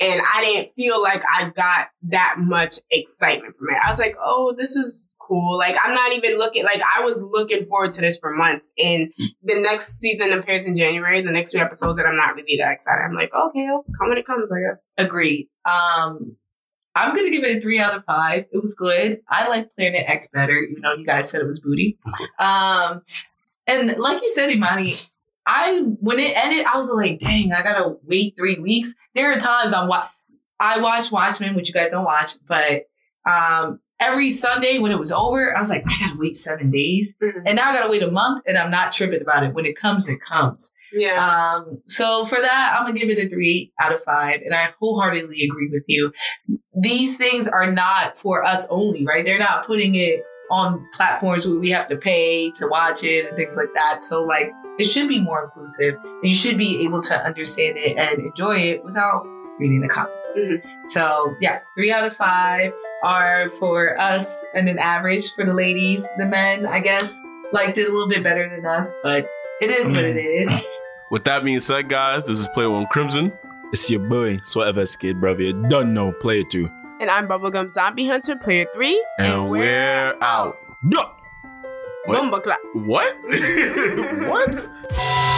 Speaker 1: and I didn't feel like I got that much excitement from it. I was like, oh, this is cool. Like, I'm not even looking, like, I was looking forward to this for months. And the next season appears in January, the next two episodes that I'm not really that excited. I'm like, okay, I'll come when it comes, I guess.
Speaker 5: Agreed. Um, I'm gonna give it a three out of five. It was good. I like Planet X better, even though you guys said it was booty. Um, and like you said, Imani, I when it ended, I was like, dang, I gotta wait three weeks. There are times I'm wa- I watch Watchmen, which you guys don't watch, but um, every Sunday when it was over, I was like, I gotta wait seven days,
Speaker 1: Mm-hmm.
Speaker 5: and now I gotta wait a month, and I'm not tripping about it. When it comes, it comes.
Speaker 1: Yeah.
Speaker 5: Um, so for that, I'm gonna give it a three out of five, and I wholeheartedly agree with you. These things are not for us only, right? They're not putting it on platforms where we have to pay to watch it and things like that. So like it should be more inclusive, and you should be able to understand it and enjoy it without reading the comic books.
Speaker 1: Mhm.
Speaker 5: So yes, three out of five are for us, and an average for the ladies. The men, I guess, like did a little bit better than us, but it is what it is.
Speaker 4: With that being said, guys, this is Play One Crimson.
Speaker 2: It's your boy, Sweat FS Kid, brother. You don't know, play it too.
Speaker 1: And I'm Bubblegum Zombie Hunter, player three.
Speaker 4: out.
Speaker 2: Yeah.
Speaker 4: What?
Speaker 1: Bumba clap.
Speaker 4: What? what?